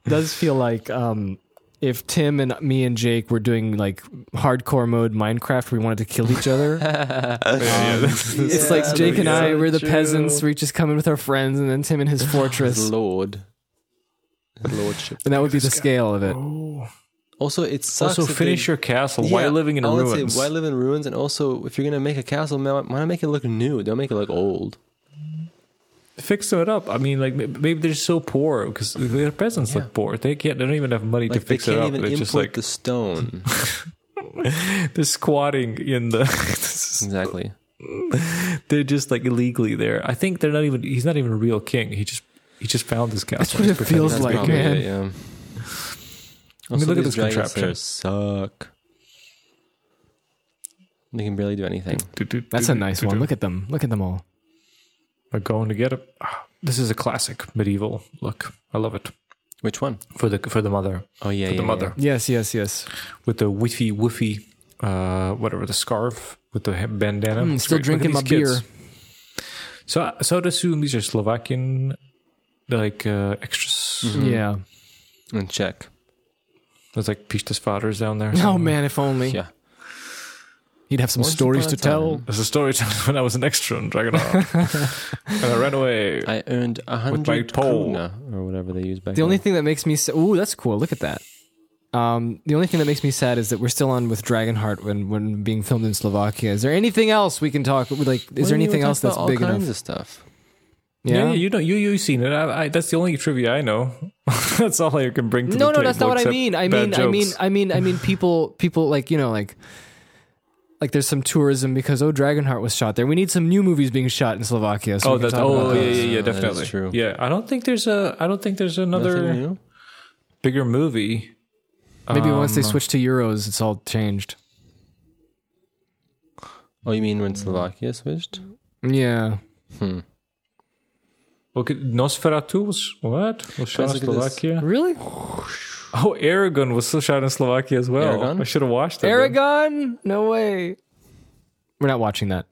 does feel like um, if Tim and me and Jake were doing like hardcore mode Minecraft, we wanted to kill each other.
it. Yeah, yeah, that's-
it's like Jake and I, we're the peasants. We just come in with our friends, and then Tim and his
His
fortress,
lord, his lordship.
and that would be the scale of it.
Oh,
Also, it sucks.
also,
that
finish
they,
your castle. Why
Yeah,
living in
I would say,
ruins?
why live in ruins? And also, if you're gonna make a castle, man, why not make it look new? Don't make it look old.
Fix it up. I mean, like may- maybe they're so poor because their peasants
Yeah.
look poor. They can't. They don't even have money
Like
to fix
they
it
can't
up.
even
They're
import
just like
the stone.
they're squatting in the.
exactly.
they're just like illegally there. I think they're not even. He's not even a real king. He just he just found this castle.
what it
He's pretending
feels
he's
That's
like,
the
probably
king.
man.
it, yeah.
mean,
Also,
look
these
at this
dragon
contraption.
slayers Suck. They can barely do anything.
Do, do, do,
That's a
do,
nice
do,
one.
do.
Look at them. Look at them all.
We're going to get it. Ah, This is a classic medieval look. I love it
Which one?
for the for the mother
Oh yeah,
for
yeah,
the mother
Yes, yes, yes.
with the whiffy woofy, uh, whatever the scarf with the he- bandana.
Mm,
It's
still
great. Look at
drinking my
these
beer.
kids. So so I'd assume these are Slovakian, like uh, extras.
Yeah.
Yeah. And check.
There's like Pishtas fathers down there.
Oh man,
somewhere.
if only
Yeah.
he'd have some
Once
stories to
upon a
tell.
time,
There's a story time when I was an extra in Dragon and I ran away.
Uh,
I earned a hundred
pole.
kuna or whatever they use back.
The only
then.
thing that makes me sa- ooh, that's cool. Look at that. Um, the only thing that makes me sad is that we're still on with Dragonheart when when being filmed in Slovakia. Is there anything else we can talk? Like, is
Well,
there
you
anything
were
else
talking
that's
about
big
all kinds
enough?
of stuff?
yeah.
Yeah, you know, you you seen it. I, I, that's the only trivia I know. that's all I can bring to
No, no,
the table.
that's not what I
except
mean. I mean,
bad
I mean,
jokes.
I mean, I mean, people, people like you know, like, like there's some tourism because oh, Dragonheart was shot there. We need some new movies being shot in Slovakia. So we
oh,
can
that's
talk
oh
about
yeah,
those.
yeah, yeah,
Uh, that is
definitely
true.
Yeah, I don't think there's a. I don't think there's
Nothing
another
new?
bigger movie.
Maybe once they
Um,
switch to euros, it's all changed.
Oh, you mean when Slovakia switched?
Yeah,
Hmm.
Okay, Nosferatu was what? Was shot
Guys,
in
look at this.
Slovakia.
really?
Oh, Aragon was still shot in Slovakia as well.
Aragon?
I should have watched that. then.
Aragon? No way. We're not watching that.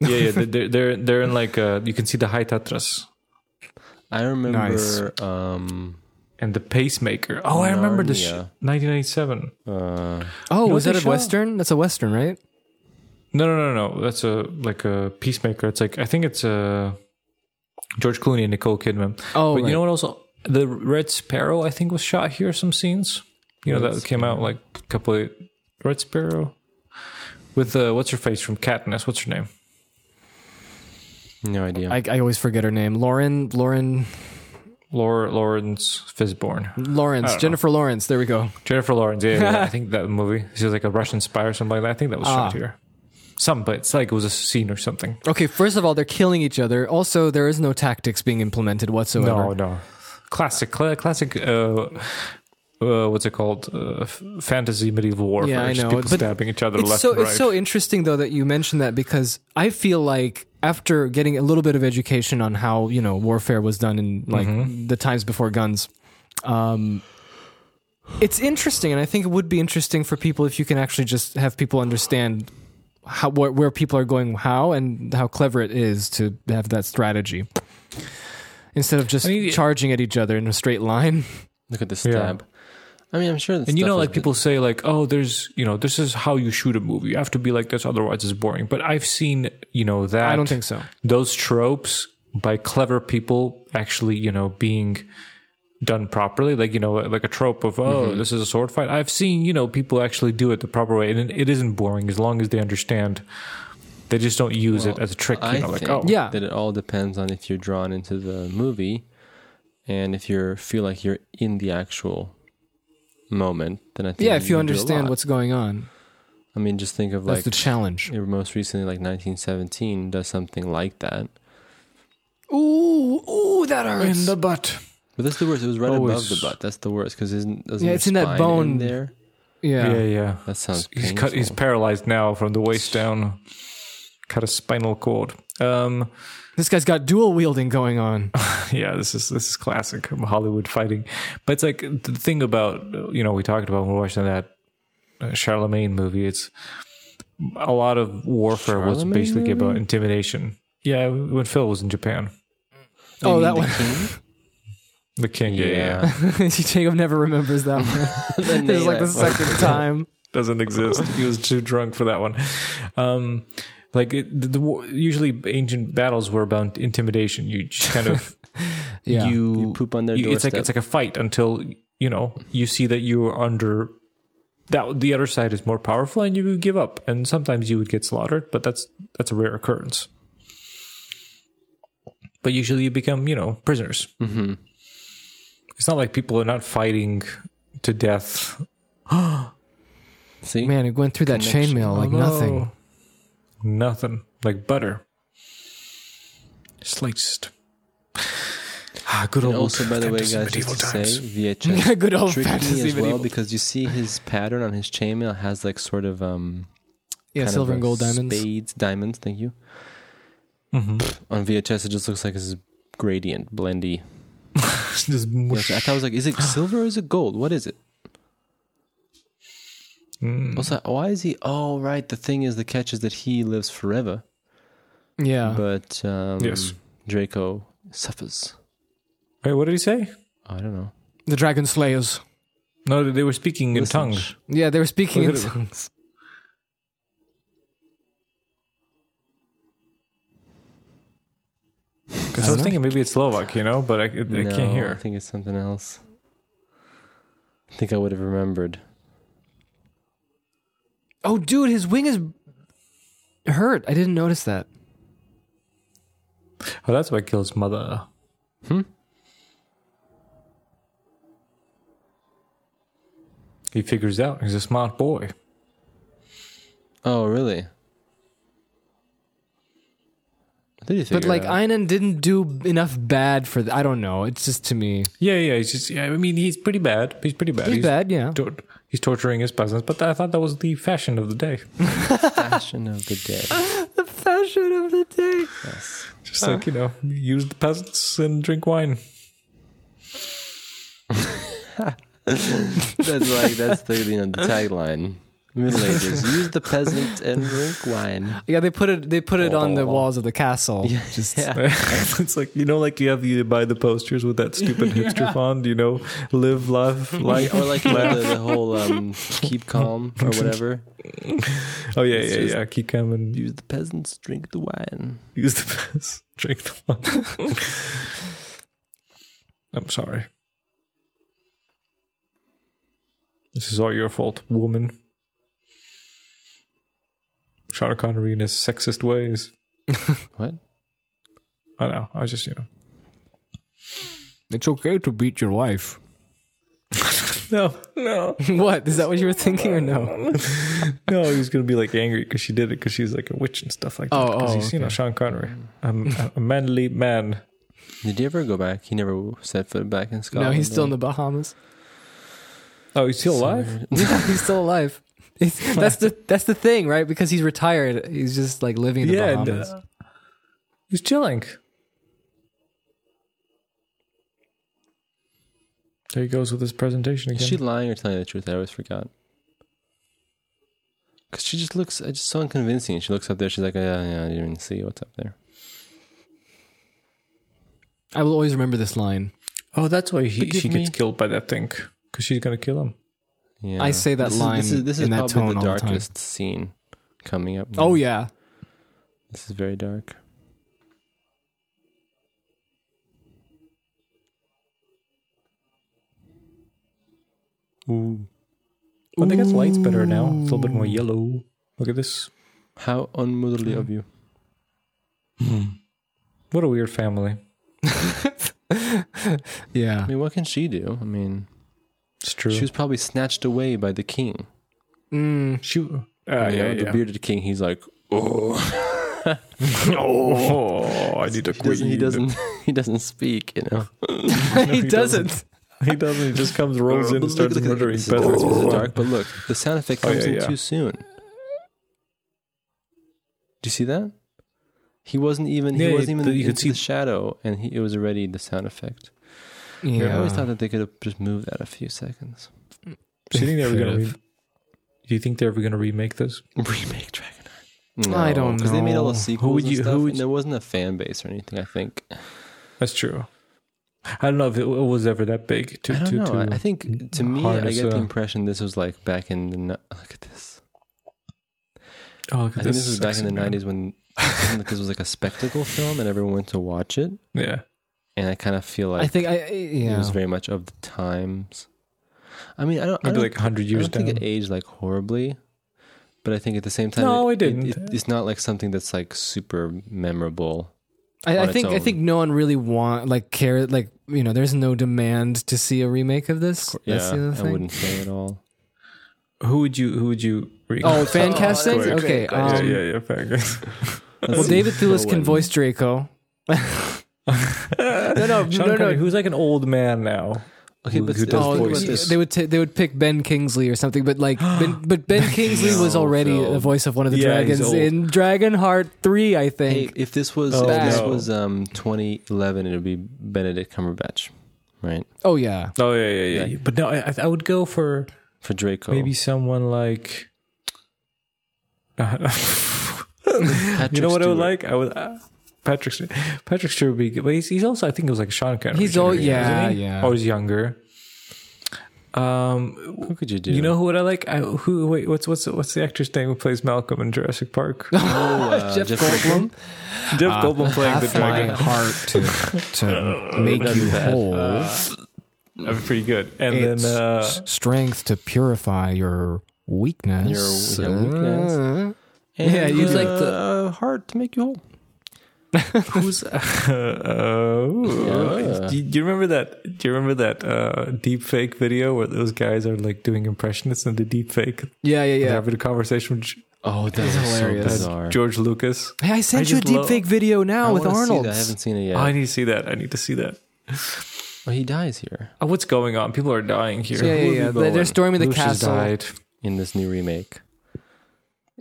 yeah, yeah. they- They're they're they're in like uh, you can see the High Tatras
I remember.
Nice.
Um,
and the Pacemaker. Oh, I remember the sh-
Narnia.
1997.
uh,
Oh,
You know
was
what
that
they
a
show?
western? That's a western, right?
No, no, no, no. That's a like a peacemaker. It's like I think it's uh, George Clooney and Nicole Kidman.
Oh,
but
right.
you know what? Also, the Red Sparrow I think was shot here. Some scenes. You know that came out like a couple of Red Sparrow with uh, what's her face from Katniss. What's her name?
no idea.
I, I always forget her name. Lauren, Lauren,
Laura Lawrence Fishburne.
Lawrence, Jennifer Lawrence. There we go.
Jennifer Lawrence. Yeah, yeah, I think that movie. She was like a Russian spy or something like that. I think that was shot
Ah.
here. Some, but it's like it was a scene or something.
Okay, first of all, they're killing each other. Also, there is no tactics being implemented whatsoever.
No, no. Classic, cla classic. Uh, uh, what's it called? Uh, f- fantasy medieval warfare.
Yeah, I
Just
know,
People
but
stabbing each other
It's
left
so
and right.
it's so interesting though that you mentioned that because I feel like after getting a little bit of education on how you know warfare was done in like the times before guns, um, it's interesting, and I think it would be interesting for people if you can actually just have people understand how where, where people are going, how and how clever it is to have that strategy instead of just
I mean, it-
charging at each other in a straight line.
Look at the
Yeah.
stab. I mean, I'm sure. This
and you
stuff
know,
is
like people say, like, oh, there's, you know, this is how you shoot a movie. You have to be like this, otherwise it's boring. But I've seen, you know, that
I don't think so.
those tropes by clever people actually, you know, being done properly. Like, you know, like a trope of, oh, this is a sword fight. I've seen, you know, people actually do it the proper way. And it- it isn't boring as long as they understand. They just don't use it as a trick. You
I
know, like,
think
oh,
Yeah.
that it all depends on if you're drawn into the movie and if you feel like you're in the actual moment, then I think
Yeah, if you
can do a
understand
lot.
what's going on,
I mean, just think of
that's
like
the challenge.
most recently, like 1917 does something like that,
Ooh, ooh, that hurts.
In the butt.
But that's the worst. It was right above
Always.
the butt. That's the worst because isn't doesn't
Yeah,
your
it's in that
spine
bone.
there.
yeah.
Yeah, yeah.
That sounds
He's cut. He's
painful.
paralyzed now from the waist down. Cut a spinal cord. Um,
This guy's got dual wielding going on.
yeah, this is this is classic Hollywood fighting. But it's like the thing about you know we talked about when we were watching that uh, Charlemagne movie. It's a lot of warfare was
Charlemagne
basically
movie?
about intimidation. Yeah, when Phil was in Japan,
oh, that one.
the king. Yeah,
Yeah,
Jacob never remembers that one. this is like the second time.
doesn't exist. he was too drunk for that one. Um, like it, the, the war- usually ancient battles were about intimidation. You just kind of
Yeah.
you,
You poop on their
you- it's like
doorstep.
it's like a fight until you know you see that you are under that the other side is more powerful and you give up and sometimes you would get slaughtered but that's that's a rare occurrence but usually you become you know prisoners mm-hmm. it's not like people are not fighting to death
See,
Man, it went through that chainmail like nothing.
Oh, nothing like butter sliced ah good old
And also, by the way,
fantasy
guys, just
medieval
to
times
say, VHS
Good old
tricked me
fantasy
as well
medieval.
because you see his pattern on his chainmail has like sort of um
yeah,
kind of
silver and
a
gold diamonds. Mm-hmm.
spades diamonds. Thank you. On VHS, it just looks like it's gradient, blendy.
Just whoosh.
I thought I was like, is it silver or is it gold? What is it?
Hmm.
Mm.
Also, why is he? Oh, right. The thing is, the catch is that he lives forever,
Yeah.
but um,
Yes.
Draco suffers.
Wait, what did he say?
I don't know.
the Dragon Slayers.
No, they were speaking in
Listen.
tongues.
Yeah, they were speaking in
Look at it.
tongues.
Because I was thinking maybe it's Slovak, you know, but I, I
No,
can't
I
hear.
think it's something else. I think I would have remembered.
Oh, dude, his wing is hurt. I didn't notice that.
Oh, that's why kills mother. Hmm. He figures out he's a smart boy.
Oh, really? Did you
But like, Einan didn't do enough bad for. Th- I don't know. It's just to me,
Yeah, yeah. He's just. Yeah, I mean, he's pretty bad. He's pretty bad.
he's, bad. Yeah.
tor- he's torturing his peasants, but I thought that was the fashion of the day.
fashion of the day.
Fashion of the day.
Just like you know, use the peasants and drink wine.
That's like that's the you know, the tagline. Middle Ages. Use the peasant and drink wine.
Yeah, they put it. They put it on the walls of the castle. Just
it's like you know, like you have you buy the posters with that stupid hipster font. You know, live, love, life.
Or like you know, the, the whole um, keep calm or whatever.
Oh yeah,
It's
yeah,
just-
yeah. Keep coming.
Use the peasants, drink the wine.
Use the best. Drink the wine. I'm sorry. This is all your fault, woman. Sean Connery in his sexist ways.
What?
I know. I was just, you know.
It's okay to beat your wife.
No, no,
what is that? What you were thinking or no?
no. He was gonna be like angry because she did it because she's like a witch and stuff like that.
Oh,
'Cause
oh,
he's, you know, Sean Connery, um, a manly man.
Did he ever go back? He never set foot back in Scotland.
No, he's still in the Bahamas.
Oh, he's still alive.
Yeah, he's still alive. It's- that's the that's the thing, right? Because he's retired. He's just like living in the
Yeah, and,
Bahamas.
uh, he's chilling. There he goes with his presentation again.
Is she lying or telling the truth? I always forgot. Cause she just looks, it's just so unconvincing. She looks up there. She's like, yeah, yeah, I didn't even see what's up there.
I will always remember this line.
oh, that's why he,
Forgive
she
me.
gets killed by that thing because she's gonna kill him.
Yeah.
I say that
this
line
Is, this is, this is
in that
probably
tone
the
all the time.
darkest scene coming up.
Oh yeah,
this is very dark.
Ooh. I think it's lights better now. It's a little bit more yellow. Look at this.
How unmotherly of
Hmm.
you!
What a weird family.
yeah.
I mean, what can she do? I mean,
It's true.
she was probably snatched away by the king.
Mm.
she, uh,
You know,
Ah, yeah,
the
yeah.
bearded king. He's like, oh,
Oh, I need a queen.
Doesn't, he doesn't. He doesn't speak. You know.
he, doesn't.
He doesn't. He just comes, rolls in, and starts murdering
This is this
peasants.
"Oh,
is
for fun.
dark, but look, the sound effect comes
yeah,
in
yeah.
too soon. Do you see that? He wasn't even. He
Yeah,
wasn't even.
the- you could
into
see-
the shadow, and he, it was already the sound effect. I always thought that they could have just moved that a few seconds.
Do you think they're
Fair
gonna? Re-
enough. do you think they're ever going to remake this?
Remake Dragonheart.
I don't
because they made all
know.
the sequels
would
and
you- who
stuff,
would
and
you-
there wasn't a fan base or anything. I think.
That's true. I don't know if it was ever that big. To,
I don't
to,
know. I-
to-
I think to me, I
harness,
get the
uh,
impression this was like back in the. ni- Look at this.
oh, look
I
at
think this was back
sexy
in the
man.
nineties when when this was like a spectacle film and everyone went to watch it.
Yeah.
And I kind of feel
I
like
think I I-
it was
yeah.
very much of the times. I mean, I don't. I
Maybe
don't,
like 100
I don't
years down.
think it aged like horribly, but I think at the same time,
No, it didn't.
it's not like something that's like super memorable.
I,
on
I
its
think I
own.
think no one really want like care like you know. There's no demand to see a remake of this. That's the
yeah,
other
I
thing.
wouldn't say at all.
Who would you? Who would you?
Oh,
recast?
fan casting.
great,
Okay.
yeah,
um,
yeah, yeah, fair, guys.
Well, David Thewlis
No
can
one.
voice Draco. no, no,
Sean
no,
Connery,
no.
who's like an old man now.
Okay,
Who-
but
who
still,
does
think
Oh,
about
voices?
this.
they would ta- they would pick Ben Kingsley or something, but like, ben, but Ben Kingsley was
No,
already
Phil.
the voice of one of the
Yeah, he's
dragons
old.
in Dragonheart three, I
Hey,
think.
if this was
Oh,
if this
no.
was um 2011, it would be Benedict Cumberbatch, right?
oh yeah,
Oh yeah, yeah, Oh. yeah. But no, I, I would go for
For Draco,
maybe someone like.
Patrick
you know what I
Stewart.
would like? I would uh, Patrick. Stewart- Patrick Stewart would be good, but he's, he's also I think it was like Sean Connery.
He's old-
generation,
yeah,
isn't he?
yeah.
Or he's younger. Um,
Who could you do?
you know who would I like? I, who? Wait, what's what's what's the actor's name who plays Malcolm in Jurassic Park?
uh,
Jeff Goldblum.
Jeff Goldblum playing the
Half my
dragon.
heart to, to make you whole.
Uh,
That'd be pretty good. And
it's
then uh,
s- strength to purify your weakness.
Your- your weakness.
Uh,
yeah,
you'd like
the uh, heart to make you whole.
Who's oh,
Yeah.
do, do you remember that? Do you remember that uh, deep fake video where those guys are like doing impressionists and the deep fake?
yeah, yeah,
They're
yeah.
having a conversation with G-
Oh, that was
hilarious.
so bizarre.
George Lucas.
Hey, I
I
sent you a
just
deep
love-
fake video now
I
with
wanna see
Arnold.
that. I haven't seen it yet.
I need to see that. I need to see that.
oh, he dies here
Oh, what's going on? People are dying here.
Yeah, yeah, yeah. They're- They're storming the
Lucius
castle.
died.
in this new remake.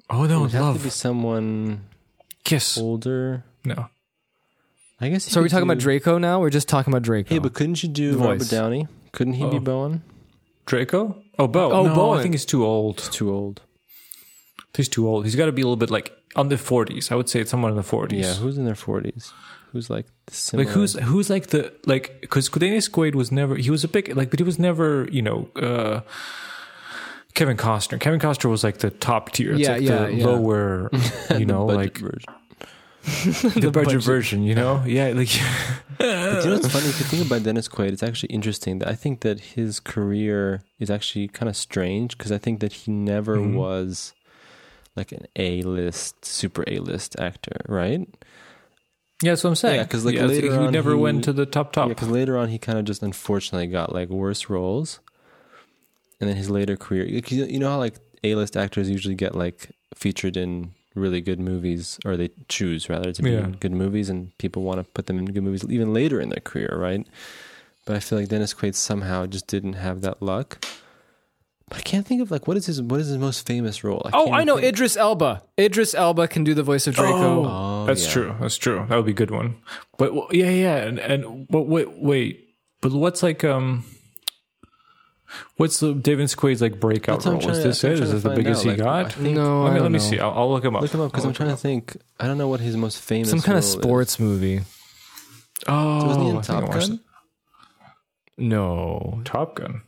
Oh no,
It would have to be
love
someone
kiss.
older.
No,
I guess. you
So are we
could
talking about
do-
Draco now? We're just talking about Draco.
Hey, but couldn't you do Robert
voice.
Downey? Couldn't he be Bowen?
Draco. Oh, Bo.
Oh,
no,
Bo.
I think he's too old.
Too old.
He's too old. He's got to be a little bit like on the forties. I would say it's someone in the forties.
Yeah, who's in their forties? Who's like similar?
Like who's who's like the like because Kudenis Quaid was never he was a big like but he was never you know uh Kevin Costner Kevin Costner was like the top tier it's
Yeah,
like
yeah,
the
yeah.
lower you know
budget
like
version?
the, budget, version you know yeah like
But you know what's funny? If you think about Dennis Quaid, it's actually interesting that I think that his career is actually kind of strange because I think that he never was like an A list, super A list actor, right?
yeah that's what I'm saying
Yeah, 'cause, like,
it's-
later
he
on
never
he-
went to the top top
Because later on, he kind of just unfortunately got like worse roles. And then his later career, like, you you know how like A list actors usually get like featured in really good movies, or they choose rather to be
Yeah.
in good movies, and people want to put them in good movies even later in their career, right? But I feel like Dennis Quaid somehow just didn't have that luck. But I can't think of like what is his what is his most famous role?
oh,
can't
I
even
know
think-
Idris Elba. Idris Elba can do the voice of Draco.
Oh,
that's
yeah.
true that's true that would be a good one but well, yeah yeah and and but wait wait but what's like um. What's the David Quaid's like breakout
That's what I'm
role?
trying
Is
to-
this
I'm
it?
trying
Is
to
this the
find out,
biggest he
like, I
got?
think- Oh,
No,
Let me,
I
let
don't
me
know.
see. I'll, I'll look him up.
Look him up because
I'll
I'm trying to think. I don't know what his most famous
Some kind of
role is.
sports movie.
Oh,
Wasn't he in
I think I
Top
watched
Gun?
No,
it. Top Gun.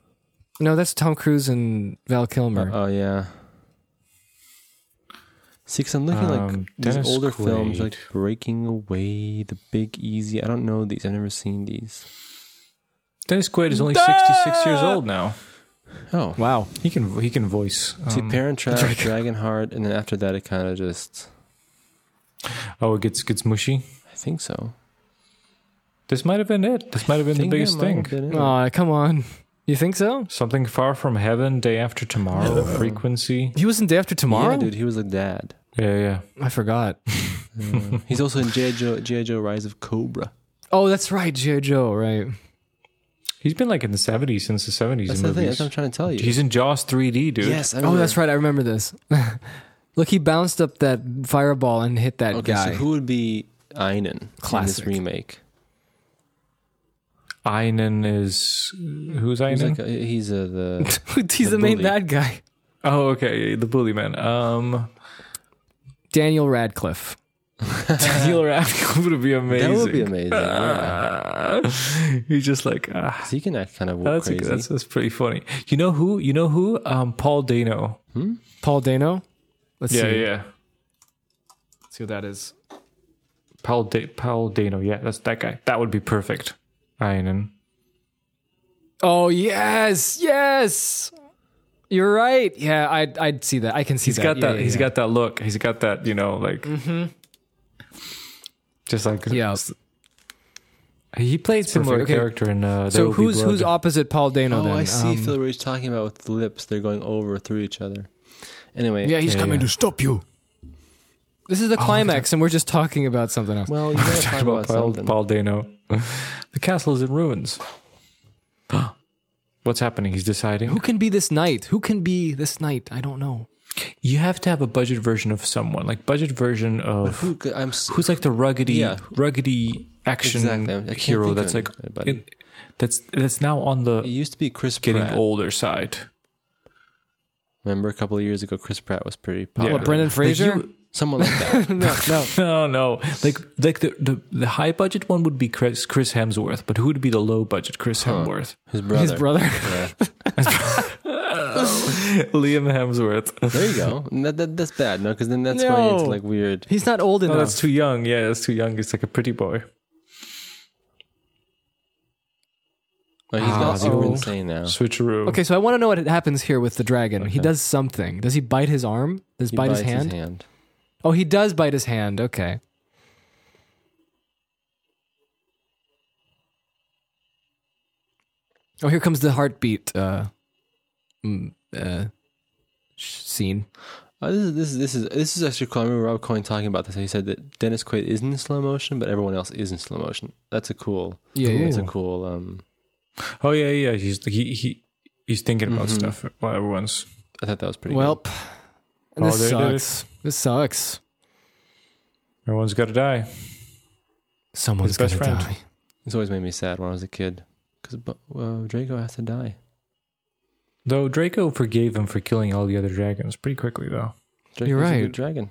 no, that's Tom Cruise and Val Kilmer.
Oh yeah. See, i I'm looking
Um,
like these
Dennis
older films,
Quaid.
like Breaking Away, The Big Easy. I don't know these. I've never seen these.
Dennis Quaid is only 66 years old now.
Oh,
wow,
He can he can voice.
see,
um,
Parent Trap, Dragonheart, and then after that, it kind of just.
oh, it gets gets mushy.
I think so.
This might have been it. This might have been the
Think that
biggest
might
thing. Uh,
have been it.
Aw, come on, you think so?
Something far from heaven, day after tomorrow, frequency.
He was in Day After Tomorrow.
Yeah, dude, he was a dad.
Yeah, yeah.
I forgot.
He's also in G.I. Joe, G.I. Joe Rise of Cobra.
Oh, that's right, G.I. Joe, right.
He's been like in the 70s, since the 70s
That's
in
the thing.
movies.
That's what I'm trying to tell you.
He's in Jaws 3D, dude.
Yes. I
Oh,
remember.
that's right. I remember this. Look, he bounced up that fireball and hit that
Okay,
guy.
so who would be Einen in
Classic.
this remake?
Einen is who's
He's
Einen?
like a, he's a, the
He's the,
The
main
bully.
bad guy.
oh, okay, the bully man. Um,
Daniel Radcliffe.
Daniel Radcliffe would be amazing.
that would be amazing. yeah.
Ah, he's just like ah,
'Cause He can act kind of
that's,
crazy.
that's that's pretty funny. You know who? You know who? Um, Paul Dano.
Paul Dano. Let's see.
yeah.
Let's see who that is.
Paul da- Paul Dano. Yeah, that's that guy. That would be perfect. Einen.
Oh yes, yes. You're right. Yeah, I'd I'd see that. I can see
He's
that.
got
yeah,
that.
Yeah,
He's
yeah.
got that look. He's got that. You know, like just like
Yeah.
He played similar
perfect. Okay.
character in. Uh, There
So
Will Be
who's who's
Blood.
opposite Paul Dano?
Oh,
then?
I see.
Um,
Phil, what he's talking about with the lips. They're going over through each other. Anyway,
yeah, he's
Yeah,
coming. Oh,
yeah.
to stop you.
This is the climax, and we're just talking about something else.
Well, you gotta talk
Talk
about
about Paul,
something.
Paul Dano. the castle is in ruins. What's happening? He's
Who
deciding.
can be this knight? Who can be this knight? I don't know.
You have to have a budget version of someone, like budget version of
Who could- I'm s-
who's like the ruggedy,
Yeah.
ruggedy action
Exactly. I can't
hero
think of
that's like
anybody.
in, that's that's now on
It
the
used to be Chris
getting
Pratt.
older side.
Remember a couple of years ago, Chris Pratt was pretty
Yeah.
popular.
What, Brendan Fraser?
Someone like that.
no, no.
No, no, like like the the, the high budget one would be Chris Chris Hemsworth, but who would be the low budget Chris Hemsworth?
His brother.
His brother.
Yeah.
Liam Hemsworth.
There you go. And That, that, that's bad, no? Because then that's going
No.
into like weird.
He's not old
No,
enough.
Oh, that's too young. Yeah, that's too young. It's like a pretty boy.
Like, he's
Ah,
not
the
super
old-
insane now.
Switcheroo.
okay, so I want to know what happens here with the dragon. He does something. Does he bite his arm? Does
He
bite his
bites
hand? Oh, he does bite his hand. Okay. Oh, here comes the heartbeat uh, mm, uh, sh- scene.
Oh, this is this is this is this is actually cool. I remember Rob Cohen talking about this. He said that Dennis Quaid isn't in slow motion, but everyone else is in slow motion. That's a cool.
Yeah, yeah,
that's a
yeah.
cool. Um,
Oh yeah, yeah. He's he he he's thinking about stuff while everyone's.
I thought that was pretty.
Welp. And this
Oh, there it
sucks. This sucks.
Everyone's got to die.
Someone's
His
gonna
best friend.
die.
Good. It's always made me sad when I was a kid because uh, Draco has to die.
Though Draco forgave him for killing all the other dragons pretty quickly, though.
Draco's
You're
a
right.
good dragon.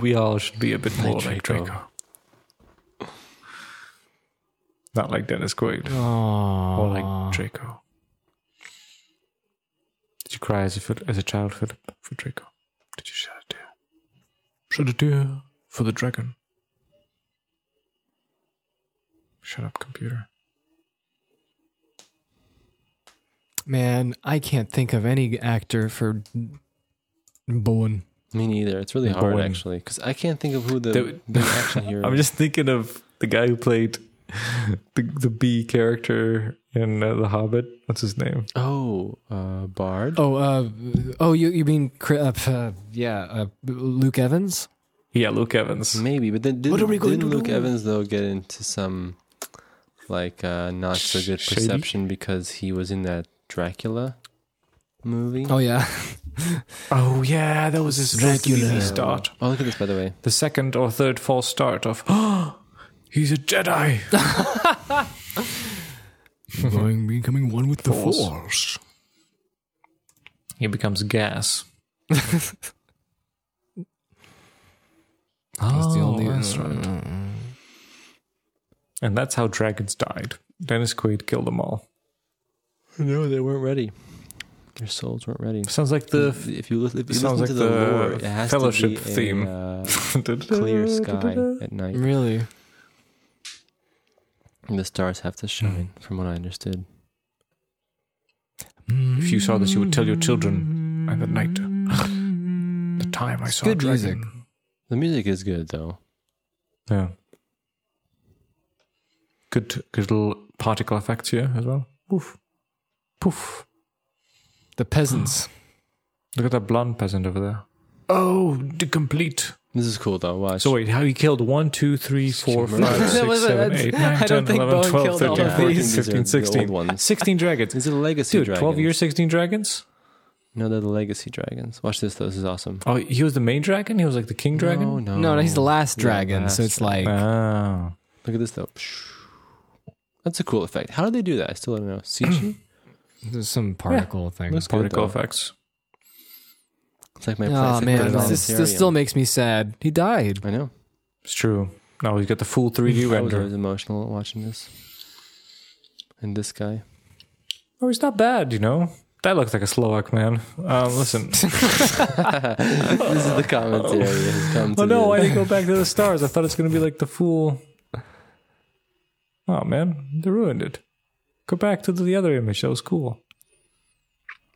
we all should be a bit more like
Draco.
Draco. Not like Dennis Quaid,
Oh,
more like Draco. Did you cry as a Phil- as a child, Philip, for Draco? Did you shed a tear? Shed a tear for the dragon. Shut up, computer.
man, I can't think of any actor for Bowen.
Me neither. It's really hard
Bowen.
actually because I can't think of who the
Dude.
big action hero.
I'm
is.
just thinking of the guy who played the the bee character in uh, The Hobbit. What's his name?
oh uh, Bard.
Oh, uh, oh, you you mean Cri- uh, p- uh, yeah, uh, Luke Evans?
Yeah, Luke Evans.
Maybe, but then didn't,
are we going
didn't
to
Luke
do?
Evans though get into some like uh, not so good
Shady?
perception because he was in that Dracula movie?
Oh yeah.
Oh yeah, that was his Dracula start.
Oh, look at this by the way.
The second or third false start of he's a Jedi.
Going, becoming one with the
Force.
force.
he becomes gas. oh,
the only-
that's right. And that's how dragons died. Dennis Quaid killed them all.
No, they weren't ready. Their souls weren't ready.
Sounds like the
If you, lis- if you listen
sounds
to
like
the,
the
lore, it has
Fellowship
to be
theme.
a uh, clear sky at night.
Really?
And the stars have to shine, from what I understood.
If you saw this, you would tell your children, I'm at night. the time I saw
good
a dragon.
music.
The music is good, though.
Yeah. Good, good little particle effects here as well. Poof. Poof.
The peasants.
Look at that blonde peasant over there. Oh, the complete.
This is cool though. Watch.
So wait, how he killed 1, 2, 3, 4, 5,
That was a-
6, 7, 8, 9,
I don't
10,
think
11,
Bowen
12,
killed all
13,
of
14,
these.
15,
These are the old
16.
ones.
16 dragons.
these are the legacy
Dude,
dragons.
12 years, 16 dragons?
No, they're the legacy dragons. Watch this though. This is awesome.
Oh, he was the main dragon? He was like the king dragon?
Oh no.
No, no, he's the last
Yeah,
dragon, so
last
it's like
Oh.
Look at this though. Psh. That's a cool effect. How did they do that? I still don't know. CG?
there's some particle thing.
Looks good,
Particle
though.
effects.
It's like my
Oh
plastic
man,
put it on
this,
Ethereum.
this still makes me sad. He died.
I know.
It's true. No, he's got the full 3D
I was
render.
always emotional watching this. And this guy.
Oh, he's not bad, you know? That looks like a Slovak man. Um, listen.
This is the commentary. Has come to
oh no,
the-
why did it go back to the stars? I thought it's gonna be like the fool. Oh man, they ruined it. Go back to the other image. That was cool.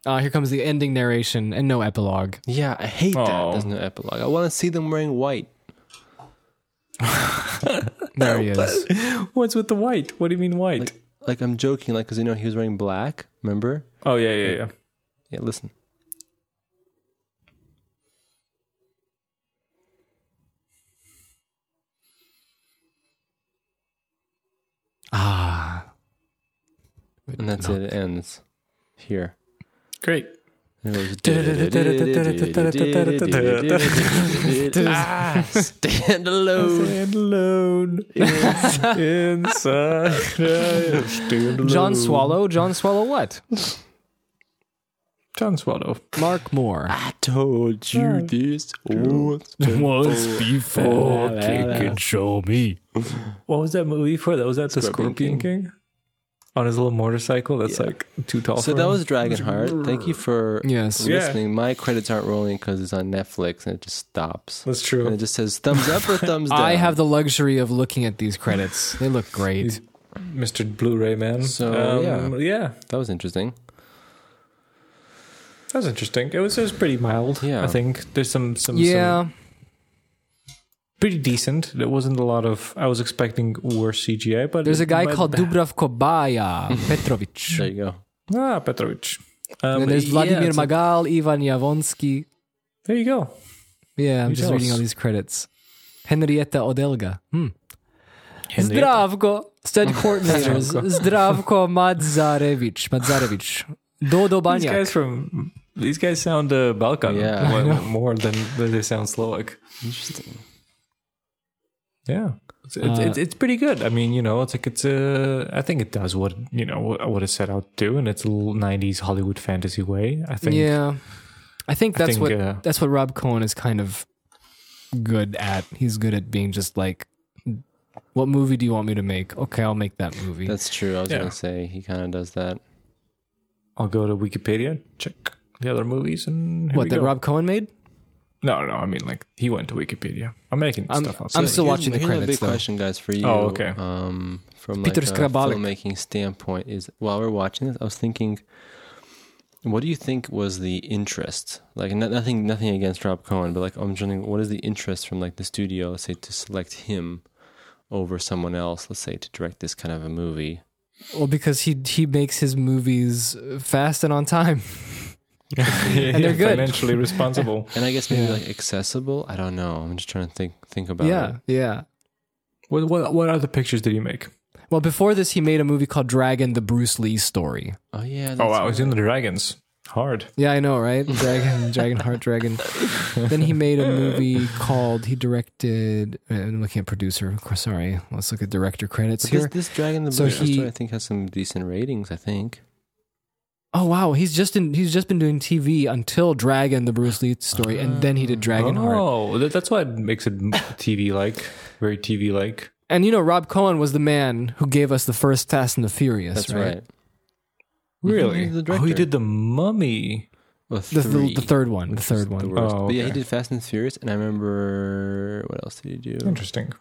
Uh, here comes the ending narration and no epilogue.
Yeah, I hate that.
Oh.
There's no epilogue. I want to see them wearing white.
There he is.
What's with the white? What do you mean white?
Like I'm joking, like because you know he was wearing black. Remember?
oh yeah, yeah, yeah.
Yeah, listen.
Ah,
And that's it. It ends here.
Great.
And it goes- Ah, Stand alone.
And alone inside.
John Swallow. John Swallow. What?
John Swallow.
Mark Moore.
I told you this once.
Was before they could show me.
What was that movie for? That was that the Scorpion King? on his little motorcycle. That's like too tall.
So
for
that
him.
was Dragonheart. Thank you for
Yes.
Yeah.
listening. My credits aren't rolling because it's on Netflix and it just stops.
that's
And
true.
it just says thumbs up or thumbs down.
I have the luxury of looking at these credits. They look great.
Mr. Blu-ray man.
So,
Um, yeah,
That was interesting.
that was interesting. It was it was pretty mild.
Yeah.
I think there's some some some
Yeah.
pretty decent. There wasn't a lot of. I was expecting worse CGI, but
There's a guy
but-
called Dubravko Baya Petrovic.
There you go.
Ah Petrovic. Um,
And there's
yeah,
Vladimir
it's a-
Magal, Ivan Yavonsky.
there you go.
Yeah, I'm
Who
just reading
else?
all these credits. Henrietta Odelga. Hmm. Zdravko, study coordinators. Zdravko Madzarevic. Madzarevic. Dodo
These
Banyak.
guys from these guys sound uh, Balkan
Yeah.
more, more than than they sound Slovak.
Interesting.
Yeah. It's,
Uh,
it's, it's, it's pretty good. I mean, you know, it's like it's uh, I think it does what you know what, what it set out to do, and it's a little '90s Hollywood fantasy way. I think.
Yeah, I think that's
think,
what
uh,
that's what Rob Cohen is kind of good at. He's good at being just like, what movie do you want me to make? Okay, I'll make that movie.
That's true. I was
Yeah.
gonna say he kind of does that.
I'll go to Wikipedia, check the other movies, and here
what
we
that
go.
Rob Cohen made?
No, no, I mean like he went to Wikipedia. I'm making
I'm,
stuff up.
I'm still
Here's-
watching the
here's a
credits
big
though.
question, guys, for you.
Oh, okay.
Um, from like
Peter
a
Skrabalik.
filmmaking standpoint, is while we're watching this, I was thinking, what do you think was the interest? Like no, nothing, nothing against Rob Cohen, but like I'm wondering, what is the interest from like the studio, let's say, to select him over someone else, let's say, to direct this kind of a movie?
Well, because he he makes his movies fast and on time.
and
they're good.
Financially responsible.
And I guess maybe like accessible. I don't know. I'm just trying to think think about
yeah,
it.
yeah.
what, what what other pictures did he make?
Well, before this, he made a movie called Dragon: The Bruce Lee Story.
Oh yeah.
Oh,
That's,
wow, he's in the dragons. Hard.
Yeah, I know, right? Dragon, Dragon Heart Dragon. Then he made a movie called. He directed. I'm looking at producer. Sorry, let's look at director credits
But
here.
this, this Dragon the
So
Bruce
he-
Story, I think, has some decent ratings. I think.
Oh wow, he's just in, he's just been doing TV until Dragon the Bruce Lee story, and then he did Dragon Heart.
Oh, that, that's what makes it TV like, very TV like.
And you know, Rob Cohen was the man who gave us the first Fast and the Furious,
That's
right?
right.
Really?
He's the
oh, he
director.
did the Mummy.
Well,
The, the,
three,
the third one, the
which is
third one.
The worst.
Oh,
But yeah, he
okay.
did Fast and Furious, and I remember what else did he do?
Interesting.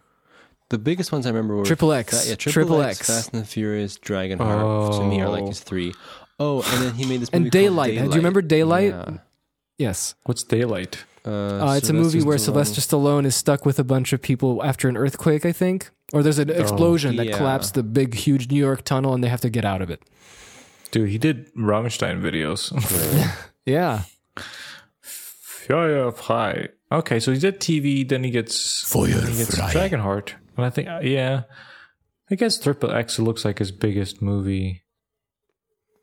The biggest ones I remember were
Triple X,
Fa- yeah,
Triple
Triple X,
X.
Fast and the Furious, Dragon Heart. To me, are like his three. Oh, and then he made this
And
movie called
Daylight. Do you remember Daylight?
Yeah.
Yes,
What's daylight?
Uh,
uh, it's a movie where Sylvester Stallone is stuck with a bunch of people after an earthquake, I think, or there's
Oh,
an explosion that
yeah.
collapsed the big, huge New York tunnel, and they have to get out of it.
Dude, he did Rammstein videos.
Yeah,
Feuerfrei. Okay, so he did TV, then he gets then he gets Dragonheart, and I think yeah, I guess Triple X looks like his biggest movie.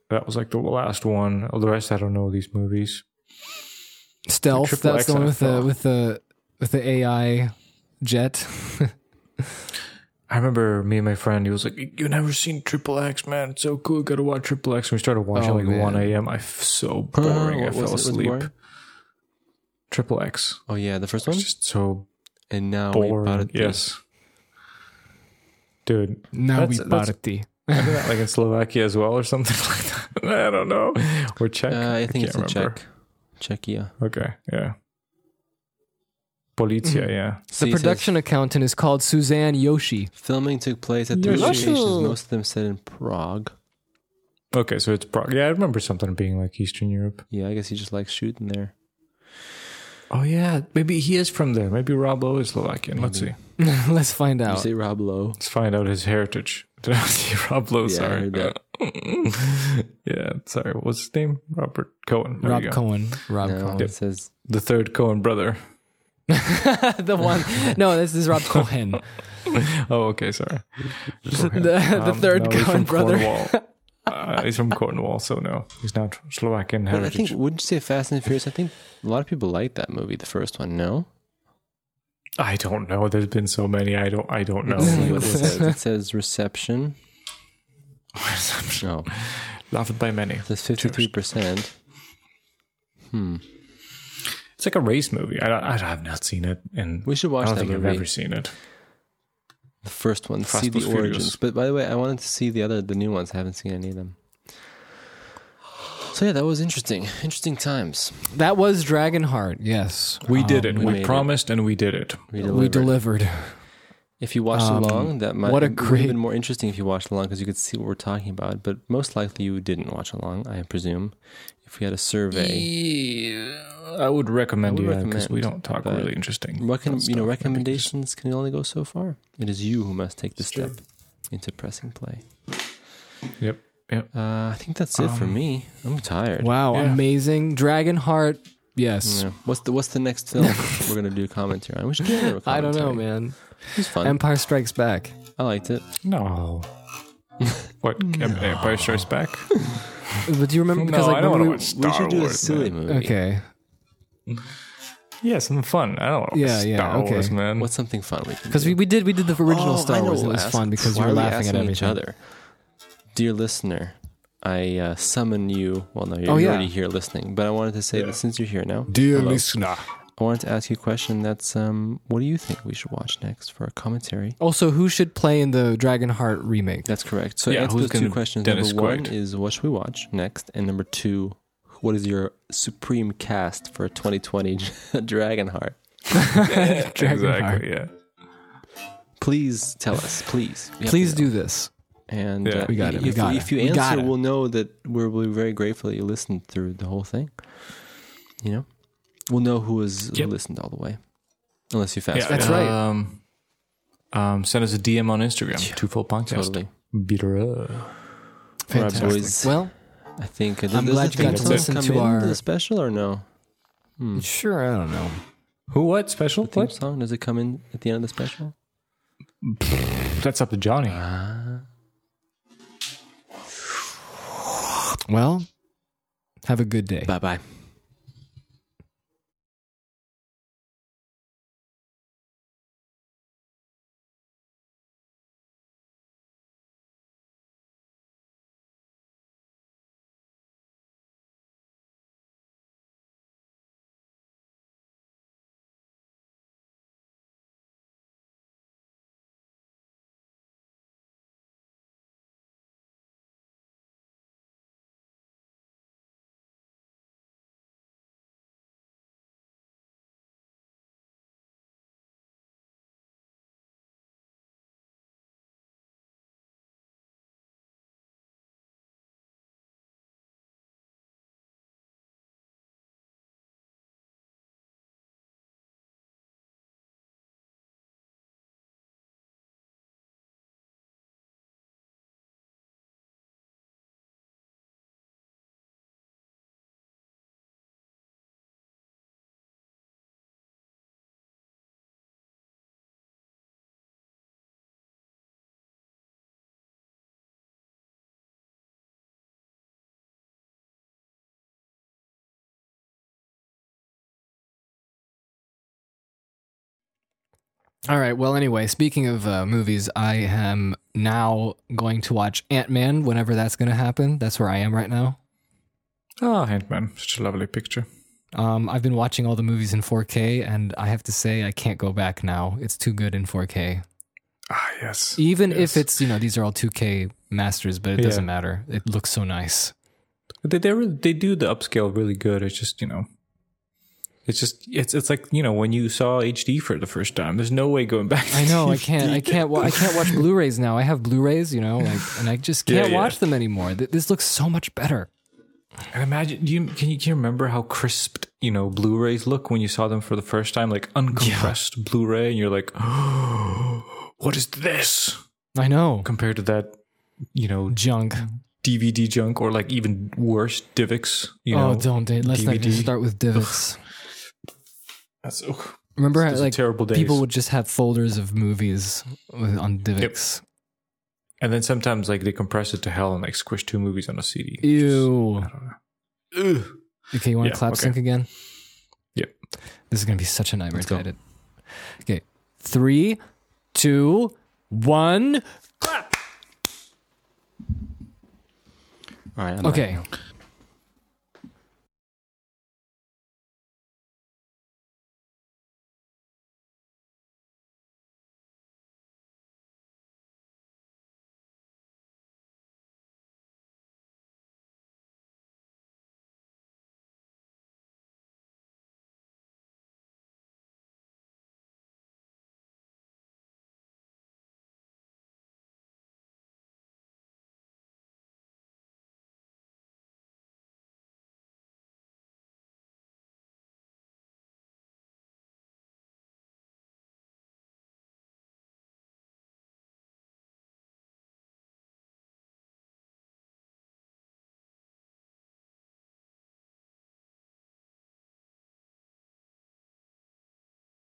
That was like the last one. All the rest, I don't know these movies.
Stealth.
Triple
That's
X
the one
on
with the
Stealth.
with the with the AI jet.
I remember me and my friend. He was like, "You've never seen Triple X, man? It's so cool. Got to watch Triple X." And we started watching
Oh,
like
man.
one a.m. I f- so boring. I
what was
fell
it? Was it
asleep.
boring?
Triple X,
Oh yeah, the first one.
It's just so
And now we bought
boring.
it.
Yes, dude.
now we
That's- that's-
party.
Isn't that like in Slovakia as well or something like that? I don't know. Or Czech?
Uh, I think
can't
it's a
remember.
Czech. Czechia.
Okay, yeah.
Mm.
Polizia, yeah.
The
See, it says,
production accountant is called Suzanne Yoshi.
filming took place at three
Yes.
locations,
Russia.
most of them set in Prague.
Okay, so it's Prague. Yeah, I remember something being like Eastern Europe.
Yeah, I guess he just likes shooting there.
Oh, yeah. Maybe he is from there. Maybe Rob Lowe is Slovakian. Let's see.
Let's find
You
out.
say Rob Lowe.
Let's find out his heritage. Did I see Rob Lowe?
Yeah, I
sorry.
heard that.
yeah, sorry. What's his name? Robert Cohen. There
Rob
you go.
Cohen. Rob
No,
Cohen.
it says
The third Cohen brother.
the one. No, this is Rob Cohen.
Oh, okay, sorry.
The, the
Um,
third
no, he's
Cohen
from
brother.
Cornwall. Uh, he's from Cornwall, so no, he's not Slovakian
But I
heritage.
think wouldn't you say Fast and Furious? I think a lot of people like that movie, the first one. No,
I don't know. There's been so many. I don't. I don't know.
See what it says. It says reception. No,
Loved by many.
it says fifty-three percent.
It's like a race movie. I don't. I have not seen it, and
We should
I
watch
don't
that
think
movie.
I've ever seen it.
The first one,
Fast
see the
plus
origins.
Furious.
But by the way, I wanted to see the other, the new ones. I haven't seen any of them. So yeah, that was interesting. Interesting times.
That was Dragonheart. Yes,
We did it.
Oh, we made
We
it.
promised, and we did it.
We
we
delivered.
delivered.
if you watched
Um,
along, that might
what a
it would
great-
have been more interesting if you watched along because you could see what we're talking about. But most likely, you didn't watch along. I presume. If we had a survey,
I would recommend
I would
you because we
recommend,
don't talk
but
really interesting.
Recom- you know, recommendations can only go so far. It is you who must take the step into pressing play.
Yep. Yep.
Uh, I think that's it for
Um,
me. I'm tired.
Wow,
Yeah.
amazing. Dragonheart. Yes.
Yeah. What's the What's the next film we're gonna do commentary on? We should do a little
I don't know,
commentary.
man.
It was fun.
Empire Strikes Back.
I liked it.
No. what? Empire Strikes Back?
But do you remember?
No, I don't
when
want to
we-
watch
We
Star
should do a
Wars.
silly movie.
Okay.
Yeah, some fun. I don't want to
Yeah,
watch
yeah,
Star
okay.
Wars, man.
What's something fun we can?
Because we, we did we did the original
Oh, I
Star
know
Wars. It
we'll
was
ask.
fun because
Why
we were
are
laughing at
asking each
everything.
other. Dear listener, I uh, summon you. Well, no, you're,
Oh,
you're
yeah.
already here listening, but I wanted to say that since you're here now,
Dear
hello,
listener,
I wanted to ask you a question. That's um, what do you think we should watch next for a commentary?
Also, who should play in the Dragonheart remake?
That's correct. So
Yeah,
answer
who's
those two
gonna-
questions.
Dennis
number one
Quaid.
is what should we watch next, and number two, what is your supreme cast for 2020 Dragonheart?
exactly. Yeah.
Please tell us, please. We have
Please
to know.
do this.
And
Yeah.
uh,
We got it,
If,
we got it,
if you
we got
answer,
it.
we'll know that we're, we're very grateful that you listened through the whole thing. You know, we'll know who has
Yep.
listened all the way, unless you fast.
Yeah,
forward.
That's right.
Um, um, send us a DM on Instagram. Two full podcast.
totally.
Bitter.
All right,
Fantastic.
boys.
Well,
I think. uh,
I'm glad you got
to
listen to
in
our-
the special or no? Hmm.
sure. I don't know.
Who? What? Special?
The theme song does it come in at the end of the special?
That's up to Johnny.
Well, have a good day.
Bye bye.
All right. Well, anyway, speaking of uh, movies, I am now going to watch Ant Man whenever that's going to happen. That's where I am right now.
Oh, Handman, such a lovely picture.
Um, I've been watching all the movies in 4K, and I have to say, I can't go back now. It's too good in 4K.
Ah, yes.
Even
Yes.
if it's, you know, these are all 2K masters, but it
Yeah.
doesn't matter. It looks so nice.
They they, really, they do the upscale really good. It's just you know, it's just it's it's like you know when you saw HD for the first time. There's no way going back.
I know I can't. I can't. Wa- I can't watch Blu-rays now. I have Blu-rays, you know, like, and I just
Yeah,
can't
yeah.
watch them anymore. Th- this looks so much better.
And imagine do you can you can you remember how crisped you know Blu-rays look when you saw them for the first time, like uncompressed Blu-ray, and you're like, what is this
I know.
compared to that? You know,
Junk.
DVD junk, or like even worse, DivX. You know,
oh, don't. Dave. Let's not
DVD.
just start with DivX.
that's ugh,
Remember, how,
those are
like
terrible days.
people would just have folders of movies with- on DivX.
and then sometimes like they compress it to hell and like squish two movies on a CD.
Ew.
Ugh.
Okay, you want
Yeah,
to clap
okay.
sync again?
Yep.
This is gonna be such a nightmare.
Let's go.
to edit. Okay, three, two, one.
All right. I'm
Okay.
out now.